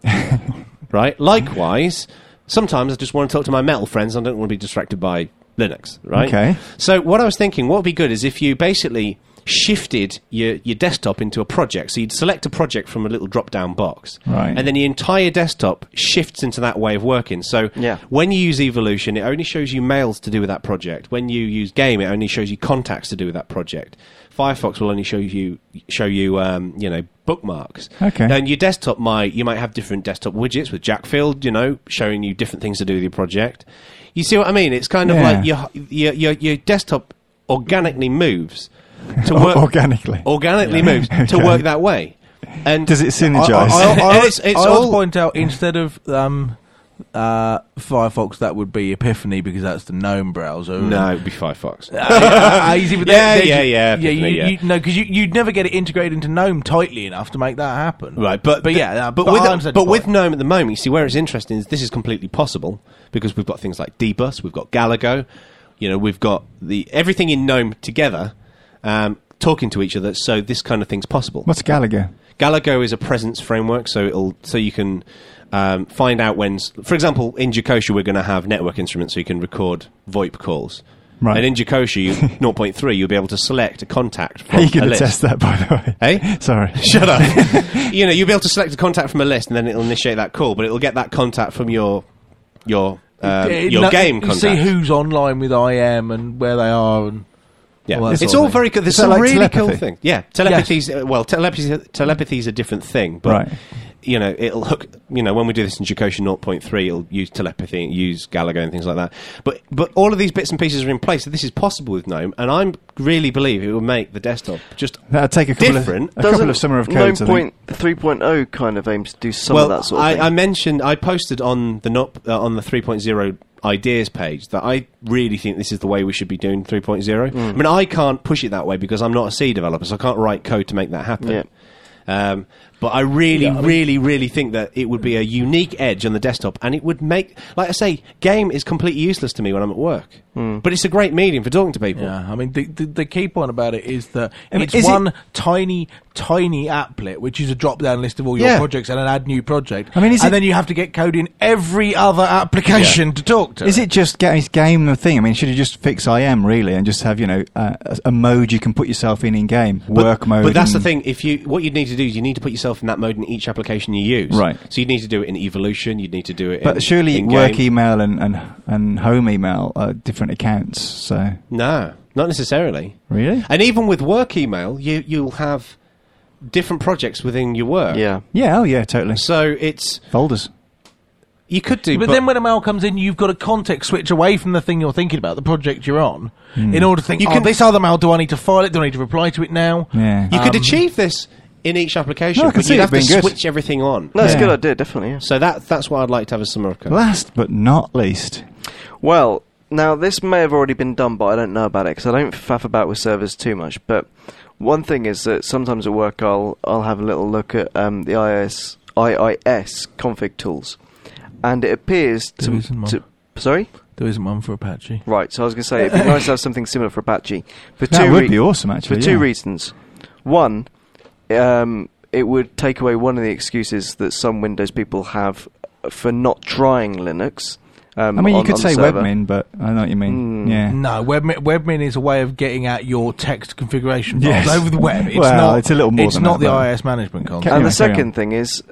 Speaker 4: right? Likewise, sometimes I just want to talk to my metal friends. I don't want to be distracted by Linux. Right?
Speaker 3: Okay.
Speaker 4: So, what I was thinking, what would be good is if you basically shifted your, your desktop into a project. So, you'd select a project from a little drop down box.
Speaker 3: Right.
Speaker 4: And then your entire desktop shifts into that way of working. So,
Speaker 1: Yeah.
Speaker 4: when you use Evolution, it only shows you mails to do with that project. When you use Game, it only shows you contacts to do with that project. Firefox will only show you show you um, you know bookmarks.
Speaker 3: Okay.
Speaker 4: And your desktop might you might have different desktop widgets with Jackfield, you know, showing you different things to do with your project. You see what I mean? It's kind of
Speaker 3: Yeah.
Speaker 4: like your your your, your desktop organically moves to
Speaker 3: O-
Speaker 4: work
Speaker 3: organically.
Speaker 4: organically
Speaker 3: Yeah.
Speaker 4: moves to
Speaker 3: Okay.
Speaker 4: work that way. And
Speaker 3: Does it synergize?
Speaker 6: I, I,
Speaker 4: It's- it's
Speaker 6: I always
Speaker 4: all-
Speaker 6: point out instead of um, uh, Firefox, that would be Epiphany because that's the GNOME browser.
Speaker 4: no, it'd be Firefox.
Speaker 6: uh, easy, but
Speaker 4: Yeah,
Speaker 6: they- they-
Speaker 4: yeah, yeah,
Speaker 6: yeah. You,
Speaker 4: definitely, yeah.
Speaker 6: You, no, because you, you'd never get it integrated into GNOME tightly enough to make that happen.
Speaker 4: Right, but
Speaker 6: but yeah, uh,
Speaker 4: but,
Speaker 6: but I
Speaker 4: with
Speaker 6: understand
Speaker 4: but
Speaker 6: your
Speaker 4: with
Speaker 6: point.
Speaker 4: GNOME at the moment, you see where it's interesting is this is completely possible because we've got things like Dbus, we've got Galago, you know, we've got the everything in GNOME together, um, talking to each other. So this kind of thing's possible.
Speaker 3: What's Gallagher?
Speaker 4: Galago is a presence framework, so it'll so you can um, find out when. s- For example, in Jacosha, we're going to have network instruments, so you can record VoIP calls.
Speaker 3: Right.
Speaker 4: And in Jacosha, you, 0.3, you'll be able to select a contact from
Speaker 3: Are you
Speaker 4: a
Speaker 3: going to
Speaker 4: list.
Speaker 3: test that, by the way?
Speaker 4: Eh?
Speaker 3: Sorry.
Speaker 4: Shut up. you know, you'll be able to select a contact from a list, and then it'll initiate that call, but it'll get that contact from your your um,
Speaker 6: Yeah,
Speaker 4: your
Speaker 6: no,
Speaker 4: game
Speaker 6: You see
Speaker 4: contact.
Speaker 6: who's online with IM and where they are, and
Speaker 4: yeah.
Speaker 6: all that
Speaker 4: it's
Speaker 6: sort of
Speaker 4: all
Speaker 6: thing.
Speaker 4: very good. There's
Speaker 3: Is that
Speaker 4: some
Speaker 3: like
Speaker 4: really cool
Speaker 3: telepathy?
Speaker 4: things. Yeah, telepathy's uh, well, telepathy telepathy's a different thing, but
Speaker 3: Right.
Speaker 4: you know, it'll hook. You know, when we do this in Jacosha 0.3, it'll use telepathy, use Galago, and things like that. But but all of these bits and pieces are in place. So this is possible with GNOME, and I really believe it will make the desktop just
Speaker 3: That'd take a couple,
Speaker 4: Different.
Speaker 3: Of, a couple of summer of codes, I think.
Speaker 1: 3.0 kind of aims to do some of that sort of
Speaker 4: I,
Speaker 1: thing.
Speaker 4: I mentioned I posted on the not uh, on the 3.0 ideas page that I really think this is the way we should be doing 3.0.
Speaker 1: Mm.
Speaker 4: I mean, I can't push it that way because I'm not a C developer, so I can't write code to make that happen.
Speaker 1: Yeah.
Speaker 4: Um, But I really, really, really think that it would be a unique edge on the desktop, and it would make, like I say, game is completely useless to me when I'm at work.
Speaker 1: Mm.
Speaker 4: But it's a great medium for talking to people.
Speaker 6: Yeah, I mean the, the the key point about it is that
Speaker 3: I mean,
Speaker 6: it's
Speaker 3: is it-
Speaker 6: one tiny tiny applet, which is a drop down list of all your
Speaker 4: Yeah.
Speaker 6: projects and an add new project.
Speaker 3: I mean, is
Speaker 6: and
Speaker 3: it-
Speaker 6: then you have to get code in every other application to talk to.
Speaker 3: Is it just ga- is game the thing? I mean, should you just fix IM really and just have you know uh, a, a mode you can put yourself in in game
Speaker 4: But-
Speaker 3: work mode?
Speaker 4: But that's the
Speaker 3: and-
Speaker 4: thing. If you, what you'd need to do is you need to put yourself in that mode in each application you use.
Speaker 3: Right.
Speaker 4: So you'd need to do it in Evolution. You'd need to do it. in,
Speaker 3: But surely
Speaker 4: in
Speaker 3: work e-
Speaker 4: game.
Speaker 3: email and, and and home email are different accounts. So
Speaker 4: No, not necessarily.
Speaker 3: Really?
Speaker 4: And even with work email, you you'll have different projects within your work.
Speaker 1: Yeah.
Speaker 3: yeah, oh yeah, totally
Speaker 4: So it's
Speaker 3: folders.
Speaker 4: you could do,
Speaker 6: But, then when a mail comes in, you've got a context switch away from the thing you're thinking about, the project you're on,
Speaker 3: Hmm.
Speaker 6: in order to think,
Speaker 4: You
Speaker 6: oh,
Speaker 4: can-
Speaker 6: this other mail, do I need to file it? Do I need to reply to it now?
Speaker 3: Yeah.
Speaker 4: you could
Speaker 6: um,
Speaker 4: achieve this in each application,
Speaker 3: No, I can
Speaker 4: but
Speaker 3: see
Speaker 4: you'd
Speaker 3: it
Speaker 4: have to
Speaker 3: being good.
Speaker 4: switch everything on.
Speaker 1: No, it's a
Speaker 3: Yeah.
Speaker 1: good idea, definitely. Yeah.
Speaker 4: So that that's what I'd like to have a summer of.
Speaker 3: Last but not least,
Speaker 1: Well, now this may have already been done, but I don't know about it because I don't faff about with servers too much. But one thing is that sometimes at work I'll I'll have a little look at um, the IIS, IIS config tools, and it appears
Speaker 6: There
Speaker 1: to,
Speaker 6: isn't one.
Speaker 1: to sorry.
Speaker 6: There isn't one for Apache.
Speaker 1: Right, so I was going to say it'd be nice to have something similar for Apache for
Speaker 3: that
Speaker 1: two
Speaker 3: would
Speaker 1: rea-
Speaker 3: be awesome.
Speaker 1: for
Speaker 3: Actually,
Speaker 1: two
Speaker 3: yeah.
Speaker 1: reasons. One, um, it would take away one of the excuses that some Windows people have for not trying Linux. Um,
Speaker 3: I mean, you
Speaker 1: on-
Speaker 3: could
Speaker 1: on
Speaker 3: say
Speaker 1: server.
Speaker 3: webmin, but I know what you mean.
Speaker 1: Mm.
Speaker 4: Hmm.
Speaker 3: Yeah.
Speaker 6: No, webmin, webmin is a way of getting at your text configuration files
Speaker 3: Yes.
Speaker 6: over the web. It's
Speaker 3: Well,
Speaker 6: not,
Speaker 3: it's a little more
Speaker 6: It's
Speaker 3: than
Speaker 6: not
Speaker 3: that,
Speaker 6: the
Speaker 3: but-
Speaker 6: IIS management concept.
Speaker 3: Ca-
Speaker 1: And
Speaker 3: Anyway,
Speaker 1: the
Speaker 3: carry on.
Speaker 1: second thing is,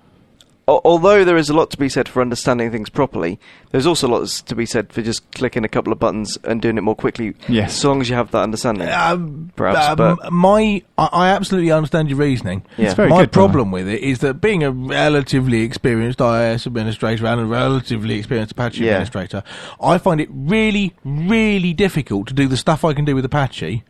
Speaker 1: al- although there is a lot to be said for understanding things properly, there's also lots to be said for just clicking a couple of buttons and doing it more quickly.
Speaker 3: Yes.
Speaker 1: So long as you have that understanding.
Speaker 6: Um,
Speaker 1: Perhaps,
Speaker 6: um,
Speaker 1: but-
Speaker 6: my, I, I absolutely understand your reasoning.
Speaker 1: Yeah. It's
Speaker 3: very
Speaker 6: my
Speaker 3: good,
Speaker 6: problem with it is that being a relatively experienced IIS administrator and a relatively experienced Apache
Speaker 1: Yeah.
Speaker 6: administrator, I find it really, really difficult to do the stuff I can do with Apache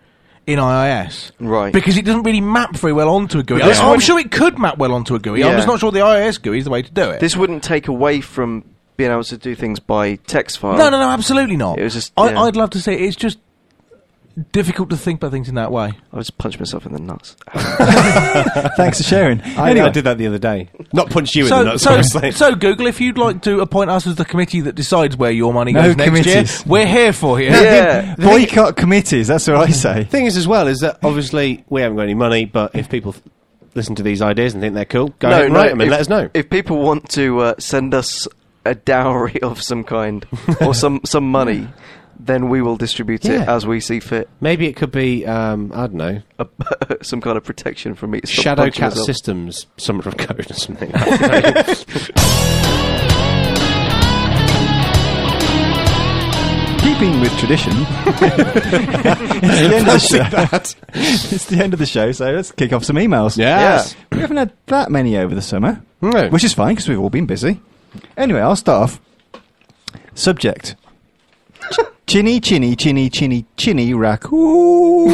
Speaker 6: in IIS.
Speaker 1: Right.
Speaker 6: Because it doesn't really map very well onto a GUI.
Speaker 1: This
Speaker 6: I'm
Speaker 1: one-
Speaker 6: sure it could map well onto a GUI. I'm
Speaker 1: Yeah.
Speaker 6: just not sure the IIS GUI is the way to do it.
Speaker 1: This wouldn't take away from being able to do things by text file.
Speaker 6: no, no, no, absolutely not.
Speaker 1: It was just-
Speaker 6: I,
Speaker 1: yeah.
Speaker 6: I'd love to say it's just difficult to think about things in that way.
Speaker 1: I just punched myself in the nuts.
Speaker 3: Thanks for sharing.
Speaker 4: I,
Speaker 3: Anyway.
Speaker 4: I did that the other day. Not punch you in the
Speaker 6: So,
Speaker 4: nuts.
Speaker 6: so,
Speaker 4: obviously.
Speaker 6: so, Google, if you'd like to appoint us as the committee that decides where your money
Speaker 3: No
Speaker 6: goes next year,
Speaker 3: committees.
Speaker 6: we're here for you.
Speaker 1: yeah.
Speaker 3: Boycott committees. That's what I say.
Speaker 4: thing is, as well, is that obviously we haven't got any money, but if people th- listen to these ideas and think they're cool, go ahead and write them and
Speaker 1: if-
Speaker 4: let us know.
Speaker 1: If people want to uh, send us a dowry of some kind or some, some money, then we will distribute it
Speaker 4: Yeah.
Speaker 1: as we see fit.
Speaker 4: Maybe it could be, um, I don't know,
Speaker 1: A, some kind of protection from me. to stop
Speaker 4: Shadow
Speaker 1: punching
Speaker 4: Cat
Speaker 1: myself.
Speaker 4: Systems summer of code or something.
Speaker 3: Keeping with tradition, it's, the end of the show. it's the end of the show, so let's kick off some emails.
Speaker 4: Yes.
Speaker 3: We haven't had that many over the summer,
Speaker 4: No.
Speaker 3: which is fine because we've all been busy. Anyway, I'll start off. Subject Chinny, chinny, chinny, chinny, chinny raccoon.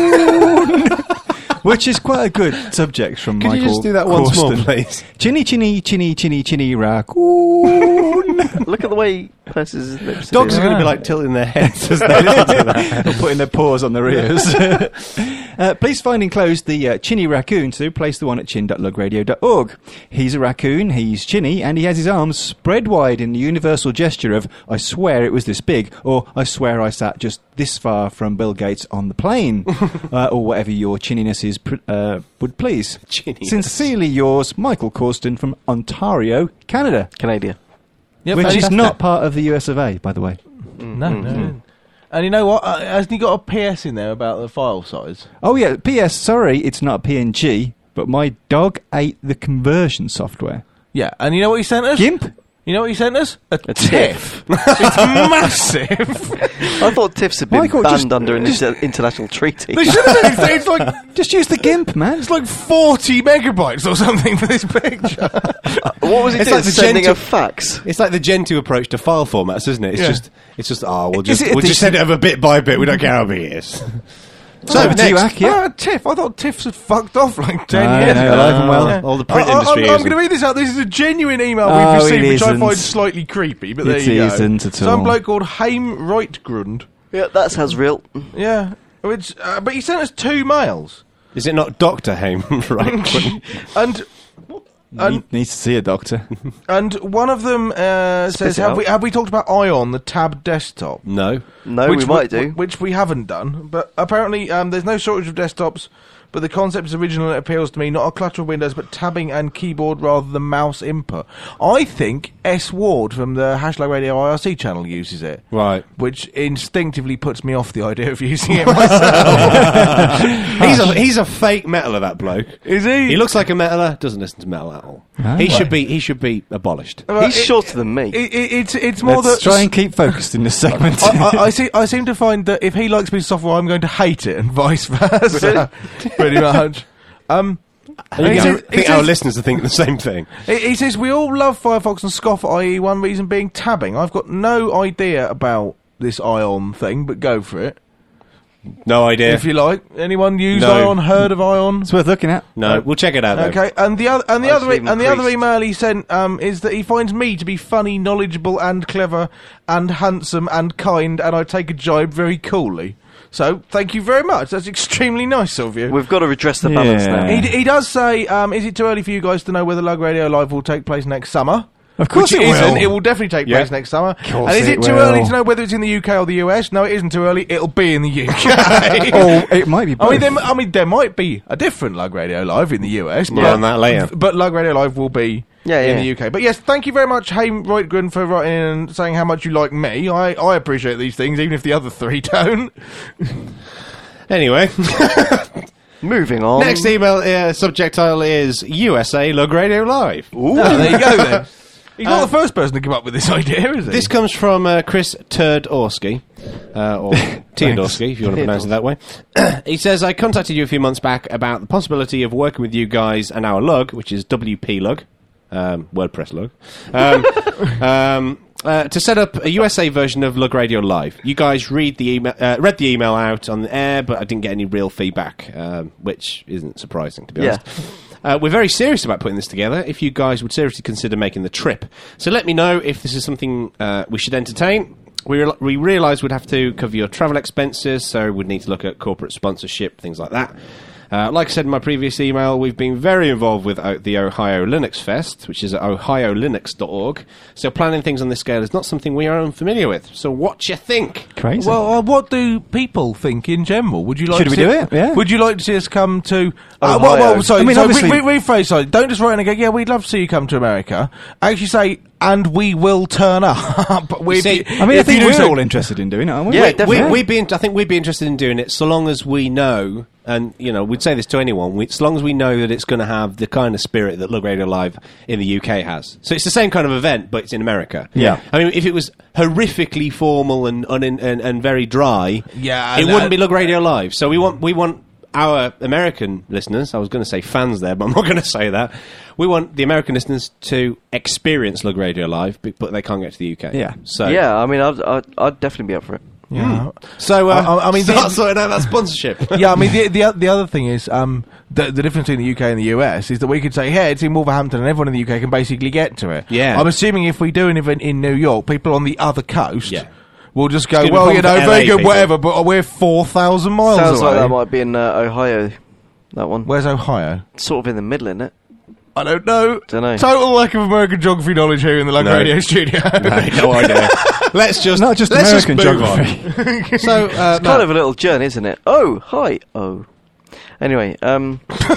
Speaker 3: which is quite a good subject from
Speaker 4: Could
Speaker 3: Michael.
Speaker 4: you just do that once more,
Speaker 3: Corston.
Speaker 4: please?
Speaker 3: Chinny, chinny, chinny, chinny, chinny raccoon.
Speaker 1: Look at the way he purses his lips.
Speaker 4: Dogs are
Speaker 1: Yeah.
Speaker 4: going to be like tilting their heads as they listen to that.
Speaker 3: or putting their paws on their ears. uh, please find enclosed the uh, Chinny raccoon to place the one at chin.lugradio.org. He's a raccoon, he's chinny, and he has his arms spread wide in the universal gesture of, I swear it was this big, or I swear I sat just this far from Bill Gates on the plane, uh, or whatever your chinniness is, pr- uh, would please.
Speaker 4: Chinniness.
Speaker 3: Sincerely yours, Michael Corston from Ontario, Canada,
Speaker 1: Ah, Canada.
Speaker 6: Yep,
Speaker 3: which is
Speaker 6: fantastic.
Speaker 3: not part of the US of A, by the way.
Speaker 6: No, no.
Speaker 1: Mm-hmm.
Speaker 6: And you know what? Uh, hasn't he got a PS in there about the file size?
Speaker 3: Oh yeah, PS, sorry, it's not a PNG, but my dog ate the conversion software.
Speaker 6: Yeah. And you know what he sent us?
Speaker 3: GIMP?
Speaker 6: You know what he sent us? A,
Speaker 1: TIFF.
Speaker 6: it's massive.
Speaker 1: I thought TIFFs had been
Speaker 3: Michael,
Speaker 1: banned
Speaker 3: just-
Speaker 1: under an inter- international treaty.
Speaker 6: They should have said it's, it's like
Speaker 3: Just use the GIMP, man.
Speaker 6: it's like forty megabytes or something for this picture.
Speaker 1: What was it
Speaker 4: It's
Speaker 1: doing?
Speaker 4: like the
Speaker 1: sending
Speaker 4: gentle-
Speaker 1: a fax.
Speaker 4: It's like the Gentoo approach to file formats, isn't it? It's
Speaker 6: Yeah.
Speaker 4: just, it's just, ah, we'll
Speaker 3: Is
Speaker 4: just,
Speaker 3: it a
Speaker 4: we'll just
Speaker 3: decent-
Speaker 4: send it over bit by bit. We don't care how big it is.
Speaker 3: So,
Speaker 6: Over
Speaker 3: to you, Ak, yeah?
Speaker 6: Ah, TIFF. I thought TIFFs had fucked off like ten
Speaker 3: No,
Speaker 6: years
Speaker 3: no,
Speaker 6: ago.
Speaker 3: alive and well.
Speaker 4: All the print
Speaker 6: I- I-
Speaker 4: industry
Speaker 6: I'm, I'm
Speaker 4: is-
Speaker 6: going to read this out. This is a genuine email
Speaker 3: Oh,
Speaker 6: we've
Speaker 3: it
Speaker 6: received, which I
Speaker 3: isn't.
Speaker 6: find slightly creepy. But there
Speaker 3: It
Speaker 6: you
Speaker 3: isn't
Speaker 6: go.
Speaker 3: at
Speaker 6: Some
Speaker 3: all.
Speaker 6: bloke called Haim Reitgrund.
Speaker 1: Yeah, that sounds real.
Speaker 6: Yeah, which uh, but he sent us two mails,
Speaker 4: Is it not Doctor Hame? right.
Speaker 6: and And,
Speaker 3: Need- needs to see a doctor.
Speaker 6: and one of them uh, says,
Speaker 1: it
Speaker 6: "Have
Speaker 1: out.
Speaker 6: we have we talked about Ion, the tab desktop?"
Speaker 4: No.
Speaker 1: No, we might do.
Speaker 6: Which we haven't done, but apparently um, there's no shortage of desktops. But the concept is original and it appeals to me, not a clutter of windows, but tabbing and keyboard rather than mouse input. I think S Ward from the Hashtag Radio IRC channel uses it.
Speaker 4: Right.
Speaker 6: Which instinctively puts me off the idea of using it myself.
Speaker 4: he's a he's a fake metaler. That bloke
Speaker 6: Is he?
Speaker 4: He looks like a metaler. Doesn't listen to metal at all.
Speaker 3: Ah.
Speaker 4: he should be he should be abolished.
Speaker 6: Well,
Speaker 1: He's shorter than me.
Speaker 6: It, it, it's, it's more
Speaker 3: Let's
Speaker 6: that.
Speaker 3: try and keep focused in this segment.
Speaker 6: I, I, I, see, I seem to find that if he likes a piece of software, I'm going to hate it, and vice versa. Pretty much. Um,
Speaker 4: I think,
Speaker 6: he
Speaker 4: our,
Speaker 6: says-
Speaker 4: I
Speaker 6: he
Speaker 4: think our
Speaker 6: says-
Speaker 4: listeners are thinking the same thing.
Speaker 6: He he says we all love Firefox and scoff, at i.e., one reason being tabbing. I've got no idea about this Ion thing, but go for it
Speaker 4: No idea.
Speaker 6: if you like. Anyone use
Speaker 4: No.
Speaker 6: Ion? Heard of Ion?
Speaker 3: it's worth looking at.
Speaker 4: no, we'll check it out. though.
Speaker 6: Okay, and the other and the
Speaker 1: I
Speaker 6: other
Speaker 1: see
Speaker 6: e- and the other
Speaker 1: increased.
Speaker 6: email he sent um, is that he finds me to be funny, knowledgeable, and clever, and handsome, and kind, and I take a jibe very coolly. So thank you very much. That's extremely nice of you.
Speaker 1: We've got to redress the balance
Speaker 3: Yeah.
Speaker 1: now.
Speaker 6: He, d- he does say, um, is it too early for you guys to know whether Lug Radio Live will take place next summer?
Speaker 3: Of course
Speaker 6: Which
Speaker 3: it will.
Speaker 6: isn't. It will definitely take
Speaker 4: Yeah.
Speaker 6: place next summer.
Speaker 3: course
Speaker 6: and is it,
Speaker 3: it
Speaker 6: too
Speaker 3: will.
Speaker 6: early to know whether it's in the UK or the US? No, it isn't too early. It'll be in the UK.
Speaker 3: Oh, it might be
Speaker 6: I
Speaker 3: both.
Speaker 6: mean, there, m- I mean, there might be a different Lug Radio Live in the US.
Speaker 4: More
Speaker 6: but-
Speaker 4: on that later.
Speaker 6: But Lug Radio Live will be
Speaker 1: Yeah,
Speaker 6: in
Speaker 1: yeah.
Speaker 6: the UK. But yes, thank you very much, Haim Reutgren, for writing in and saying how much you like me. I, I appreciate these things, even if the other three don't.
Speaker 4: Anyway,
Speaker 1: Moving on.
Speaker 4: next email uh, subject title is USA Lug Radio Live.
Speaker 6: Oh, there you go then. He's not the
Speaker 1: Um,
Speaker 6: first person to come up with this idea, is he?
Speaker 4: This comes from uh, Chris Turdorsky, uh, or Teodorsky, if you want to pronounce it that way. he says, I contacted you a few months back about the possibility of working with you guys and our lug, which is WP lug, um, WordPress lug, um, um, uh, to set up a USA version of Lug Radio Live. You guys read the email, uh, read the email out on the air, but I didn't get any real feedback, um, which isn't surprising, to be
Speaker 1: Yeah.
Speaker 4: honest. Uh, we're very serious about putting this together. If you guys would seriously consider making the trip, so let me know if this is something uh, we should entertain. We real we realise we'd have to cover your travel expenses, so we'd need to look at corporate sponsorship, things like that. Uh, like I said in my previous email, we've been very involved with o- the Ohio Linux Fest, which is at ohiolinux.org. So planning things on this scale is not something we are unfamiliar with. So what you think?
Speaker 3: Crazy.
Speaker 6: Well, uh, what do people think in general? Would you like
Speaker 3: Should
Speaker 6: to
Speaker 3: we
Speaker 6: see,
Speaker 3: do it? Yeah. Oh,
Speaker 6: Would you like to see us come to? Uh, well, well,
Speaker 1: Ohio.
Speaker 6: sorry,
Speaker 3: I mean,
Speaker 6: sorry,
Speaker 3: obviously-
Speaker 6: re- re- rephrase. Sorry, don't just write in and go. Yeah, we'd love to see you come to America. Actually, say and we will turn up. We-
Speaker 4: See,
Speaker 6: if
Speaker 3: I mean, I
Speaker 6: if you
Speaker 3: think
Speaker 6: do
Speaker 3: we're
Speaker 6: so-
Speaker 3: all interested in doing it, aren't we?
Speaker 1: Yeah,
Speaker 3: Wait,
Speaker 1: definitely.
Speaker 4: we, we'd be in, I think we'd be interested in doing it so long as we know, and you know, we'd say this to anyone. We, so long as we know that it's going to have the kind of spirit that Lug Radio Live in the UK has. So it's the same kind of event, but it's in America.
Speaker 3: Yeah.
Speaker 4: I mean, if it was horrifically formal and un, and, and very dry,
Speaker 6: Yeah,
Speaker 4: it
Speaker 6: and, uh,
Speaker 4: wouldn't be Lug Radio Live. So we want we want our American listeners. I was going to say fans there, but I'm not going to say that. We want the American listeners to experience Lug Radio Live, but but they can't get to the UK.
Speaker 3: Yeah.
Speaker 4: So
Speaker 1: Yeah, I mean, I'd, I'd, I'd definitely be up for it.
Speaker 3: Hmm.
Speaker 6: Yeah.
Speaker 4: So uh,
Speaker 6: I- I- I mean,
Speaker 4: start
Speaker 6: the-
Speaker 4: sorting out that sponsorship.
Speaker 6: yeah, I mean the, the o- the other thing is um, the the difference between the UK and the US is that we could say, "Hey, it's in Wolverhampton," and everyone in the UK can basically get to it.
Speaker 4: Yeah.
Speaker 6: I'm assuming if we do an event in New York, people on the other coast,
Speaker 4: Yeah.
Speaker 6: will just go,
Speaker 4: gonna be
Speaker 6: "Well,
Speaker 4: fun
Speaker 6: you
Speaker 4: for
Speaker 6: know, very
Speaker 4: LA
Speaker 6: good,
Speaker 4: people."
Speaker 6: whatever," but we're four thousand miles
Speaker 1: Sounds
Speaker 6: away.
Speaker 1: like that might be in uh, Ohio. That one.
Speaker 6: Where's Ohio?
Speaker 1: sort of in the middle, isn't it?
Speaker 6: I don't know.
Speaker 1: Dunno.
Speaker 6: Total lack of American geography knowledge here in the Lug
Speaker 4: No.
Speaker 6: Radio studio.
Speaker 4: no idea. let's just
Speaker 3: Not just
Speaker 4: let's
Speaker 3: American
Speaker 4: just move
Speaker 3: geography.
Speaker 4: On. So uh,
Speaker 1: Kind of a little journey, isn't it? Oh, hi. Oh. Anyway, um,
Speaker 6: that's,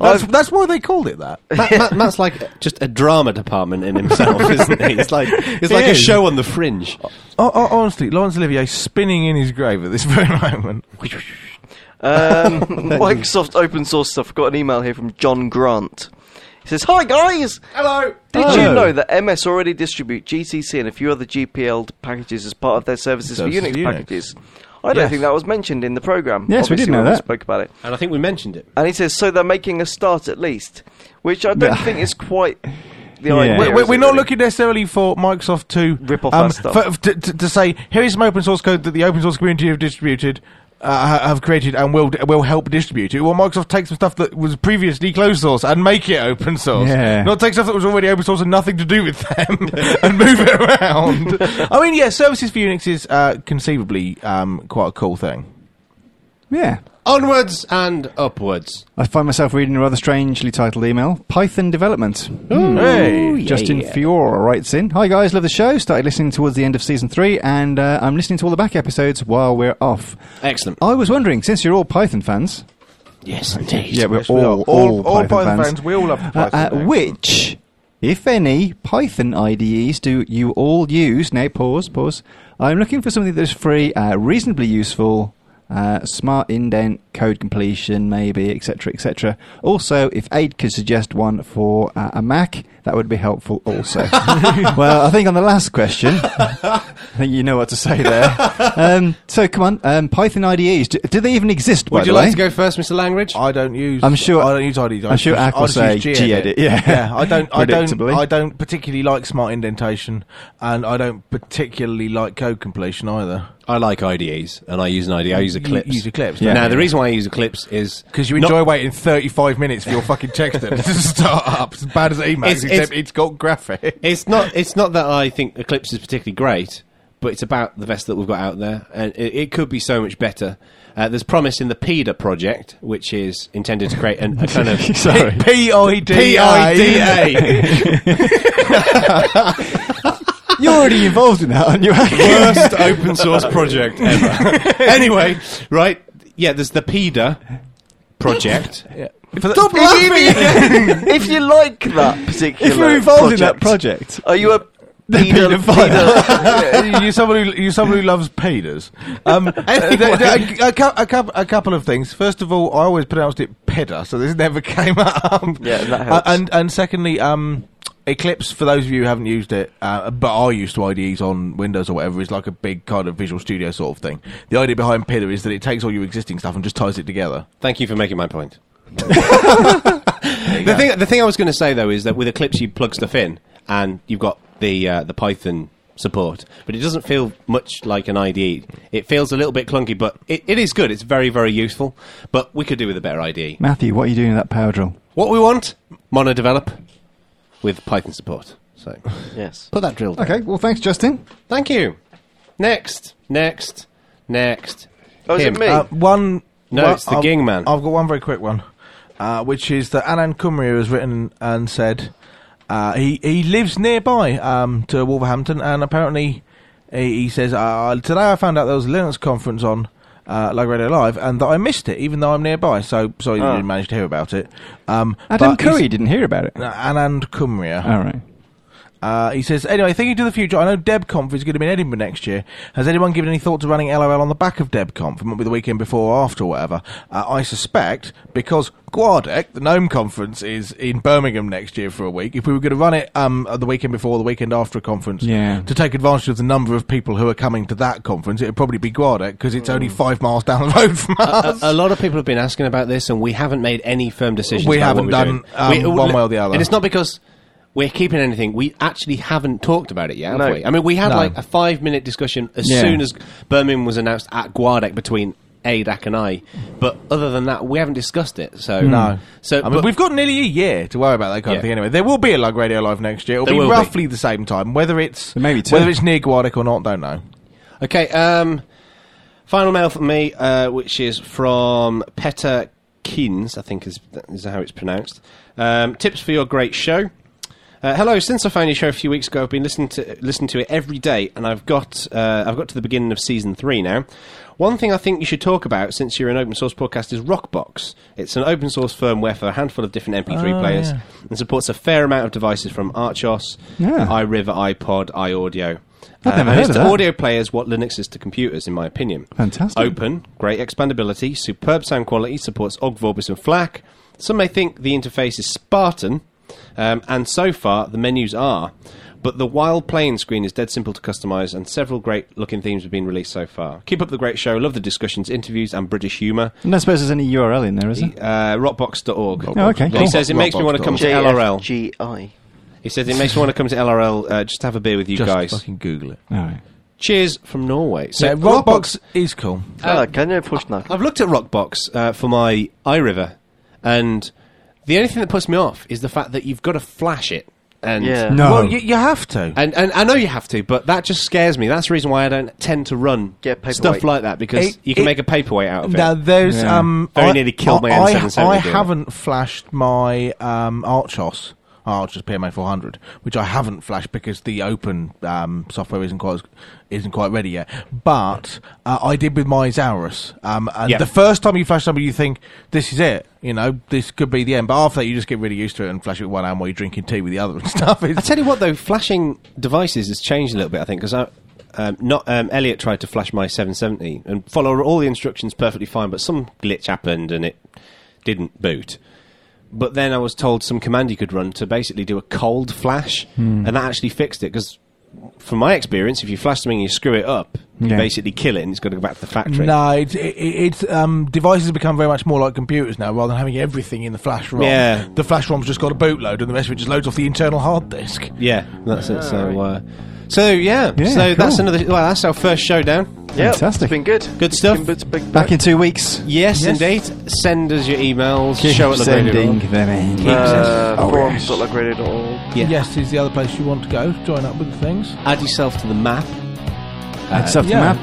Speaker 1: I've-
Speaker 6: that's why they called it that.
Speaker 4: Matt, Matt- Matt's like just a drama department in himself, isn't he? It's like it's
Speaker 6: He
Speaker 4: like a
Speaker 6: is.
Speaker 4: show on the fringe.
Speaker 6: Oh, oh, honestly, Laurence Olivier spinning in his grave at this very moment.
Speaker 1: um, Microsoft open source stuff. I've got an email here from John Grant. He says, Hi, guys!
Speaker 6: Hello.
Speaker 1: Did you know that MS already distribute GCC and a few other GPL packages as part of their services for
Speaker 6: Services
Speaker 1: Unix,
Speaker 6: for Unix.
Speaker 1: packages? I don't
Speaker 6: Yes.
Speaker 1: think that was mentioned in the program.
Speaker 3: Yes, we did
Speaker 1: obviously,
Speaker 3: know
Speaker 1: when
Speaker 3: that.
Speaker 1: spoke about it.
Speaker 4: And I think we mentioned it.
Speaker 1: And he says, so they're making a start at least, which I don't think is quite the idea.
Speaker 6: We're, we're,
Speaker 1: is
Speaker 6: we're
Speaker 1: it,
Speaker 6: not
Speaker 1: really?
Speaker 6: looking necessarily for Microsoft to um,
Speaker 1: Rip off that stuff.
Speaker 6: for- f- to, to, to say here is some open source code that the open source community have distributed, uh, ha- have created, and will will help distribute it. Well, Microsoft take some stuff that was previously closed source and make it open source.
Speaker 3: Yeah.
Speaker 6: Not take stuff that was already open source and nothing to do with them and move it around. I mean, yeah, services for Unix is uh, conceivably um, quite a cool thing.
Speaker 3: Yeah.
Speaker 4: Onwards and upwards.
Speaker 3: I find myself reading a rather strangely titled email Python Development.
Speaker 6: Hmm.
Speaker 3: Hmm.
Speaker 6: Hey.
Speaker 3: Justin Fiora writes in Hi, guys, love the show. Started listening towards the end of season three, and uh, I'm listening to all the back episodes while we're off.
Speaker 4: Excellent.
Speaker 3: I was wondering, since you're all Python fans,
Speaker 4: Yes, indeed.
Speaker 3: yeah, we're
Speaker 6: Yes, we
Speaker 3: all,
Speaker 6: are.
Speaker 3: all,
Speaker 6: All- all
Speaker 3: Python,
Speaker 6: Python
Speaker 3: fans.
Speaker 6: fans, we all love the
Speaker 3: Uh,
Speaker 6: Python
Speaker 3: uh,
Speaker 6: thing.
Speaker 3: which, if any, Python IDEs do you all use? Now, pause, pause. I'm looking for something that's free, uh, reasonably useful, uh, smart indent, code completion, maybe, etc., etc. Also, if Aid could suggest one for uh, a Mac, that would be helpful. Also, well, I think on the last question, I think you know what to say there. Um, so, come on, um, Python IDEs. Do, do they even exist? by
Speaker 4: Would you
Speaker 3: the way?
Speaker 4: like to go first, Mr. Langridge?
Speaker 6: I don't use.
Speaker 3: I'm sure-
Speaker 6: I don't use IDs. I
Speaker 3: I'm
Speaker 6: just
Speaker 3: sure
Speaker 6: use-
Speaker 3: Ak
Speaker 6: I
Speaker 3: will
Speaker 6: just use
Speaker 3: say Gedit, yeah.
Speaker 6: I don't. I don't.
Speaker 3: Predictably.
Speaker 6: I don't particularly like smart indentation, and I don't particularly like code completion either.
Speaker 4: I like IDEs, and I use an IDE. I use Eclipse.
Speaker 6: use Eclipse,
Speaker 3: Yeah.
Speaker 4: Now, the reason why I use Eclipse is
Speaker 6: Because you
Speaker 4: not-
Speaker 6: enjoy waiting 35 minutes for your fucking text to start up. It's as bad as Emacs,
Speaker 4: It's-
Speaker 6: except
Speaker 4: it's-
Speaker 6: it's got graphics.
Speaker 4: It's not. It's not that I think Eclipse is particularly great, but it's about the best that we've got out there, and it, it could be so much better. Uh, there's promise in the PIDA project, which is intended to create an, a kind of
Speaker 3: Sorry.
Speaker 6: P-I-D-A.
Speaker 4: PIDA
Speaker 3: You're already involved in that, aren't you?
Speaker 4: worst open source project ever. anyway, right? Yeah, there's the PIDA project.
Speaker 6: Stop laughing!
Speaker 1: if you like that particular,
Speaker 3: if you're involved in that project,
Speaker 1: are you a pedo-
Speaker 6: you're, someone who, you're someone who loves peders. Um, there- there- a, a cou- a cou- a couple of things. First of all, I always pronounced it peda, so this never came up.
Speaker 1: Yeah, that
Speaker 6: Uh,
Speaker 1: helps.
Speaker 6: and, and secondly, um, Eclipse, for those of you who haven't used it, uh, but are used to IDEs on Windows or whatever, is like a big kind of Visual Studio sort of thing. The idea behind PIDA is that it takes all your existing stuff and just ties it together.
Speaker 4: Thank you for making my point. the thing, the thing I was going to say though is that with Eclipse you plug stuff in and you've got the uh, the Python support, but it doesn't feel much like an IDE. It feels a little bit clunky, but it, it is good. It's very very useful, but we could do with a better IDE.
Speaker 3: Matthew, what are you doing in that power drill?
Speaker 4: What we want, mono develop with Python support. So
Speaker 1: Yes.
Speaker 4: put that drill. Down.
Speaker 3: Okay, well, thanks, Justin.
Speaker 4: Thank you. Next, next, next.
Speaker 1: Oh, is
Speaker 4: Him.
Speaker 1: it me?
Speaker 6: Uh, one.
Speaker 4: No,
Speaker 6: one-
Speaker 4: it's the
Speaker 6: I've-
Speaker 4: Ging Man.
Speaker 6: I've got one very quick one, uh, which is that Anand Kumria has written and said uh, he he lives nearby um, to Wolverhampton, and apparently he, he says uh, today I found out there was a Linux conference on. Uh, Lug Radio Live, and that I missed it, even though I'm nearby. So sorry
Speaker 4: Ah.
Speaker 6: that you didn't manage to hear about it. Um,
Speaker 3: Adam
Speaker 6: but he's-
Speaker 3: Curry didn't hear about it.
Speaker 6: No, Anand Kumria.
Speaker 3: All right.
Speaker 6: Uh, he says, anyway, thinking to the future, I know DebConf is going to be in Edinburgh next year. Has anyone given any thought to running LOL on the back of DebConf? It might be the weekend before or after or whatever. Uh, I suspect, because Guardec, the GNOME conference, is in Birmingham next year for a week, if we were going to run it um, at the weekend before or the weekend after a conference,
Speaker 3: Yeah.
Speaker 6: to take advantage of the number of people who are coming to that conference, it would probably be Guardec because it's only five miles down the road from
Speaker 4: a,
Speaker 6: us.
Speaker 4: a lot of people have been asking about this, and we haven't made any firm decisions.
Speaker 6: We
Speaker 4: about
Speaker 6: haven't
Speaker 4: what we're
Speaker 6: done,
Speaker 4: doing.
Speaker 6: um, one way or the other.
Speaker 4: and it's not because we're keeping anything. We actually haven't talked about it yet. Have
Speaker 1: No.
Speaker 4: we? I mean, we had
Speaker 6: No.
Speaker 4: like a five-minute discussion as
Speaker 3: Yeah.
Speaker 4: soon as Birmingham was announced at Guardec between ADAC and I. But other than that, we haven't discussed it. So
Speaker 6: No.
Speaker 4: So
Speaker 6: I mean,
Speaker 4: Uh, but-
Speaker 6: we've got nearly a year to worry about that kind
Speaker 4: Yeah.
Speaker 6: of thing. Anyway, there will be a Lug Radio Live next year. It'll
Speaker 4: There
Speaker 6: be
Speaker 4: will be.
Speaker 6: roughly the same time. Whether it's
Speaker 3: Maybe two.
Speaker 6: whether it's near Guardic or not, don't know.
Speaker 4: Okay, um, final mail from me, uh, which is from Petter Kins, I think is, is how it's pronounced. Um, tips for your great show. Uh, hello. Since I found your show a few weeks ago, I've been listening to listening to it every day, and I've got uh, I've got to the beginning of season three now. One thing I think you should talk about, since you're an open source podcast, is Rockbox. It's an open source firmware for a handful of different MP3
Speaker 6: Oh,
Speaker 4: players
Speaker 6: yeah.
Speaker 4: and supports a fair amount of devices from Archos,
Speaker 3: Yeah.
Speaker 4: iRiver, iPod, iAudio. Uh,
Speaker 3: I've never
Speaker 4: and
Speaker 3: heard
Speaker 4: it's
Speaker 3: of
Speaker 4: to
Speaker 3: that.
Speaker 4: audio audio players what Linux is to computers, in my opinion.
Speaker 3: Fantastic.
Speaker 4: Open, great expandability, superb sound quality, supports OGG, Vorbis, and FLAC. Some may think the interface is Spartan, um, and so far the menus are. But the wild playing screen is dead simple to customize, and several great looking themes have been released so far. Keep up the great show. Love the discussions, interviews, and British humour.
Speaker 3: I don't suppose there's any URL in there, is there?
Speaker 4: Uh, rockbox.org.
Speaker 3: Oh, okay.
Speaker 4: He
Speaker 3: Cool.
Speaker 4: says it makes me want to come to LRL.
Speaker 1: JFGI.
Speaker 4: He says it makes me want to come to LRL uh, just to have a beer with you
Speaker 6: Just
Speaker 4: guys.
Speaker 6: fucking Google it.
Speaker 3: All right.
Speaker 4: Cheers from Norway. So,
Speaker 6: So Rockbox is cool.
Speaker 1: Ah, can you push that?
Speaker 4: I've looked at Rockbox uh, for my iRiver, and the only thing that puts me off is the fact that you've got to flash it. And
Speaker 1: Yeah.
Speaker 3: No.
Speaker 6: Well, you, you have to.
Speaker 4: And, and I know you have to, but that just scares me. That's the reason why I don't tend to run
Speaker 1: Get paperweight.
Speaker 4: stuff like that because
Speaker 6: It-
Speaker 4: you can
Speaker 6: it-
Speaker 4: make a paperweight out of it.
Speaker 6: Now there's
Speaker 3: Yeah.
Speaker 6: um
Speaker 4: Very nearly killed my
Speaker 6: I,
Speaker 4: N770
Speaker 6: I,
Speaker 4: doing
Speaker 6: I
Speaker 4: it.
Speaker 6: haven't flashed my um Archos Archos PMA 400, which I haven't flashed because the open um, software isn't quite as, isn't quite ready yet. But uh, I did with my Zaurus. Um, and
Speaker 4: Yeah.
Speaker 6: the first time you flash something, you think this is it. You know, this could be the end. But after that, you just get really used to it and flash it with one hand while you're drinking tea with the other and stuff.
Speaker 4: I
Speaker 6: It's,
Speaker 4: tell you what, though, flashing devices has changed a little bit. I think because um, not um, Elliot tried to flash my 770 and follow all the instructions perfectly fine, but some glitch happened and it didn't boot. But then I was told some command you could run to basically do a cold flash,
Speaker 3: Hmm.
Speaker 4: and that actually fixed it. Because from my experience, if you flash something and you screw it up, you
Speaker 3: Yeah.
Speaker 4: basically kill it, and it's got to go back to the factory.
Speaker 6: no, it's, it, it's um, devices have become very much more like computers now, rather than having everything in the flash ROM.
Speaker 4: Yeah.
Speaker 6: the flash ROM's just got a bootload, and the rest of it just loads off the internal hard disk.
Speaker 4: Yeah, that's it. So, uh, so yeah,
Speaker 3: Yeah,
Speaker 4: so that's
Speaker 3: cool.
Speaker 4: another. Well, that's our first showdown.
Speaker 1: Yeah,
Speaker 3: Fantastic.
Speaker 1: It's been good.
Speaker 4: Good stuff.
Speaker 1: It's been- it's been-
Speaker 3: Back in two weeks.
Speaker 4: Yes,
Speaker 6: Yes.
Speaker 4: indeed. Send us your emails. show at
Speaker 3: sending
Speaker 4: the
Speaker 3: them in.
Speaker 1: uh,
Speaker 3: Oh,
Speaker 1: forums
Speaker 3: yes.
Speaker 1: dot logradio.org.
Speaker 4: Yeah.
Speaker 6: Yes, is the other place you want to go. Join up with the things.
Speaker 4: Add yourself to the map.
Speaker 3: Add stuff to the map.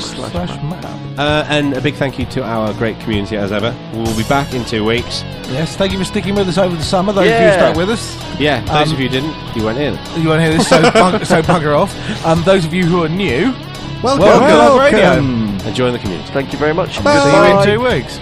Speaker 1: Lugradio.org
Speaker 6: slash
Speaker 1: slash
Speaker 6: map.
Speaker 4: Uh, and a big thank you to our great community as ever. We'll be back in two weeks.
Speaker 6: Yes, thank you for sticking with us over the summer. Those of you who
Speaker 1: Yeah.
Speaker 6: stuck with us,
Speaker 4: Yeah, those
Speaker 6: Um,
Speaker 4: of you who didn't, you went in.
Speaker 6: you won't hear this, so, bug- so bugger off. Um, those of you who are new,
Speaker 4: Welcome,
Speaker 6: welcome,
Speaker 3: Welcome.
Speaker 6: to Lug Radio.
Speaker 4: and join the community.
Speaker 1: Thank you very much.
Speaker 6: See you
Speaker 1: Goodbye.
Speaker 6: in two weeks.